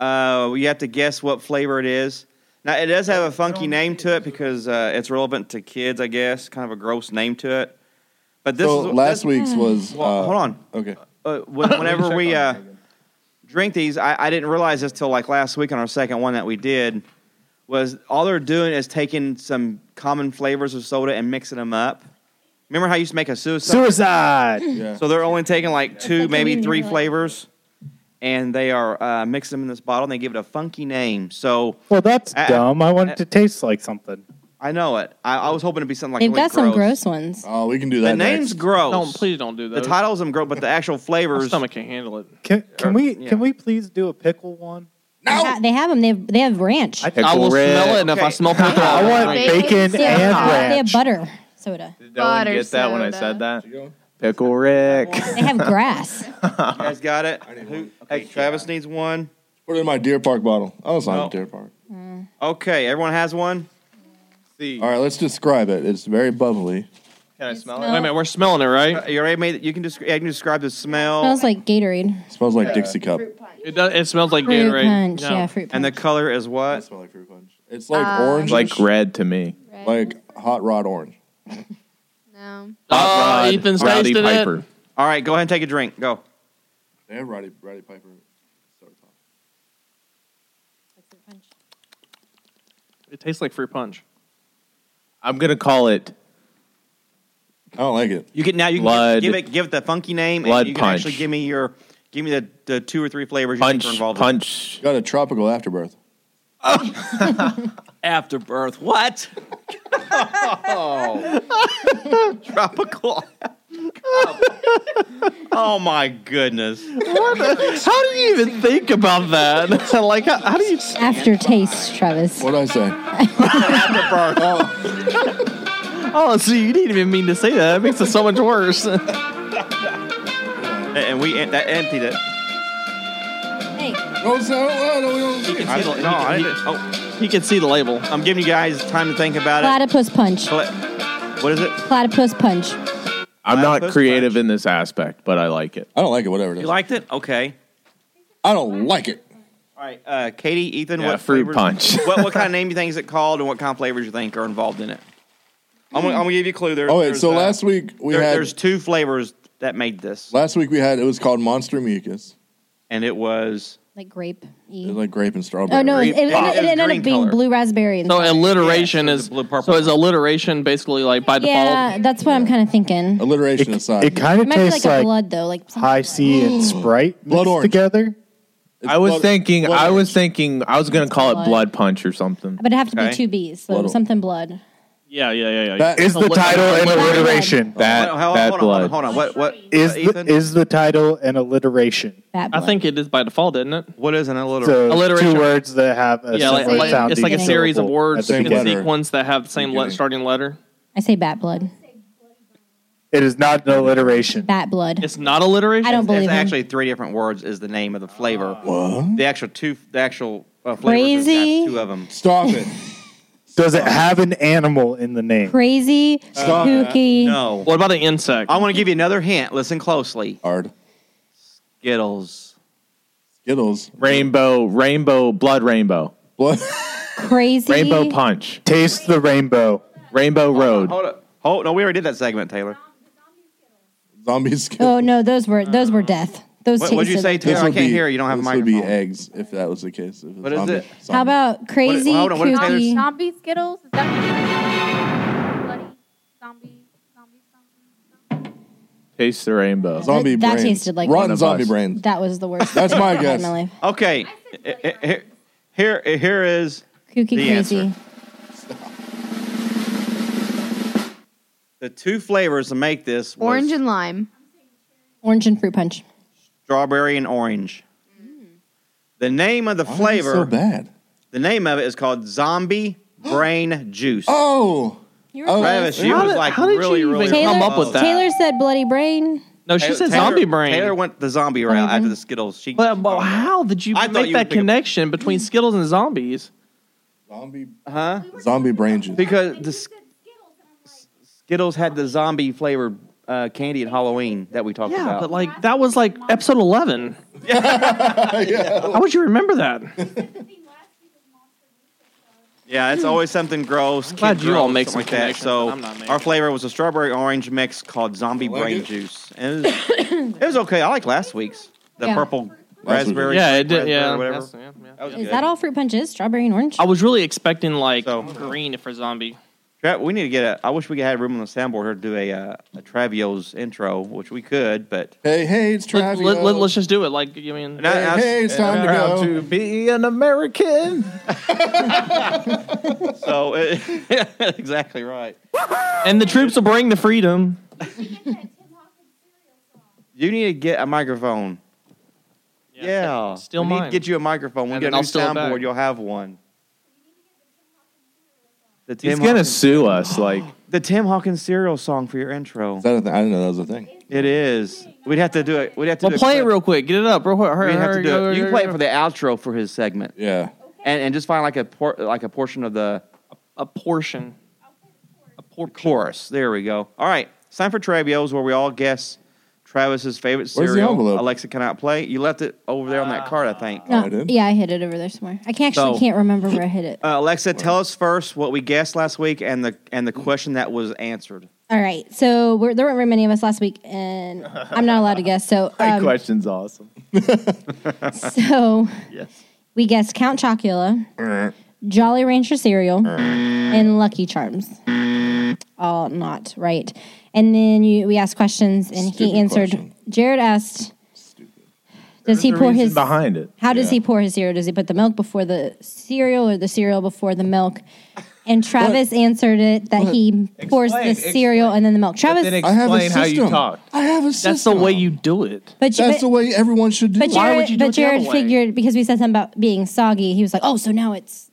Speaker 1: uh, you have to guess what flavor it is. Now, it does have a funky name to it because uh, it's relevant to kids, I guess. Kind of a gross name to it. But this
Speaker 2: so
Speaker 1: is
Speaker 2: last
Speaker 1: this-
Speaker 3: Hmm.
Speaker 2: week's was.
Speaker 1: Well,
Speaker 2: uh,
Speaker 1: hold on.
Speaker 2: Okay.
Speaker 1: uh, when, whenever we uh, drink these, I, I didn't realize this till like last week on our second one that we did. Was all they're doing is taking some common flavors of soda and mixing them up. Remember how you used to make a suicide?
Speaker 7: Suicide.
Speaker 2: Yeah.
Speaker 1: So they're only taking like two,
Speaker 3: like
Speaker 1: maybe
Speaker 3: eating
Speaker 1: three
Speaker 3: your leg.
Speaker 1: flavors, and they are uh, mixing them in this bottle and they give it a funky name. So
Speaker 7: Well, that's
Speaker 1: Uh,
Speaker 7: dumb. I want it to taste like something.
Speaker 1: I know it. I, I was hoping to be something like
Speaker 3: They've
Speaker 1: really
Speaker 3: got some gross ones.
Speaker 2: Oh, we can do that.
Speaker 1: The name's
Speaker 2: next.
Speaker 1: gross.
Speaker 6: Don't please don't do
Speaker 1: The
Speaker 6: that.
Speaker 1: titles them gross, but the actual
Speaker 6: My
Speaker 1: flavors.
Speaker 6: stomach can't handle it.
Speaker 7: Can, can
Speaker 1: Or-
Speaker 7: we
Speaker 1: yeah.
Speaker 7: can we please do a pickle one?
Speaker 3: They, ha- they have them. They have, they have ranch.
Speaker 6: I will smell it, and if I smell pepper,
Speaker 7: I want bacon
Speaker 3: They have,
Speaker 7: and
Speaker 3: uh, They
Speaker 7: ranch.
Speaker 3: have butter soda.
Speaker 5: Did no one get that when I said that? Pickle Rick.
Speaker 3: They have grass.
Speaker 1: You guys got it? Who- hey, Travis needs one.
Speaker 2: Put it in my Deer Park bottle. Oh, it's not
Speaker 1: No.
Speaker 2: Deer Park.
Speaker 1: Okay, everyone has one? See.
Speaker 2: All right, let's describe it. It's very bubbly.
Speaker 1: Can I smell
Speaker 6: it? Wait a minute, we're smelling it, right?
Speaker 1: You already made it. You can, descri- I can describe the smell.
Speaker 3: smells like Gatorade.
Speaker 2: smells like Dixie Cup.
Speaker 6: It does, It smells like
Speaker 3: Fruit
Speaker 6: Gatorade.
Speaker 3: punch, Uh, yeah, fruit
Speaker 1: And the color is what?
Speaker 2: smells like fruit punch. It's
Speaker 8: like Um, orange-ish.
Speaker 5: Like red to me.
Speaker 2: Like hot rod orange.
Speaker 8: No.
Speaker 6: Oh, Ethan's
Speaker 5: Rowdy
Speaker 6: tasted it.
Speaker 5: Piper.
Speaker 1: All right, go ahead and take a drink. Go.
Speaker 2: They have Roddy, Roddy Piper.
Speaker 6: It tastes like fruit punch.
Speaker 5: I'm gonna call it.
Speaker 2: I don't like it.
Speaker 1: You can now you can
Speaker 5: Blood-
Speaker 1: give it give it the funky name
Speaker 5: Blood
Speaker 1: and you can
Speaker 5: punch.
Speaker 1: actually give me your give me the, the two or three flavors you
Speaker 5: Punch,
Speaker 1: think are involved. in.
Speaker 5: punch.
Speaker 2: Got a tropical afterbirth.
Speaker 1: Afterbirth. What? Tropical. oh my goodness.
Speaker 6: How do you even think about that? like, how, how do you?
Speaker 3: Aftertaste, Travis.
Speaker 2: What did I say?
Speaker 1: Afterbirth.
Speaker 2: Oh,
Speaker 6: Oh, so you didn't even mean to say that. It makes it so much worse.
Speaker 1: and we em- that emptied it.
Speaker 3: Hey,
Speaker 2: no, it's not- oh, no, we don't see it.
Speaker 1: I, no, I didn't. Oh,
Speaker 6: He can see the label.
Speaker 1: I'm giving you guys time to think about it.
Speaker 3: platypus punch.
Speaker 1: Pla- What is it?
Speaker 3: Platypus punch.
Speaker 5: I'm not
Speaker 1: Platypus
Speaker 5: creative
Speaker 1: punch.
Speaker 5: in this aspect, but I like it.
Speaker 2: I don't like it. Whatever it is.
Speaker 1: You liked it? Okay.
Speaker 2: I don't like it.
Speaker 1: All right, uh, Katie, Ethan,
Speaker 5: Yeah,
Speaker 1: what
Speaker 5: fruit
Speaker 1: flavors-
Speaker 5: punch.
Speaker 1: what what kind of name you think is it called, and what kind of flavors you think are involved in it? I'm gonna, I'm gonna give you a clue. There,
Speaker 2: Oh wait.
Speaker 1: there's,
Speaker 2: So
Speaker 1: uh,
Speaker 2: last week we
Speaker 1: there-
Speaker 2: had
Speaker 1: there's two flavors that made this,
Speaker 2: last week we had it was called Monster Mucus.
Speaker 1: and it was
Speaker 3: Like grape.
Speaker 2: It was like grape and strawberry.
Speaker 3: Oh, no. It, it,
Speaker 1: Grape-
Speaker 3: ended- it
Speaker 1: it was
Speaker 3: ended
Speaker 1: green
Speaker 3: up being
Speaker 1: color.
Speaker 3: blue raspberry. And
Speaker 6: So alliteration
Speaker 1: Yeah, so
Speaker 6: is
Speaker 1: the blue purple.
Speaker 6: so is alliteration basically like by default.
Speaker 3: yeah, that's what I'm kind of thinking. It
Speaker 2: Alliteration aside,
Speaker 7: It kind of
Speaker 3: might be like
Speaker 7: tastes
Speaker 3: a
Speaker 7: like,
Speaker 3: blood, though. Like Mm. some-
Speaker 7: high C and Sprite
Speaker 2: Blood
Speaker 7: mixed
Speaker 2: orange.
Speaker 7: together.
Speaker 2: It's
Speaker 5: I was
Speaker 2: blood-
Speaker 5: thinking.
Speaker 2: blood
Speaker 5: I
Speaker 2: orange.
Speaker 5: was thinking. I was gonna call it
Speaker 3: Blood.
Speaker 5: blood punch or something.
Speaker 3: But it have to
Speaker 1: Okay.
Speaker 3: be two B's. So
Speaker 2: Blood.
Speaker 3: something blood.
Speaker 6: Yeah, yeah, yeah, yeah.
Speaker 2: That-
Speaker 7: Is the
Speaker 6: Alliter-
Speaker 7: title an
Speaker 6: alliteration.
Speaker 7: alliteration?
Speaker 5: That
Speaker 1: Oh, Hold on, hold on,
Speaker 5: that
Speaker 1: hold on,
Speaker 5: blood.
Speaker 1: Hold on, hold on. What what
Speaker 7: Is
Speaker 1: uh,
Speaker 7: the,
Speaker 1: Ethan?
Speaker 7: is the title an alliteration?
Speaker 3: Bat
Speaker 6: I
Speaker 3: blood.
Speaker 6: think it is by default, isn't it?
Speaker 1: what is an alliteration?
Speaker 7: So
Speaker 6: Alliteration.
Speaker 7: two words uh, that have a
Speaker 6: yeah, like,
Speaker 7: similar
Speaker 6: like-
Speaker 7: sounding
Speaker 6: it's like a series of
Speaker 7: syllable at the
Speaker 6: words in
Speaker 2: Same
Speaker 7: beginning.
Speaker 2: letter.
Speaker 6: sequence that have the same le-
Speaker 2: Beginning.
Speaker 6: starting letter.
Speaker 3: I say bat blood.
Speaker 7: It is not an alliteration.
Speaker 3: Bat blood.
Speaker 6: It's not alliteration.
Speaker 3: I don't believe
Speaker 1: it's
Speaker 3: him.
Speaker 1: actually three different words. Is the name of the flavor?
Speaker 2: What?
Speaker 1: The actual two. The actual uh, flavors. has got
Speaker 3: Crazy.
Speaker 1: Two of them.
Speaker 2: Stop it.
Speaker 7: Does it have an animal in the name?
Speaker 3: Crazy,
Speaker 6: Oh,
Speaker 2: Stop
Speaker 3: kooky.
Speaker 1: No.
Speaker 6: What about an insect?
Speaker 1: I want to give you another hint. Listen closely.
Speaker 2: Hard.
Speaker 1: Skittles.
Speaker 2: Skittles.
Speaker 5: Rainbow, rainbow, blood, rainbow,
Speaker 2: Blood.
Speaker 3: Crazy.
Speaker 5: rainbow punch,
Speaker 7: Taste the rainbow.
Speaker 5: rainbow road.
Speaker 1: Hold up. Oh no, we already did that segment, Taylor.
Speaker 2: Zombie Skittles.
Speaker 3: Oh no, those were those were death. Those
Speaker 1: What would you
Speaker 3: tasted-
Speaker 1: say, Taylor? I can't hear. You don't have a
Speaker 2: this
Speaker 1: microphone.
Speaker 2: would be eggs if that was the case. If
Speaker 1: What is
Speaker 2: zombie-
Speaker 1: it?
Speaker 2: zombie.
Speaker 3: How about crazy,
Speaker 1: hold on, what did Taylor
Speaker 3: kooky?
Speaker 9: Zombie Skittles? Is that what you- bloody zombie? Zombie? Zombie?
Speaker 5: Taste the rainbow.
Speaker 3: Zo-
Speaker 2: zombie
Speaker 3: That- that
Speaker 2: brains?
Speaker 3: tasted like one
Speaker 2: rotten
Speaker 5: of
Speaker 2: zombie
Speaker 5: us.
Speaker 2: brains.
Speaker 3: that was the worst.
Speaker 2: That's
Speaker 3: I've
Speaker 2: my
Speaker 3: ever had
Speaker 2: guess.
Speaker 3: In my life.
Speaker 1: Okay. Eh, eh, eh, Here, eh, here is
Speaker 3: Kooky,
Speaker 1: The
Speaker 3: crazy.
Speaker 1: answer. the two flavors to make this was
Speaker 8: Orange and lime.
Speaker 3: Orange and fruit punch.
Speaker 1: strawberry and orange. The name of the
Speaker 2: Mm. Why is it
Speaker 1: flavor,
Speaker 2: So bad.
Speaker 1: the name of it is called zombie brain juice.
Speaker 2: Oh,
Speaker 3: You
Speaker 2: Oh,
Speaker 1: Travis, you
Speaker 6: How
Speaker 1: was
Speaker 6: did-
Speaker 1: like
Speaker 6: how did
Speaker 1: really,
Speaker 6: you even
Speaker 1: really
Speaker 6: come
Speaker 3: Taylor,
Speaker 6: up with that?
Speaker 3: Taylor said bloody brain.
Speaker 6: no, she said
Speaker 1: Taylor-
Speaker 6: zombie brain.
Speaker 1: Taylor went the zombie route
Speaker 6: Mm-hmm.
Speaker 1: after the Skittles. She,
Speaker 6: but, but how did you
Speaker 1: I thought
Speaker 6: make
Speaker 1: you would
Speaker 6: that
Speaker 1: pick up-
Speaker 6: connection between Skittles and zombies?
Speaker 2: zombie
Speaker 1: huh?
Speaker 2: zombie brain juice.
Speaker 1: Because the S- Skittles had the zombie flavored uh, candy at Halloween that we talked
Speaker 6: Yeah,
Speaker 1: about.
Speaker 6: but like that was like episode eleven. How would you remember that? I'm
Speaker 1: Yeah, it's always something gross.
Speaker 6: glad
Speaker 1: kid
Speaker 6: you all
Speaker 1: gross,
Speaker 6: make
Speaker 1: something
Speaker 6: some
Speaker 1: like that.
Speaker 6: connections,
Speaker 1: So
Speaker 6: but I'm not making
Speaker 1: our flavor was a strawberry orange mix called Zombie
Speaker 2: like
Speaker 1: Brain
Speaker 2: it.
Speaker 1: Juice, and it was, it was okay. I like last week's the
Speaker 3: Yeah.
Speaker 1: purple
Speaker 2: Last week.
Speaker 1: raspberry.
Speaker 6: Yeah, it did.
Speaker 1: raspberry,
Speaker 6: Yeah,
Speaker 1: whatever.
Speaker 6: that's- yeah, yeah.
Speaker 1: That was
Speaker 3: Is
Speaker 1: good.
Speaker 3: that all fruit punches? Strawberry and orange.
Speaker 6: I was really expecting like
Speaker 1: So-
Speaker 6: green for zombie.
Speaker 1: Tra- we need to get a. I wish we had room on the soundboard here to do a uh, a Travio's intro, which we could, but
Speaker 2: Hey, hey, it's
Speaker 6: Let,
Speaker 2: Travis.
Speaker 6: let, let, us just do it. Like, I mean,
Speaker 1: And I-
Speaker 2: Hey,
Speaker 1: I was-
Speaker 2: hey, it's time to
Speaker 5: Proud
Speaker 2: go.
Speaker 5: to be an American.
Speaker 1: so exactly right.
Speaker 6: and the troops will bring the freedom.
Speaker 1: You need to get a microphone. Yeah.
Speaker 6: Steal
Speaker 1: we need to
Speaker 6: mine.
Speaker 1: get you a microphone. When we
Speaker 6: And
Speaker 1: get
Speaker 6: then
Speaker 1: a
Speaker 6: I'll
Speaker 1: new
Speaker 6: steal it back.
Speaker 1: soundboard, you'll have one. The
Speaker 5: He's
Speaker 1: Tim
Speaker 5: gonna
Speaker 1: Hawkins-
Speaker 5: sue us. Like
Speaker 1: the Tim Hawkins serial song for your intro.
Speaker 2: Is that a thing? I didn't know that was a thing.
Speaker 1: It is. We'd have to do it. We'd have to
Speaker 6: Well,
Speaker 1: do
Speaker 6: play it
Speaker 1: clip.
Speaker 6: real quick. Get it up real quick. Hurry,
Speaker 1: We'd have to
Speaker 6: hurry,
Speaker 1: do
Speaker 6: go,
Speaker 1: it. You
Speaker 6: go,
Speaker 1: can play
Speaker 6: go.
Speaker 1: it for the outro for his segment.
Speaker 2: Yeah.
Speaker 1: And, and just find like a por- like a portion of the
Speaker 6: a portion. A por-
Speaker 1: chorus. There we go. All right. It's time for Travios where we all guess Travis's favorite
Speaker 2: Where's the
Speaker 1: cereal.
Speaker 2: envelope?
Speaker 1: Alexa cannot play. You left it over there on that card, I think.
Speaker 3: Uh, No,
Speaker 2: I did?
Speaker 3: yeah, I hit it over there somewhere. I can't actually
Speaker 1: So-
Speaker 3: can't remember where I hit it.
Speaker 1: Uh, Alexa, tell us first what we guessed last week and the and the question that was answered.
Speaker 3: All right, so we're, there weren't very many of us last week, and I'm not allowed to guess. So,
Speaker 5: that
Speaker 3: um,
Speaker 5: question's awesome.
Speaker 3: so
Speaker 1: Yes.
Speaker 3: we guessed Count Chocula, Jolly Rancher cereal, and Lucky Charms. All not right. And then you, we asked questions, and
Speaker 2: Stupid
Speaker 3: he answered.
Speaker 2: question.
Speaker 3: Jared asked, "Does he
Speaker 5: There's a
Speaker 3: pour
Speaker 5: reason
Speaker 3: his
Speaker 5: behind it?
Speaker 3: How does
Speaker 2: Yeah.
Speaker 3: he pour his cereal? Does he put the milk before the cereal or the cereal before the milk? And Travis answered it that he pours the
Speaker 5: Explain,
Speaker 3: cereal and then the milk. Travis,
Speaker 5: Then
Speaker 3: but,
Speaker 2: I have a
Speaker 5: explain how you
Speaker 2: system.
Speaker 5: talked.
Speaker 2: I have a system.
Speaker 6: That's the way you do it.
Speaker 3: you-
Speaker 2: That's the way everyone should do
Speaker 3: but
Speaker 2: it.
Speaker 3: Jared,
Speaker 6: would you do
Speaker 3: but
Speaker 6: it the other
Speaker 3: Jared
Speaker 6: way?
Speaker 3: figured because we said something about being soggy, he was like, "Oh, so now it's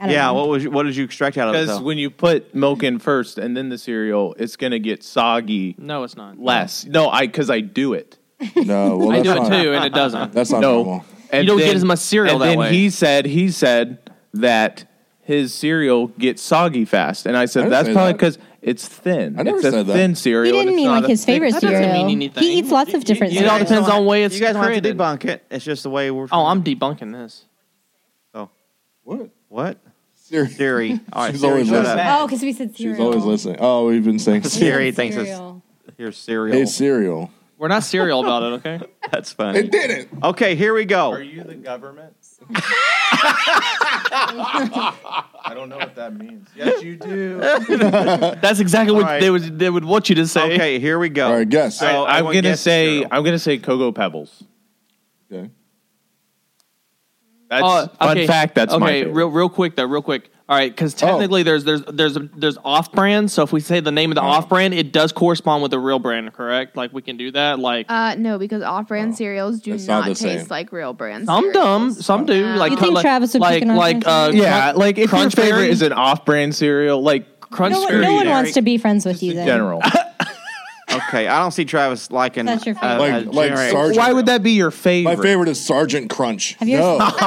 Speaker 3: I don't
Speaker 1: Yeah,
Speaker 3: know.
Speaker 1: what was what did you extract out of it?
Speaker 5: Because
Speaker 1: though?
Speaker 5: when you put milk in first and then the cereal, it's gonna get soggy
Speaker 6: No, it's not.
Speaker 5: less. No, I because I do it.
Speaker 2: No, well,
Speaker 6: I
Speaker 2: that's
Speaker 6: do it
Speaker 2: not,
Speaker 6: too, and it doesn't.
Speaker 2: That's not
Speaker 5: no,
Speaker 2: normal.
Speaker 5: and
Speaker 6: You don't get as much cereal
Speaker 5: And
Speaker 6: that
Speaker 5: then
Speaker 6: way.
Speaker 5: he said he said that his cereal gets soggy fast, and I
Speaker 2: I
Speaker 5: said
Speaker 2: didn't
Speaker 5: that's
Speaker 2: say
Speaker 5: probably
Speaker 2: that.
Speaker 5: because it's thin.
Speaker 2: I never
Speaker 5: it's a
Speaker 2: said that.
Speaker 5: thin
Speaker 3: he
Speaker 5: cereal.
Speaker 3: didn't
Speaker 5: and it's
Speaker 3: mean
Speaker 5: not
Speaker 3: like
Speaker 5: a
Speaker 3: his
Speaker 5: thick
Speaker 3: favorite
Speaker 6: That doesn't
Speaker 3: cereal.
Speaker 6: mean anything.
Speaker 3: He eats lots of different
Speaker 6: It all
Speaker 3: cereals.
Speaker 6: depends on way it's
Speaker 1: You guys don't have to
Speaker 6: created.
Speaker 1: debunk it. It's just the way we're. Oh.
Speaker 6: Oh, I'm debunking this.
Speaker 2: What?
Speaker 1: what?
Speaker 2: Siri.
Speaker 1: Siri. All right,
Speaker 2: She's
Speaker 1: Siri,
Speaker 2: always
Speaker 1: shut
Speaker 2: listening.
Speaker 1: up.
Speaker 3: Oh, because we said cereal.
Speaker 2: She's always listening. Oh, we've been saying cereal.
Speaker 1: Siri thinks it's
Speaker 3: Cereal.
Speaker 1: here's cereal.
Speaker 2: Hey, cereal.
Speaker 6: We're not serial about it, okay?
Speaker 1: That's funny.
Speaker 2: It did it.
Speaker 1: Okay, here we
Speaker 5: Are
Speaker 1: go.
Speaker 5: you the government? I don't know what that means. Yes, you do.
Speaker 6: That's exactly what
Speaker 1: Alright.
Speaker 6: they would they would want you to say.
Speaker 1: Okay, here we go.
Speaker 2: All right, guess.
Speaker 1: So
Speaker 5: I'm
Speaker 1: everyone
Speaker 5: gonna
Speaker 1: guess
Speaker 5: say
Speaker 1: cereal.
Speaker 5: I'm gonna say Cocoa Pebbles.
Speaker 2: Okay.
Speaker 5: That's
Speaker 6: Uh,
Speaker 5: fun
Speaker 6: okay,
Speaker 5: fact. That's
Speaker 6: okay.
Speaker 5: my favorite.
Speaker 6: real real quick though, real quick. All right, because technically there's there's there's there's off brand. So if we say the name of the off brand, it does correspond with the real brand, correct? Like we can do that. Like
Speaker 8: Uh, no, because off-brand cereals do
Speaker 2: It's not
Speaker 8: not
Speaker 2: the
Speaker 8: taste
Speaker 2: same.
Speaker 8: like real brands.
Speaker 6: some dumb, some do. Like
Speaker 3: You think
Speaker 6: like,
Speaker 3: Travis would
Speaker 6: like
Speaker 3: pick an off
Speaker 6: like uh,
Speaker 3: brand?
Speaker 5: Mm-hmm. yeah, like if your
Speaker 6: Crunch
Speaker 5: favorite
Speaker 6: Berry?
Speaker 5: is an off-brand cereal, like
Speaker 6: Crunch
Speaker 3: no, one,
Speaker 6: Berry.
Speaker 3: no one wants to be friends with you.
Speaker 5: in
Speaker 3: Then
Speaker 5: general.
Speaker 1: Okay, I don't see Travis liking.
Speaker 3: That's your
Speaker 1: uh,
Speaker 3: favorite.
Speaker 2: Like-
Speaker 1: uh,
Speaker 2: like
Speaker 1: generic-
Speaker 2: Sergeant-
Speaker 5: Why would that be your favorite?
Speaker 2: My favorite is Sergeant Crunch.
Speaker 3: Have you
Speaker 2: no.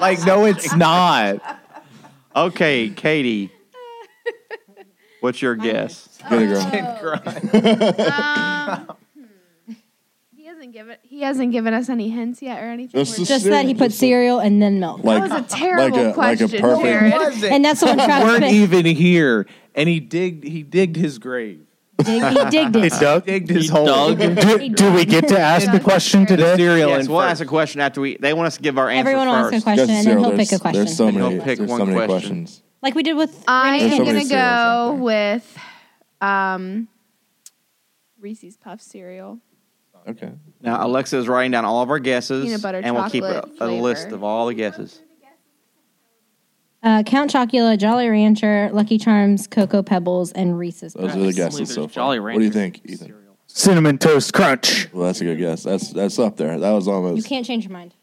Speaker 5: Like, no, it's not.
Speaker 1: Okay, Katie. What's your guess?
Speaker 2: Get it, girl.
Speaker 3: Oh.
Speaker 8: Um, hmm. He hasn't given he hasn't given us any hints yet or anything.
Speaker 2: Just
Speaker 8: We're-
Speaker 2: the
Speaker 3: Just that he put
Speaker 2: Just the-
Speaker 3: cereal and then milk,
Speaker 2: Like,
Speaker 8: that was a terrible
Speaker 2: like a,
Speaker 8: question,
Speaker 2: Like a perfect.
Speaker 8: Jared.
Speaker 3: and that's the one
Speaker 5: We
Speaker 3: Travis
Speaker 5: weren't
Speaker 3: picked.
Speaker 5: even here, and he digged. He digged his grave.
Speaker 3: Dig- he digged it.
Speaker 5: Doug digged his hole.
Speaker 7: do, do we get to ask the question
Speaker 5: The
Speaker 7: today?
Speaker 5: cereal
Speaker 1: Yes,
Speaker 5: and
Speaker 1: we'll ask a question after we. They want us to give our answer
Speaker 3: Everyone will ask
Speaker 1: first.
Speaker 3: a
Speaker 2: Guess
Speaker 3: question, and then
Speaker 2: cereal.
Speaker 3: he'll
Speaker 2: there's,
Speaker 3: pick a question.
Speaker 2: There's so
Speaker 3: and
Speaker 2: many,
Speaker 3: he'll
Speaker 1: He'll pick
Speaker 2: there's so
Speaker 1: one
Speaker 2: many
Speaker 1: question.
Speaker 2: questions.
Speaker 3: Like we did with
Speaker 8: I
Speaker 3: Renee
Speaker 2: There's
Speaker 8: am
Speaker 2: so many
Speaker 8: gonna
Speaker 3: Jenkins.
Speaker 2: cereals out
Speaker 8: go
Speaker 2: there.
Speaker 8: with um, Reese's Puff cereal.
Speaker 2: Okay.
Speaker 1: Now Alexa is writing down all of our guesses,
Speaker 8: Peanut butter
Speaker 1: and we'll keep a,
Speaker 8: chocolate
Speaker 1: a list
Speaker 8: flavor.
Speaker 1: of all the guesses.
Speaker 3: Uh, Count Chocula, Jolly Rancher, Lucky Charms, Cocoa Pebbles, and Reese's.
Speaker 2: Those
Speaker 3: Puffs.
Speaker 2: are the
Speaker 6: Actually,
Speaker 2: guesses so
Speaker 6: there's
Speaker 2: far.
Speaker 6: Jolly
Speaker 2: What do you
Speaker 6: Rancher
Speaker 2: think, Ethan?
Speaker 6: cereal.
Speaker 7: Cinnamon Toast Crunch.
Speaker 2: Well, that's a good guess. That's that's up there. That was almost.
Speaker 3: You can't change your mind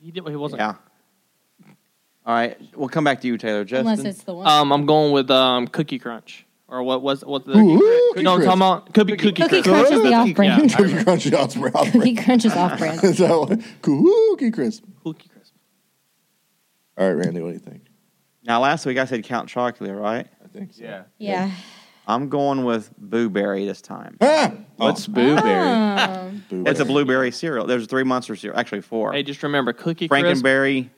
Speaker 6: He, did, he wasn't.
Speaker 1: Yeah. All right, we'll come back to you, Taylor. Justin.
Speaker 3: unless it's the one.
Speaker 6: Um, I'm going with um Cookie Crunch or what was what the you know what I'm talking about? Could be Cookie,
Speaker 3: Cookie
Speaker 6: Crunch.
Speaker 3: Crunch is the
Speaker 6: Yeah.
Speaker 3: off-brand.
Speaker 2: Cookie Crunch Y'all's brown
Speaker 3: Cookie
Speaker 2: bread.
Speaker 3: Crunch is off-brand.
Speaker 2: Is that one? Cookie Crisp.
Speaker 6: Cookie Crisp.
Speaker 2: All right, Randy, what do you think?
Speaker 1: Now, last week I said Count Chocula, right?
Speaker 2: I think so.
Speaker 5: Yeah.
Speaker 3: Yeah.
Speaker 1: I'm going with Boo Berry this time.
Speaker 2: Ah!
Speaker 5: What's Boo Berry?
Speaker 8: Ah.
Speaker 3: Um,
Speaker 2: Boo
Speaker 1: It's a
Speaker 2: Berry.
Speaker 1: blueberry cereal. There's three monster cereal, actually four.
Speaker 6: Hey, just remember Cookie Crisp
Speaker 1: Frankenberry,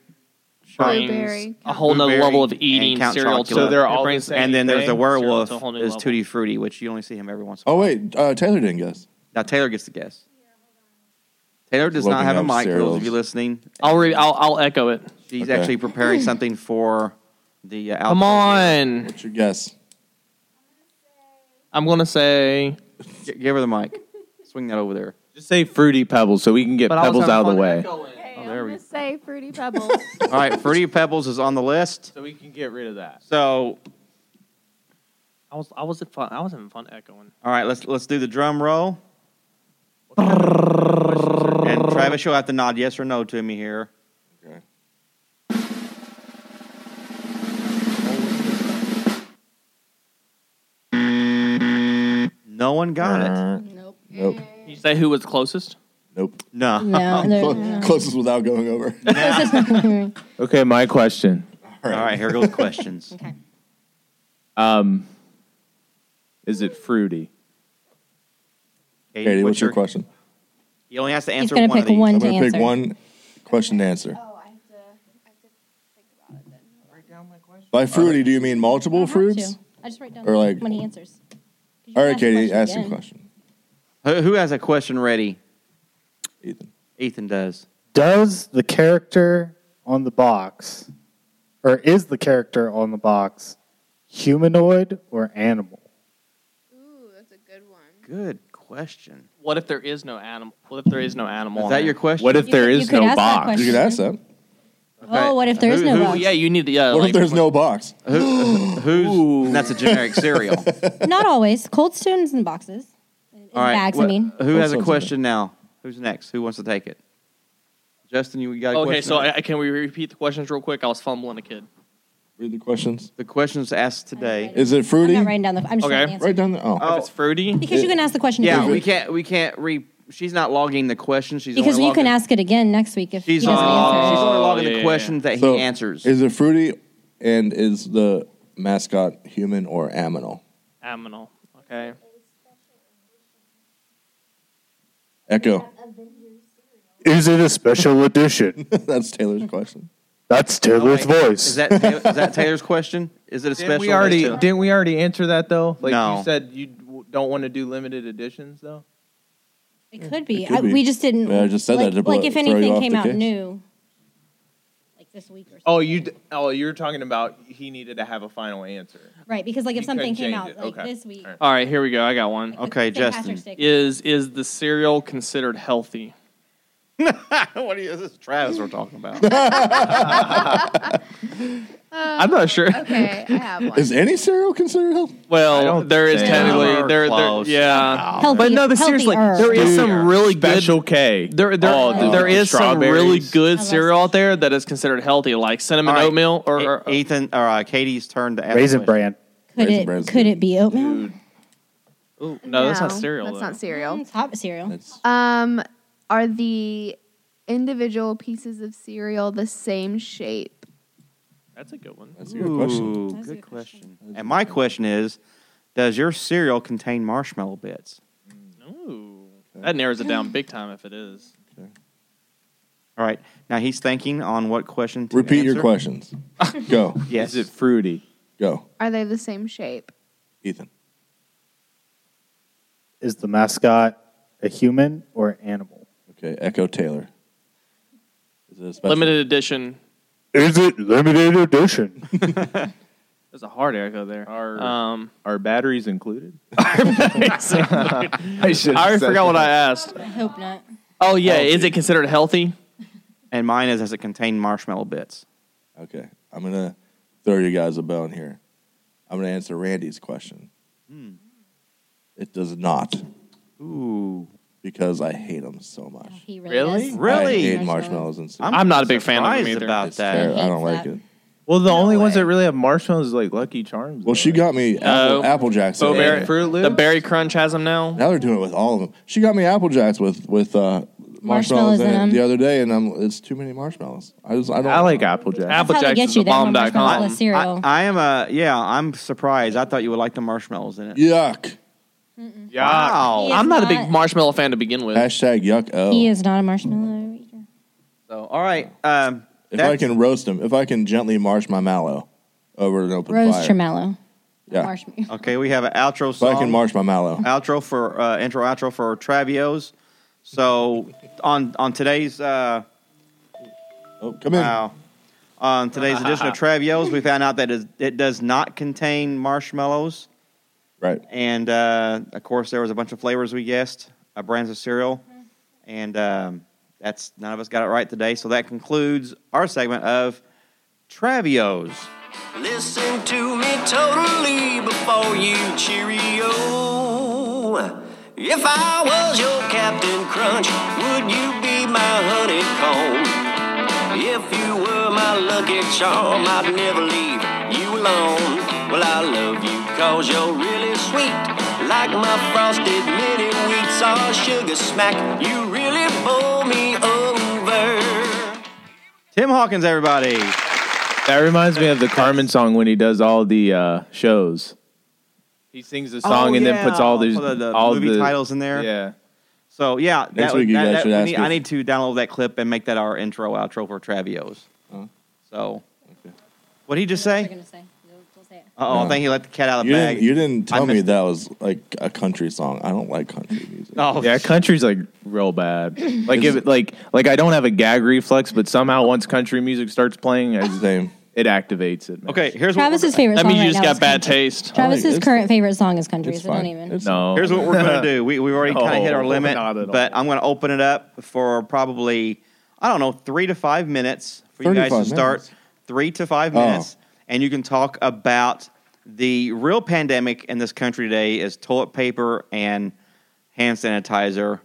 Speaker 6: brings
Speaker 8: Blueberry,
Speaker 6: a whole nother
Speaker 1: Blueberry
Speaker 6: level of
Speaker 1: and
Speaker 6: eating
Speaker 1: Count
Speaker 6: cereal.
Speaker 1: Chocula.
Speaker 6: To
Speaker 5: So
Speaker 6: it.
Speaker 5: they're
Speaker 6: It
Speaker 5: all the
Speaker 6: brings
Speaker 5: same
Speaker 1: and then there's the
Speaker 5: thing?
Speaker 1: werewolf
Speaker 6: Cereal to a whole new
Speaker 1: is
Speaker 6: level.
Speaker 1: Tutti Frutti, which you only see him every once in a
Speaker 2: Oh
Speaker 1: while.
Speaker 2: wait, uh, Taylor didn't guess.
Speaker 1: Now Taylor gets to guess. Taylor does
Speaker 2: Looking
Speaker 1: not have a
Speaker 2: up
Speaker 1: mic. For those
Speaker 2: cereals.
Speaker 1: of you listening,
Speaker 6: I'll re- I'll I'll echo it.
Speaker 1: she's
Speaker 2: Okay.
Speaker 1: actually preparing something for the uh,
Speaker 6: Come
Speaker 1: outro.
Speaker 6: on.
Speaker 2: What's your guess?
Speaker 6: I'm gonna say
Speaker 1: G- give her the mic. Swing that over there.
Speaker 5: Just say Fruity Pebbles so we can get
Speaker 6: but I was
Speaker 5: Pebbles
Speaker 6: having
Speaker 5: out of the
Speaker 6: fun
Speaker 5: way.
Speaker 6: echoing.
Speaker 1: Oh, there
Speaker 9: I'm
Speaker 1: we go.
Speaker 9: gonna say Fruity Pebbles.
Speaker 1: All right, Fruity Pebbles is on the list.
Speaker 5: So we can get rid of that.
Speaker 1: So,
Speaker 6: I was I was at fun I was having fun echoing.
Speaker 1: all right, let's let's do the drum roll.
Speaker 6: What kind of-
Speaker 1: And Travis, you'll have to nod yes or no to me here.
Speaker 2: Okay.
Speaker 1: No one got it.
Speaker 3: Nope.
Speaker 2: Nope.
Speaker 6: You say who was closest?
Speaker 2: Nope.
Speaker 1: No.
Speaker 3: No, there-
Speaker 2: Clo-
Speaker 3: no.
Speaker 2: Closest without going over.
Speaker 5: Okay, my question.
Speaker 1: All right, here goes questions.
Speaker 3: okay.
Speaker 5: Um, is it fruity?
Speaker 1: Katie,
Speaker 2: Katie, what's your question?
Speaker 1: He only has to
Speaker 3: He's
Speaker 1: answer
Speaker 3: gonna
Speaker 1: one
Speaker 3: pick
Speaker 1: of these.
Speaker 3: one
Speaker 2: I'm
Speaker 3: to
Speaker 2: going to
Speaker 3: answer.
Speaker 2: pick one question to answer. By fruity, do you mean
Speaker 3: I
Speaker 2: multiple
Speaker 3: have
Speaker 2: fruits?
Speaker 3: to. I just write down
Speaker 2: Or like-
Speaker 3: when he answers. 'Cause you
Speaker 2: All
Speaker 3: can
Speaker 2: right,
Speaker 3: a
Speaker 2: Katie, ask your
Speaker 3: again.
Speaker 2: question.
Speaker 1: Who, who has a question ready?
Speaker 2: Ethan.
Speaker 1: Ethan does.
Speaker 7: Does the character on the box, or is the character on the box, humanoid or animal?
Speaker 8: Ooh, that's a good one.
Speaker 1: Good question.
Speaker 6: What if there is no animal? What if there is no animal?
Speaker 1: Is
Speaker 6: on
Speaker 1: that
Speaker 6: there?
Speaker 1: your question?
Speaker 5: What if
Speaker 3: You
Speaker 5: there
Speaker 3: could-
Speaker 5: is
Speaker 3: you could
Speaker 5: no
Speaker 3: ask that
Speaker 5: box?
Speaker 2: You could ask that.
Speaker 3: Oh, what if there is
Speaker 1: Who-
Speaker 3: no
Speaker 1: who-
Speaker 3: box?
Speaker 6: Yeah, you need to. Yeah,
Speaker 2: What
Speaker 6: like-
Speaker 2: if there's no box?
Speaker 1: Who, who's? That's a generic cereal. All
Speaker 3: Not always. Cold stones in boxes. In in
Speaker 1: right.
Speaker 3: bags, I
Speaker 1: what-
Speaker 3: mean.
Speaker 1: Who
Speaker 2: That
Speaker 1: has a
Speaker 2: sounds
Speaker 1: question now? Who's next? Who wants to take it? Justin, you got a
Speaker 6: Okay,
Speaker 1: question?
Speaker 6: so I, can we repeat the questions real quick? I was fumbling a kid.
Speaker 2: Read the questions.
Speaker 1: the questions asked today.
Speaker 2: Is it
Speaker 3: I'm
Speaker 2: fruity?
Speaker 3: not writing down the. I'm just
Speaker 6: Okay.
Speaker 3: okay. answer.
Speaker 2: Right down there. Oh.
Speaker 6: If it's fruity,
Speaker 3: Because you can ask the question
Speaker 1: Yeah,
Speaker 3: again.
Speaker 1: we can't. We can't re. She's not logging the question. She's
Speaker 3: because
Speaker 1: only
Speaker 3: you can
Speaker 1: logging-
Speaker 3: ask it again next week if
Speaker 1: She's,
Speaker 3: he doesn't
Speaker 6: Oh.
Speaker 1: she's
Speaker 3: answer.
Speaker 1: only logging
Speaker 6: yeah, yeah,
Speaker 1: the
Speaker 6: yeah.
Speaker 1: questions that
Speaker 2: So,
Speaker 1: he answers.
Speaker 2: Is it fruity and is the mascot human or aminal?
Speaker 6: aminal. Okay.
Speaker 2: Echo.
Speaker 7: Is it a special edition?
Speaker 2: That's Taylor's question.
Speaker 7: That's
Speaker 1: Oh, wait.
Speaker 7: Taylor's voice.
Speaker 1: Is that is that Taylor's question? Is it a
Speaker 5: Didn't
Speaker 1: special?
Speaker 5: we already
Speaker 1: edition?
Speaker 5: didn't we already answer that though? Like
Speaker 1: No.
Speaker 5: you said, you w- don't want to do limited editions though.
Speaker 3: It could be.
Speaker 2: It could
Speaker 3: I,
Speaker 2: be.
Speaker 3: we just didn't.
Speaker 2: Yeah, I just said
Speaker 3: like,
Speaker 2: that to
Speaker 3: Like
Speaker 2: blo-
Speaker 3: if
Speaker 2: throw you
Speaker 3: anything
Speaker 2: off
Speaker 3: came
Speaker 2: the
Speaker 3: out
Speaker 2: case.
Speaker 3: new, like this week or something.
Speaker 5: Oh, you d- oh you're talking about he needed to have a final answer.
Speaker 3: Right, because like
Speaker 5: You
Speaker 3: if something
Speaker 5: couldn't
Speaker 3: came
Speaker 5: change
Speaker 3: out
Speaker 5: it.
Speaker 3: like
Speaker 5: Okay.
Speaker 3: this week.
Speaker 5: All right.
Speaker 6: All right, here we go. I got one.
Speaker 3: with
Speaker 1: Okay,
Speaker 3: St. Patrick's
Speaker 1: Justin.
Speaker 3: Day.
Speaker 6: Is is the cereal considered healthy?
Speaker 1: what is this Travis we're talking about?
Speaker 6: I'm not sure.
Speaker 8: Okay, I have one.
Speaker 2: Is any cereal considered healthy?
Speaker 5: I
Speaker 6: Well,
Speaker 5: don't
Speaker 6: there is
Speaker 5: think-
Speaker 6: technically
Speaker 1: Close.
Speaker 6: there, there
Speaker 1: Close.
Speaker 6: yeah.
Speaker 3: Healthy,
Speaker 6: But no, the seriously,
Speaker 3: healthier.
Speaker 6: there is some really
Speaker 5: Special K.
Speaker 6: good there there,
Speaker 1: Oh,
Speaker 5: the-
Speaker 6: there
Speaker 5: the
Speaker 6: is some really
Speaker 5: strawberries.
Speaker 6: good
Speaker 3: I love
Speaker 6: cereal out there that is considered healthy, like cinnamon
Speaker 1: All right.
Speaker 6: oatmeal or,
Speaker 1: E-
Speaker 6: or
Speaker 1: Ethan or uh, Katie's turn to ask. the
Speaker 7: Raisin Bran.
Speaker 1: question.
Speaker 3: could
Speaker 2: Raisin
Speaker 3: it
Speaker 2: Bran's
Speaker 3: could
Speaker 2: good.
Speaker 3: it be oatmeal?
Speaker 5: Dude,
Speaker 6: Ooh, no, that's not cereal.
Speaker 8: That's
Speaker 6: though.
Speaker 8: not cereal.
Speaker 3: Mm, Top cereal.
Speaker 2: That's
Speaker 8: Um, are the individual pieces of cereal the same shape?
Speaker 6: That's a good one.
Speaker 2: that's a good question.
Speaker 1: Ooh,
Speaker 3: That's a
Speaker 1: good
Speaker 3: good question.
Speaker 1: question. And my question is, does your cereal contain marshmallow bits?
Speaker 6: Ooh, that narrows it down big time if it is.
Speaker 1: All right. Now he's thinking on what question to
Speaker 2: Repeat your
Speaker 1: answer.
Speaker 2: questions. go.
Speaker 1: Yes.
Speaker 5: Is it fruity?
Speaker 2: Go.
Speaker 8: Are they the same shape?
Speaker 2: Ethan.
Speaker 7: Is the mascot a human or animal?
Speaker 2: Okay. Echo Taylor. Is it a special?
Speaker 6: Limited edition.
Speaker 7: Is it limited edition?
Speaker 6: There's a hard echo there.
Speaker 5: Our-
Speaker 6: Um,
Speaker 5: Are batteries included?
Speaker 6: I
Speaker 5: should have
Speaker 6: already
Speaker 5: said
Speaker 6: forgot what I asked.
Speaker 3: I hope not.
Speaker 6: Oh yeah, is it considered healthy?
Speaker 1: And mine is, does it contain marshmallow bits?
Speaker 2: Okay. I'm going to throw you guys a bone here. I'm going to answer Randy's question.
Speaker 1: Hmm.
Speaker 2: It does not
Speaker 1: Ooh.
Speaker 2: because I hate them so much.
Speaker 3: He really? does.
Speaker 1: Really?
Speaker 2: I hate
Speaker 3: Marshmallows.
Speaker 2: marshmallows and stuff.
Speaker 1: I'm,
Speaker 6: I'm not a big fan of them
Speaker 1: surprised
Speaker 6: either.
Speaker 1: About
Speaker 2: It's
Speaker 1: that.
Speaker 2: terrible. I don't
Speaker 3: Hates
Speaker 2: like
Speaker 3: that.
Speaker 2: it.
Speaker 5: Well, the only ones
Speaker 8: way.
Speaker 5: that really have marshmallows is like Lucky Charms.
Speaker 2: Well,
Speaker 5: though,
Speaker 2: she
Speaker 5: right?
Speaker 2: got me Apple,
Speaker 6: Uh,
Speaker 2: Apple Jacks. the
Speaker 6: Bo
Speaker 2: other
Speaker 6: Berry-
Speaker 2: day.
Speaker 5: Fruit Loops.
Speaker 6: The Berry Crunch has them now.
Speaker 2: Now they're doing it with all of them. She got me Apple Jacks with with uh,
Speaker 3: Marshmallows
Speaker 2: marshmallows,
Speaker 3: in
Speaker 2: in it
Speaker 3: 'em.
Speaker 2: the other day, and I'm it's too many marshmallows. I just I don't.
Speaker 5: I like Apple Jack.
Speaker 6: Apple
Speaker 3: That's how they
Speaker 6: Jacks
Speaker 3: get
Speaker 6: is
Speaker 3: you.
Speaker 6: a
Speaker 3: They have
Speaker 6: bomb.com.
Speaker 3: marshmallow cereal.
Speaker 1: I, I am a yeah. I'm surprised. I thought you would like the marshmallows in it.
Speaker 2: yuck.
Speaker 1: Wow.
Speaker 3: Yeah.
Speaker 6: I'm not a big
Speaker 3: not-
Speaker 6: marshmallow fan to begin with.
Speaker 2: Hashtag yuck. Oh,
Speaker 3: he is not a marshmallow eater.
Speaker 1: So all right. Um,
Speaker 2: if I
Speaker 1: that's-
Speaker 2: can roast them, if I can gently marsh my mallow over an open
Speaker 3: Rose
Speaker 2: fire.
Speaker 3: Tremello.
Speaker 2: yeah.
Speaker 3: Marshmallow.
Speaker 1: Okay, we have an outro
Speaker 2: if I
Speaker 1: song.
Speaker 2: can marsh my mallow.
Speaker 1: outro for uh, intro outro for Travios. So on on today's uh,
Speaker 2: Oh, come in.
Speaker 1: wow. On today's edition of Travios, we found out that is- it does not contain marshmallows,
Speaker 2: Right.
Speaker 1: and uh, of course there was a bunch of flavors we guessed, uh, brands of cereal, and um, that's none of us got it right today. So that concludes our segment of Travios.
Speaker 11: Listen to me totally before you cheerio. If I was your Captain Crunch, would you be my charm. I'd never leave you alone. Well, I love you cause you're really sweet. Like my frosted mini wheats or sugar smack. You really bowl me over.
Speaker 1: Tim Hawkins, everybody.
Speaker 5: That reminds me of the Carmen song when he does all the uh, shows. He sings the song and then puts all these
Speaker 1: Oh, the, the
Speaker 5: all
Speaker 1: movie
Speaker 5: the,
Speaker 1: titles in there.
Speaker 5: Yeah.
Speaker 1: So yeah,
Speaker 5: Next
Speaker 1: that, would-
Speaker 5: week you
Speaker 1: that-
Speaker 5: guys
Speaker 1: that
Speaker 5: should
Speaker 1: we
Speaker 5: ask
Speaker 1: need,
Speaker 5: us.
Speaker 1: I need to download that clip and make that our intro outro for Travios. So, what did he just say? Oh, I
Speaker 2: No.
Speaker 1: think he let the cat out of the
Speaker 2: You
Speaker 1: bag.
Speaker 2: didn't, you didn't
Speaker 1: I
Speaker 2: tell me
Speaker 1: missed
Speaker 2: that was like a country song. I don't like country music.
Speaker 1: Oh,
Speaker 5: Yeah, country's like real bad. Like if it, like like I don't have a gag reflex, but somehow once country music starts playing, I, it activates it.
Speaker 1: Okay, here's
Speaker 3: Travis's favorite
Speaker 5: That
Speaker 3: song
Speaker 5: means you
Speaker 3: right
Speaker 5: just
Speaker 3: now
Speaker 5: got
Speaker 3: is
Speaker 5: bad
Speaker 3: country.
Speaker 5: taste.
Speaker 1: Oh,
Speaker 3: Travis's
Speaker 5: I like it.
Speaker 3: current favorite song is country,
Speaker 5: It's
Speaker 3: so don't
Speaker 5: fine.
Speaker 3: even.
Speaker 5: No.
Speaker 1: Here's what we're gonna do. We we've already kind
Speaker 5: No,
Speaker 1: of hit our limit,
Speaker 5: Oh. not at all.
Speaker 1: but I'm gonna open it up for probably I don't know three to five minutes for you
Speaker 2: 35
Speaker 1: guys to start.
Speaker 2: minutes?
Speaker 1: Three to five
Speaker 2: Oh.
Speaker 1: minutes, and you can talk about the real pandemic in this country today is toilet paper and hand sanitizer,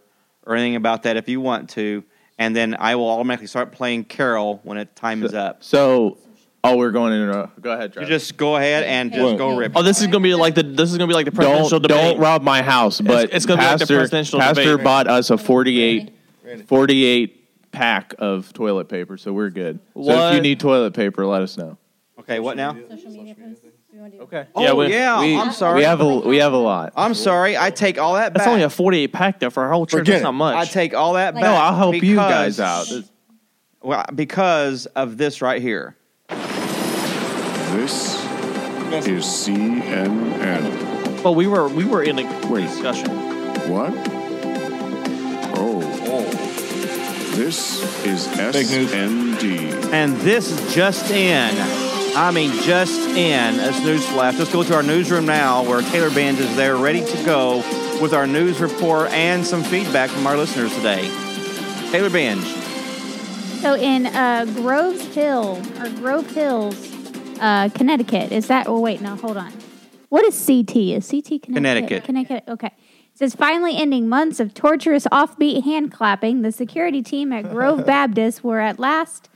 Speaker 1: or anything about that if you want to. And then I will automatically start playing Carol when it time is up.
Speaker 5: So, oh, we're going in. A, go ahead,
Speaker 1: You
Speaker 5: Travis.
Speaker 1: just go ahead and just
Speaker 5: What?
Speaker 1: go rip.
Speaker 6: Oh, this is gonna be like the this is gonna be like the presidential
Speaker 5: don't,
Speaker 6: debate.
Speaker 5: Don't rob my house, but
Speaker 6: It's- it's gonna be like the
Speaker 5: pastor,
Speaker 6: presidential
Speaker 5: pastor
Speaker 6: debate.
Speaker 5: bought us a 48, 48 pack of toilet paper, so we're good. So if
Speaker 6: What?
Speaker 5: you need toilet paper, let us know.
Speaker 1: Okay, what now?
Speaker 6: Okay.
Speaker 1: Oh
Speaker 6: yeah,
Speaker 1: yeah,
Speaker 6: we, we-
Speaker 1: I'm sorry.
Speaker 5: We have a we have a lot.
Speaker 1: I'm sorry. I take all that back.
Speaker 6: that's only a forty-eight pack though for our whole church. That's not much.
Speaker 1: I take all that
Speaker 6: Like-
Speaker 1: back.
Speaker 6: No, I'll
Speaker 5: help you
Speaker 1: because-
Speaker 5: guys out. This-
Speaker 1: Well, because of this right here.
Speaker 12: This is CNN.
Speaker 6: Well, we were we were in a discussion.
Speaker 12: What? Oh. This is SND.
Speaker 1: And this is just in. I mean, just in as newsflash. Let's go to our newsroom now where Taylor Bands is there ready to go with our news report and some feedback from our listeners today. Taylor Bands.
Speaker 9: So in uh, Groves Hill or Grove Hills, uh, Connecticut, is that? Oh wait, no, hold on. What is CT? Is CT Connecticut?
Speaker 1: Connecticut.
Speaker 9: Connecticut. Okay. It says finally ending months of torturous offbeat hand clapping. The security team at Grove Baptist were at last,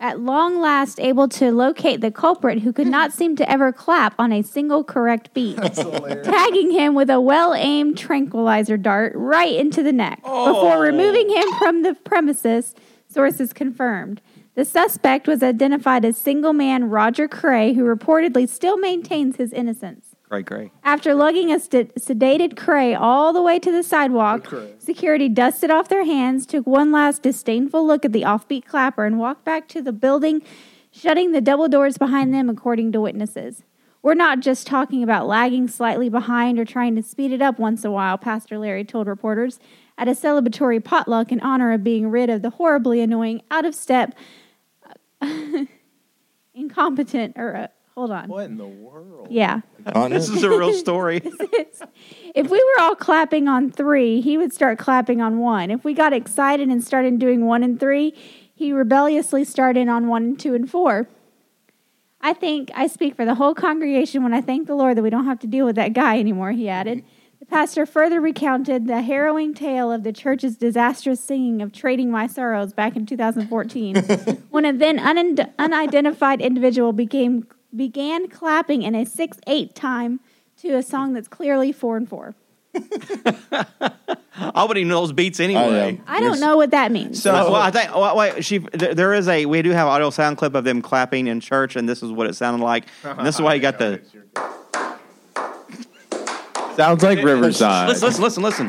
Speaker 9: at long last, able to locate the culprit who could not seem to ever clap on a single correct beat, tagging him with a well-aimed tranquilizer dart right into the neck before removing him from the premises. Sources confirmed. The suspect was identified as single man Roger Cray, who reportedly still maintains his innocence.
Speaker 1: Great, great.
Speaker 9: After lugging a sed- sedated Cray all the way to the sidewalk, security dusted off their hands, took one last disdainful look at the offbeat clapper, and walked back to the building, shutting the double doors behind them, according to witnesses. We're not just talking about lagging slightly behind or trying to speed it up once in a while, Pastor Larry told reporters at a celebratory potluck in honor of being rid of the horribly annoying, out of step, incompetent, or uh, hold on.
Speaker 5: What in the world?
Speaker 9: Yeah.
Speaker 1: This is a real story.
Speaker 9: If we were all clapping on three, he would start clapping on one. If we got excited and started doing one and three, he rebelliously started on one and two and four. I think I speak for the whole congregation when I thank the Lord that we don't have to deal with that guy anymore, he added. The pastor further recounted the harrowing tale of the church's disastrous singing of Trading My Sorrows back in 2014, when a then un- unidentified individual became, began clapping in a 6 8 time to a song that's clearly 4 and 4.
Speaker 1: I wouldn't even know those beats anyway.
Speaker 9: I don't know what that means.
Speaker 1: So well, I think well, wait, she there there is a we do have audio sound clip of them clapping in church, and this is what it sounded like. And this is why you got the.
Speaker 5: Sounds like Riverside.
Speaker 1: Listen, listen, listen, listen.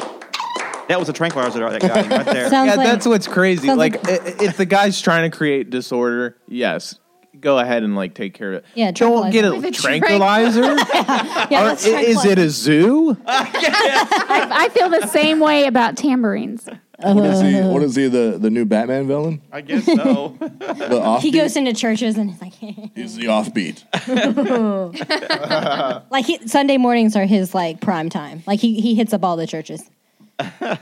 Speaker 1: That was a tranquilizer dart that got him right there.
Speaker 5: yeah, that's what's crazy.
Speaker 3: sounds
Speaker 5: Like, i- i- if the guy's trying to create disorder, yes, go ahead and like take care of it.
Speaker 3: Yeah,
Speaker 5: Joel, get
Speaker 3: tranquilizer.
Speaker 5: a tranquilizer.
Speaker 3: Yeah,
Speaker 5: Or i-
Speaker 3: that's
Speaker 5: is it a zoo?
Speaker 9: I, I feel the same way about tambourines.
Speaker 2: What is he?
Speaker 9: Uh-huh.
Speaker 2: What is he? The, the new Batman villain?
Speaker 1: I guess so.
Speaker 2: The off.
Speaker 3: He goes into churches and he's like,
Speaker 2: He's the offbeat.
Speaker 3: like he, Sunday mornings are his like prime time. Like he, he hits up all the churches.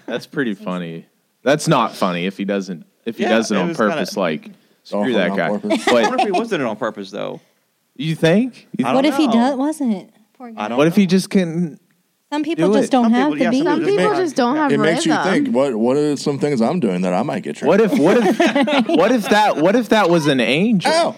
Speaker 5: That's pretty funny. That's not funny if he doesn't. If he
Speaker 1: Yeah,
Speaker 5: does it
Speaker 1: it
Speaker 5: on
Speaker 1: was kinda-
Speaker 5: purpose, like
Speaker 2: Oh,
Speaker 5: screw that
Speaker 2: on
Speaker 5: guy.
Speaker 2: purpose.
Speaker 1: I wonder
Speaker 5: But
Speaker 1: if he was doing it on purpose though.
Speaker 5: you think? You
Speaker 1: I
Speaker 3: What
Speaker 1: don't
Speaker 3: if he
Speaker 1: know.
Speaker 3: does wasn't? Poor guy.
Speaker 1: I don't.
Speaker 5: what if he just can?
Speaker 3: Some people
Speaker 5: do
Speaker 3: just
Speaker 5: it.
Speaker 3: don't
Speaker 1: Some
Speaker 3: have
Speaker 1: people- yeah,
Speaker 3: the beat.
Speaker 8: Some
Speaker 1: Some
Speaker 8: people
Speaker 1: people
Speaker 8: just don't have
Speaker 2: It makes you
Speaker 8: rhythm.
Speaker 2: think. What What are some things I'm doing that I might get?
Speaker 5: What if? What if? what if that? What if that was an angel?
Speaker 2: Ow!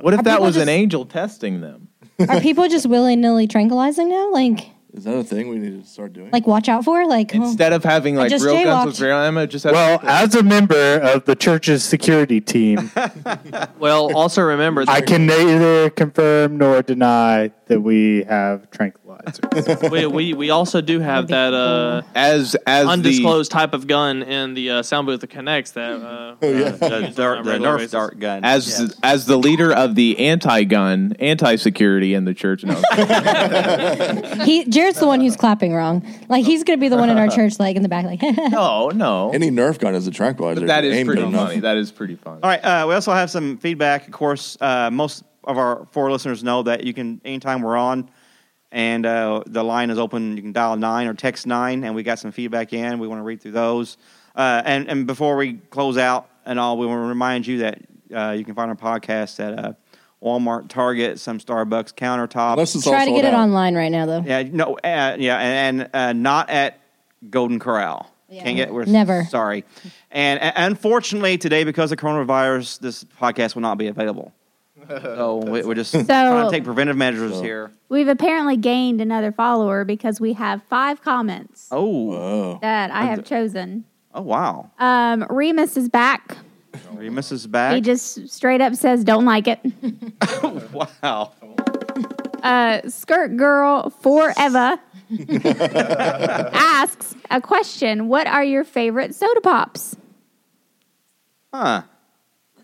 Speaker 5: What if
Speaker 3: Are
Speaker 5: that
Speaker 3: people
Speaker 5: was an
Speaker 3: just-
Speaker 5: angel testing them?
Speaker 3: Are people just willy nilly tranquilizing now? Like,
Speaker 2: Is that a thing we need to start doing?
Speaker 3: like watch out for? Like, oh.
Speaker 5: Instead of having
Speaker 3: I
Speaker 5: like
Speaker 3: just
Speaker 5: real guns
Speaker 3: jaywalked.
Speaker 5: with real ammo, just have
Speaker 7: Well, as a member of the church's security team,
Speaker 6: Well, also remember,
Speaker 7: I can neither confirm nor deny that we have tranquilizers.
Speaker 6: we, we we also do have that uh,
Speaker 5: as as
Speaker 6: undisclosed type of gun in the uh, sound booth that connects that. Uh, uh,
Speaker 1: the, dart, the Nerf
Speaker 6: regular basis.
Speaker 1: dart gun.
Speaker 5: as as the leader of the anti-gun, anti-security in the church. No,
Speaker 3: he Jared's the one who's clapping wrong. Like, he's gonna be the one in our church, like in the back, like.
Speaker 5: no, no.
Speaker 2: Any Nerf gun is a tranquilizer.
Speaker 5: But that
Speaker 2: if you
Speaker 5: is
Speaker 2: aim
Speaker 5: pretty
Speaker 2: good enough.
Speaker 5: funny. That is pretty funny.
Speaker 1: All right. Uh, we also have some feedback. Of course, uh, most of our four listeners know that you can anytime we're on, and uh, the line is open. You can dial nine or text nine, and we got some feedback in. We want to read through those. Uh, and and before we close out and all, we want to remind you that uh, you can find our podcast at uh, Walmart, Target, some Starbucks countertops.
Speaker 3: Try to get it online right now, though.
Speaker 1: Yeah, no, uh, yeah, and, and uh, not at Golden Corral. Can't get we're
Speaker 3: Never.
Speaker 1: Sorry, and uh, unfortunately today because of coronavirus, this podcast will not be available. So we, we're just trying to take preventive measures here.
Speaker 9: We've apparently gained another follower because we have five comments
Speaker 1: Oh,
Speaker 9: that I have chosen.
Speaker 1: oh wow!
Speaker 9: Um, Remus is back.
Speaker 1: Remus is back.
Speaker 9: He just straight up says, "Don't like it."
Speaker 1: wow.
Speaker 9: Uh, Skirt Girl Forever asks a question: What are your favorite soda pops?
Speaker 1: Huh.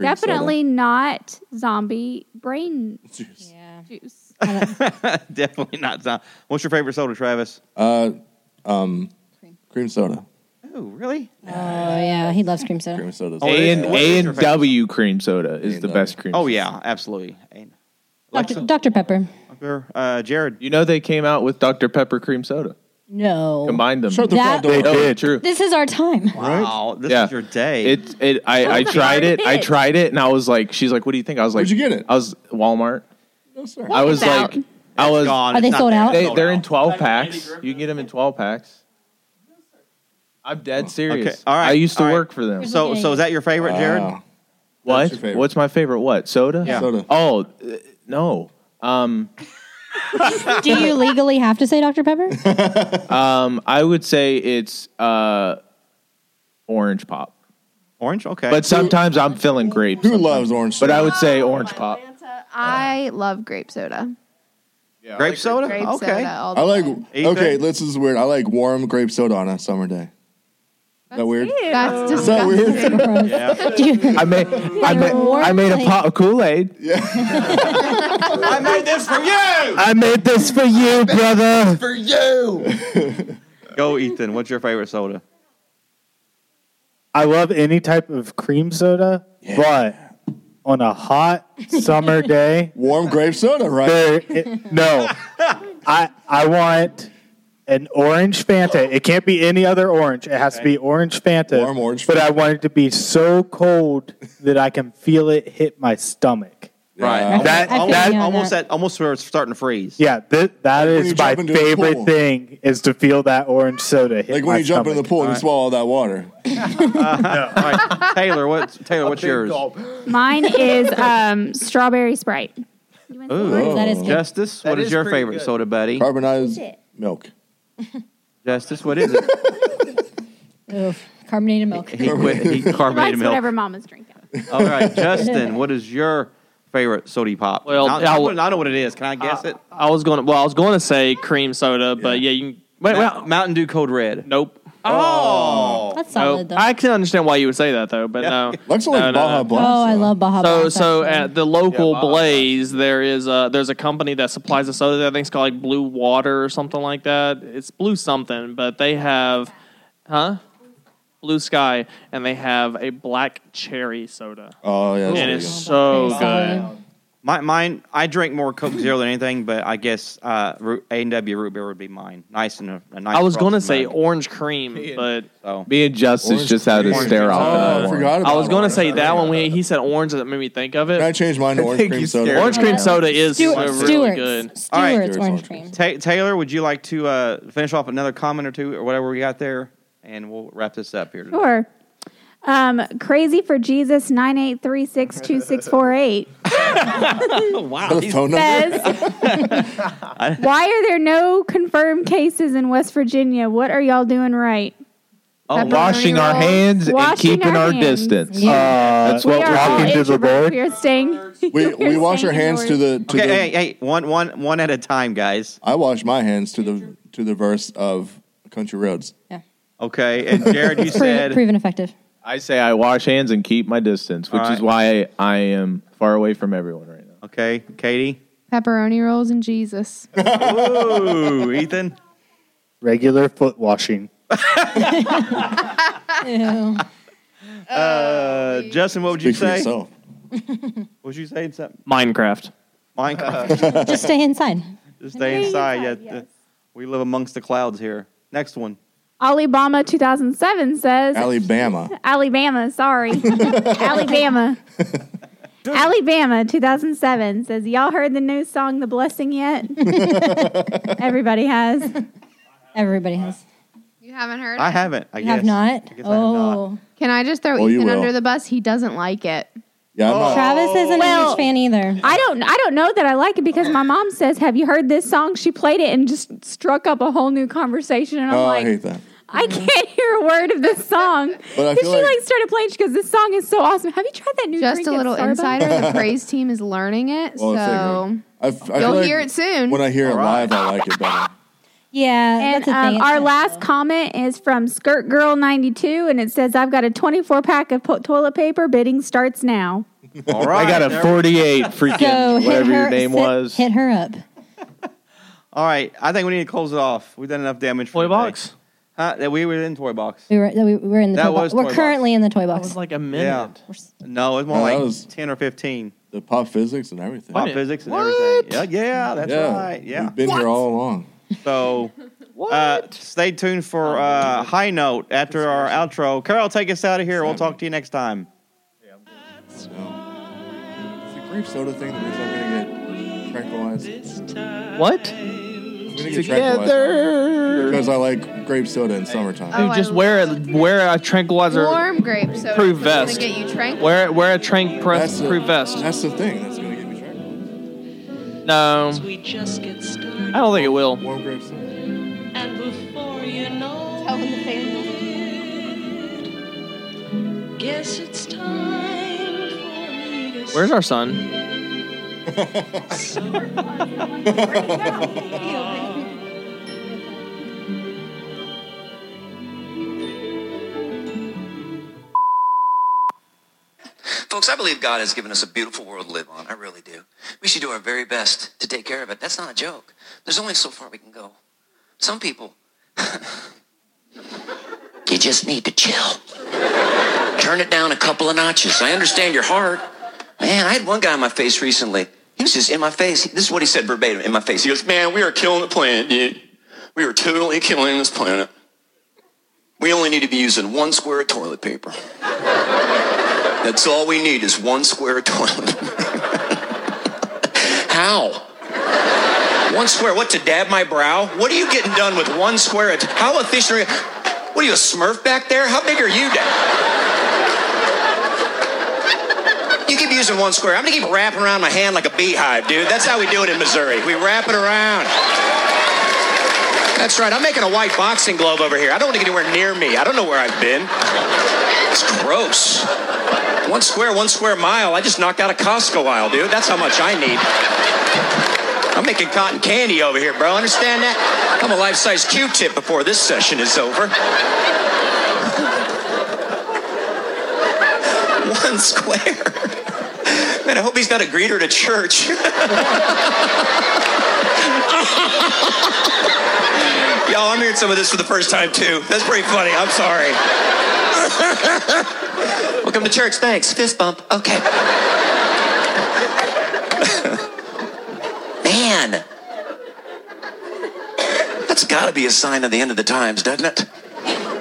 Speaker 9: Definitely not zombie brain
Speaker 2: juice.
Speaker 9: juice.
Speaker 1: Definitely not. zo- What's your favorite soda, Travis?
Speaker 2: Uh, um, cream soda.
Speaker 1: Oh, really?
Speaker 3: Oh yeah, he loves cream soda.
Speaker 2: Cream soda.
Speaker 5: A and A and W cream soda is the best cream.
Speaker 1: Oh yeah, absolutely. And-
Speaker 3: Dr. Dr. Pepper.
Speaker 1: Uh, Jared,
Speaker 5: you know they came out with Dr Pepper cream soda.
Speaker 3: No.
Speaker 5: Combined them.
Speaker 3: Oh. Shut the That- front door. They
Speaker 5: No,
Speaker 3: did.
Speaker 5: True.
Speaker 3: This is our time.
Speaker 1: Wow, this is your day.
Speaker 5: It it I, I
Speaker 3: That's
Speaker 5: tried it. I
Speaker 3: it.
Speaker 5: tried it and I was like, she's like, what do you think? I was like,
Speaker 2: Where'd you get it?
Speaker 5: I was Walmart.
Speaker 2: No, sir.
Speaker 5: I was like, I was.
Speaker 1: gone.
Speaker 3: Are
Speaker 1: It's
Speaker 3: they
Speaker 1: not
Speaker 3: sold
Speaker 1: there.
Speaker 3: out?
Speaker 5: They,
Speaker 1: Sold
Speaker 5: they're in
Speaker 1: out.
Speaker 5: twelve packs. You can get them in twelve packs. I'm dead serious.
Speaker 1: Okay. All right.
Speaker 5: I used to
Speaker 1: All right.
Speaker 5: work for them.
Speaker 1: So, so is that your favorite, Jared?
Speaker 2: Wow.
Speaker 5: What?
Speaker 2: your favorite?
Speaker 5: What's my favorite? What soda?
Speaker 1: Yeah.
Speaker 2: Soda.
Speaker 5: Oh uh, no. Um,
Speaker 3: Do you legally have to say Dr. Pepper?
Speaker 5: um, I would say it's uh, orange pop.
Speaker 1: Orange? Okay.
Speaker 5: But sometimes I'm feeling grape.
Speaker 2: Who loves orange
Speaker 5: But
Speaker 2: soda?
Speaker 5: I would say orange pop.
Speaker 3: Uh,
Speaker 8: I love grape soda.
Speaker 1: grape soda?
Speaker 8: Grape
Speaker 1: okay.
Speaker 8: soda. All the
Speaker 2: I like.
Speaker 8: time.
Speaker 1: Ethan?
Speaker 2: Okay, this is weird. I like warm grape soda on a summer day. Is that weird?
Speaker 8: That's
Speaker 2: Is that
Speaker 8: disgusting.
Speaker 2: weird?
Speaker 3: Do you-
Speaker 5: I made I made, I made a pot of Kool Aid.
Speaker 1: I made this for you.
Speaker 7: I made this for you, brother.
Speaker 2: For you.
Speaker 1: Go, Ethan. What's your favorite soda?
Speaker 7: I love any type of cream soda, but on a hot summer day,
Speaker 2: warm grape soda, right?
Speaker 7: there, it, no, I I want an orange Fanta. It can't be any other orange. It has to be orange Fanta.
Speaker 2: Warm orange
Speaker 7: But I
Speaker 2: Fanta.
Speaker 7: want it to be so cold that I can feel it hit my stomach.
Speaker 2: Yeah.
Speaker 7: That
Speaker 3: I feel
Speaker 7: that
Speaker 3: you on
Speaker 1: Uh, almost
Speaker 3: that.
Speaker 1: at almost where it's starting to freeze.
Speaker 7: yeah, that that
Speaker 2: when
Speaker 7: is
Speaker 2: you
Speaker 7: my
Speaker 2: jump into the
Speaker 7: favorite
Speaker 2: pool.
Speaker 7: thing is to feel that orange soda hit
Speaker 2: Like
Speaker 7: my
Speaker 2: when you jump in the
Speaker 7: stomach.
Speaker 2: pool and you swallow all that water.
Speaker 1: All right, Taylor, what's Taylor? What's yours?
Speaker 9: Mine is um, strawberry Sprite.
Speaker 1: Ooh.
Speaker 3: That is good.
Speaker 1: Justice, what
Speaker 5: That
Speaker 1: is,
Speaker 5: is
Speaker 1: your
Speaker 5: pretty
Speaker 1: favorite
Speaker 5: good.
Speaker 1: soda, buddy?
Speaker 2: Carbonized milk.
Speaker 1: Justice, what is it?
Speaker 3: Oof. Carbonated milk.
Speaker 1: He quit. He
Speaker 9: That's
Speaker 1: carbonated
Speaker 9: whatever
Speaker 1: milk.
Speaker 9: mama's drinking.
Speaker 1: All right, Justin, what is your favorite soda pop?
Speaker 6: Well, Uh,
Speaker 1: I,
Speaker 6: I
Speaker 1: I,
Speaker 6: will-
Speaker 1: know- I know what it is. Can I guess it?
Speaker 6: I was going. to Well, I was going to say cream soda, but yeah, you can.
Speaker 1: Wait, wait, Mountain Dew Code Red.
Speaker 6: Nope.
Speaker 1: Oh,
Speaker 3: That's
Speaker 6: No,
Speaker 3: solid, though.
Speaker 6: I can understand why you would say that though, but no.
Speaker 2: Looks like
Speaker 6: No, no,
Speaker 2: Baja
Speaker 6: no.
Speaker 2: Blast.
Speaker 3: oh, I
Speaker 2: though.
Speaker 3: love Baja
Speaker 6: So
Speaker 3: Blast,
Speaker 6: so
Speaker 3: actually.
Speaker 6: at the local
Speaker 5: Yeah, Baja
Speaker 6: Blaze, there is a there's a company that supplies a soda that I think it's called like Blue Water or something like that. It's Blue something, but they have, huh? Blue Sky, and they have a black cherry soda,
Speaker 2: Oh yeah.
Speaker 6: and
Speaker 2: that's
Speaker 6: it's
Speaker 2: pretty
Speaker 6: so good.
Speaker 3: Solid.
Speaker 1: my, mine. I drink more Coke Zero than anything, but I guess uh, root, A&W root beer would be mine. Nice and a, a nice.
Speaker 6: I was
Speaker 1: frosted
Speaker 6: gonna say
Speaker 1: mug.
Speaker 6: orange cream, but
Speaker 1: So
Speaker 5: Me and Justice
Speaker 2: Orange
Speaker 5: just had a
Speaker 2: cream.
Speaker 5: stare off.
Speaker 2: Oh,
Speaker 5: about
Speaker 2: I
Speaker 5: one.
Speaker 2: forgot about
Speaker 6: I was
Speaker 2: it.
Speaker 6: gonna say that one when he said orange that made me think of
Speaker 2: Can I
Speaker 6: it.
Speaker 2: change mine to orange
Speaker 5: think
Speaker 2: cream
Speaker 5: you
Speaker 2: soda?
Speaker 5: scared
Speaker 6: Orange cream soda is
Speaker 3: Stewart's,
Speaker 6: really
Speaker 3: Stewart's,
Speaker 6: good.
Speaker 3: Stewart's
Speaker 1: All right.
Speaker 3: orange cream.
Speaker 1: Ta- Taylor, would you like to uh, finish off another comment or two or whatever we got there, and we'll wrap this up here. today.
Speaker 9: Sure. Um, crazy for Jesus nine eight three six two six four eight wow.
Speaker 2: The phone number?
Speaker 9: Why are there no confirmed cases in West Virginia? What are y'all doing right?
Speaker 5: Oh,
Speaker 9: Pepperoni
Speaker 5: washing our
Speaker 9: rolls.
Speaker 5: hands and
Speaker 9: Washing
Speaker 5: keeping our,
Speaker 9: hands.
Speaker 5: distance. Uh,
Speaker 9: Yeah.
Speaker 5: That's what
Speaker 9: we
Speaker 5: we're
Speaker 9: are all
Speaker 5: doing.
Speaker 9: introverts. We are staying.
Speaker 2: We, we wash our hands to the. To
Speaker 1: okay,
Speaker 2: the
Speaker 1: hey, hey, one, one, one at a time, guys.
Speaker 2: I wash my hands to the to the verse of Country Roads.
Speaker 1: Okay, and Jared, you
Speaker 3: Proven,
Speaker 5: said-
Speaker 3: proven effective.
Speaker 5: I say I wash hands and keep my distance, which
Speaker 1: All
Speaker 5: is why I am far away from everyone right now.
Speaker 1: Okay, Katie.
Speaker 8: Pepperoni rolls and Jesus.
Speaker 1: Ooh, Ethan.
Speaker 7: Regular foot washing.
Speaker 1: Uh, Justin, what would you
Speaker 7: Speak for
Speaker 1: say?
Speaker 7: yourself.
Speaker 1: what would you say? Something?
Speaker 6: Minecraft.
Speaker 1: Minecraft.
Speaker 3: Just stay inside.
Speaker 1: Just stay inside. yeah, th- we live amongst the clouds here. Next one.
Speaker 9: Alibama 2007 says
Speaker 2: Alabama.
Speaker 9: Alabama, sorry. Alabama. Alabama 2007 says, Y'all heard the new song, The Blessing, yet? Everybody has.
Speaker 3: Everybody has.
Speaker 8: You haven't heard?
Speaker 1: I haven't. I
Speaker 3: You
Speaker 1: guess.
Speaker 3: have not?
Speaker 1: I guess I have not.
Speaker 3: oh.
Speaker 8: Can I just throw
Speaker 2: Oh, you
Speaker 8: Ethan
Speaker 2: will. Oh.
Speaker 8: under the bus? He doesn't like it.
Speaker 2: Yeah, I'm not-
Speaker 3: Travis isn't a
Speaker 9: Well-
Speaker 3: huge fan either.
Speaker 9: I don't I don't know that I like it because my mom says, Have you heard this song? She played it and just struck up a whole new conversation. And I'm
Speaker 2: oh, I
Speaker 9: like,
Speaker 2: hate that.
Speaker 9: I
Speaker 8: Mm-hmm.
Speaker 9: can't hear a word of this song.
Speaker 2: But I
Speaker 9: Because she
Speaker 2: feel
Speaker 9: like,
Speaker 2: like-
Speaker 9: started playing. She goes, This song is so awesome. Have you tried that new
Speaker 8: Just
Speaker 9: drink
Speaker 8: a
Speaker 9: at
Speaker 8: little
Speaker 9: Starbucks?"
Speaker 8: insider. The praise team is learning it,
Speaker 2: Well, I
Speaker 8: so
Speaker 2: figured. I f- I feel
Speaker 8: you'll
Speaker 2: like
Speaker 8: hear it soon.
Speaker 2: When I hear it live, I like it better.
Speaker 3: Yeah,
Speaker 9: And
Speaker 3: that's a
Speaker 9: um,
Speaker 3: thing.
Speaker 9: our last comment is from Skirt Girl 92, and it says, I've got a 24 pack of po- toilet paper. Bidding starts now.
Speaker 1: All right.
Speaker 5: I got a 48 freaking
Speaker 3: so hit
Speaker 5: whatever
Speaker 3: her,
Speaker 5: your name
Speaker 3: sit-
Speaker 5: was.
Speaker 3: Hit her up.
Speaker 1: All right. I think we need to close it off. We've done enough damage. For toy box. Huh? That we were in toy box.
Speaker 3: We were, we were in the
Speaker 1: That
Speaker 3: toy
Speaker 1: was
Speaker 3: box.
Speaker 1: toy
Speaker 3: We're
Speaker 1: box.
Speaker 3: currently in the toy
Speaker 6: That
Speaker 3: box.
Speaker 6: was like a
Speaker 1: Yeah.
Speaker 6: minute.
Speaker 1: No, it's more
Speaker 2: No, that
Speaker 1: like
Speaker 2: was-
Speaker 1: ten or fifteen.
Speaker 2: The pop physics and everything.
Speaker 1: Pop
Speaker 6: it?
Speaker 1: physics and
Speaker 6: What?
Speaker 1: everything. Yeah, yeah, that's right. Yeah.
Speaker 2: We've been here all along.
Speaker 1: So, uh, stay tuned for uh, High Note after our outro. Carol, take us out of here. We'll talk to you next time.
Speaker 2: So, it's the grape soda thing that means I'm gonna get tranquilized.
Speaker 6: What?
Speaker 2: I'm gonna get tranquilized
Speaker 5: Together.
Speaker 2: because I like grape soda in summertime.
Speaker 6: Dude,
Speaker 8: Oh, I
Speaker 6: just wear a wear a tranquilizer.
Speaker 8: Warm grape soda.
Speaker 6: Proof
Speaker 8: is gonna
Speaker 6: vest.
Speaker 8: Get you tranquil.
Speaker 6: Wear wear a trank
Speaker 2: That's
Speaker 6: press
Speaker 2: the-
Speaker 6: proof vest.
Speaker 2: That's the thing that's gonna get me tranquilized.
Speaker 6: No, Um, I don't think it will.
Speaker 2: Warm grape soda.
Speaker 8: Tell them the family.
Speaker 6: Where's our son?
Speaker 11: Folks, I believe God has given us a beautiful world to live on. I really do. We should do our very best to take care of it. That's not a joke. There's only so far we can go. Some people, you just need to chill. Turn it down a couple of notches. I understand your heart. Man, I had one guy in my face recently. He was just in my face. This is what he said verbatim in my face. He goes, Man, we are killing the planet, dude. We are totally killing this planet. We only need to be using one square of toilet paper. That's all we need is one square toilet. How? One square? What to dab my brow? What are you getting done with one square? At, how efficient are you? What are you a Smurf back there? How big are you? Dad? You keep using one square. I'm gonna keep wrapping around my hand like a beehive, dude. That's how we do it in Missouri. We wrap it around. That's right. I'm making a white boxing glove over here. I don't want to get anywhere near me. I don't know where I've been. It's gross. One square, one square mile. I just knocked out a Costco aisle, dude. That's how much I need. I'm making cotton candy over here, bro. Understand that? I'm a life size Q tip before this session is over. one square. Man, I hope he's not a greeter to church. Y'all, I'm hearing some of this for the first time, too. That's pretty funny. I'm sorry. Welcome to church. Thanks. Fist bump. Okay. Man. That's got to be a sign of the end of the times, doesn't it?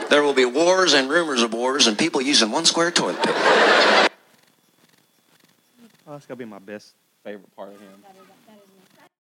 Speaker 11: There will be wars and rumors of wars and people using one square toilet paper.
Speaker 1: Oh, that's gotta be my best favorite part of him.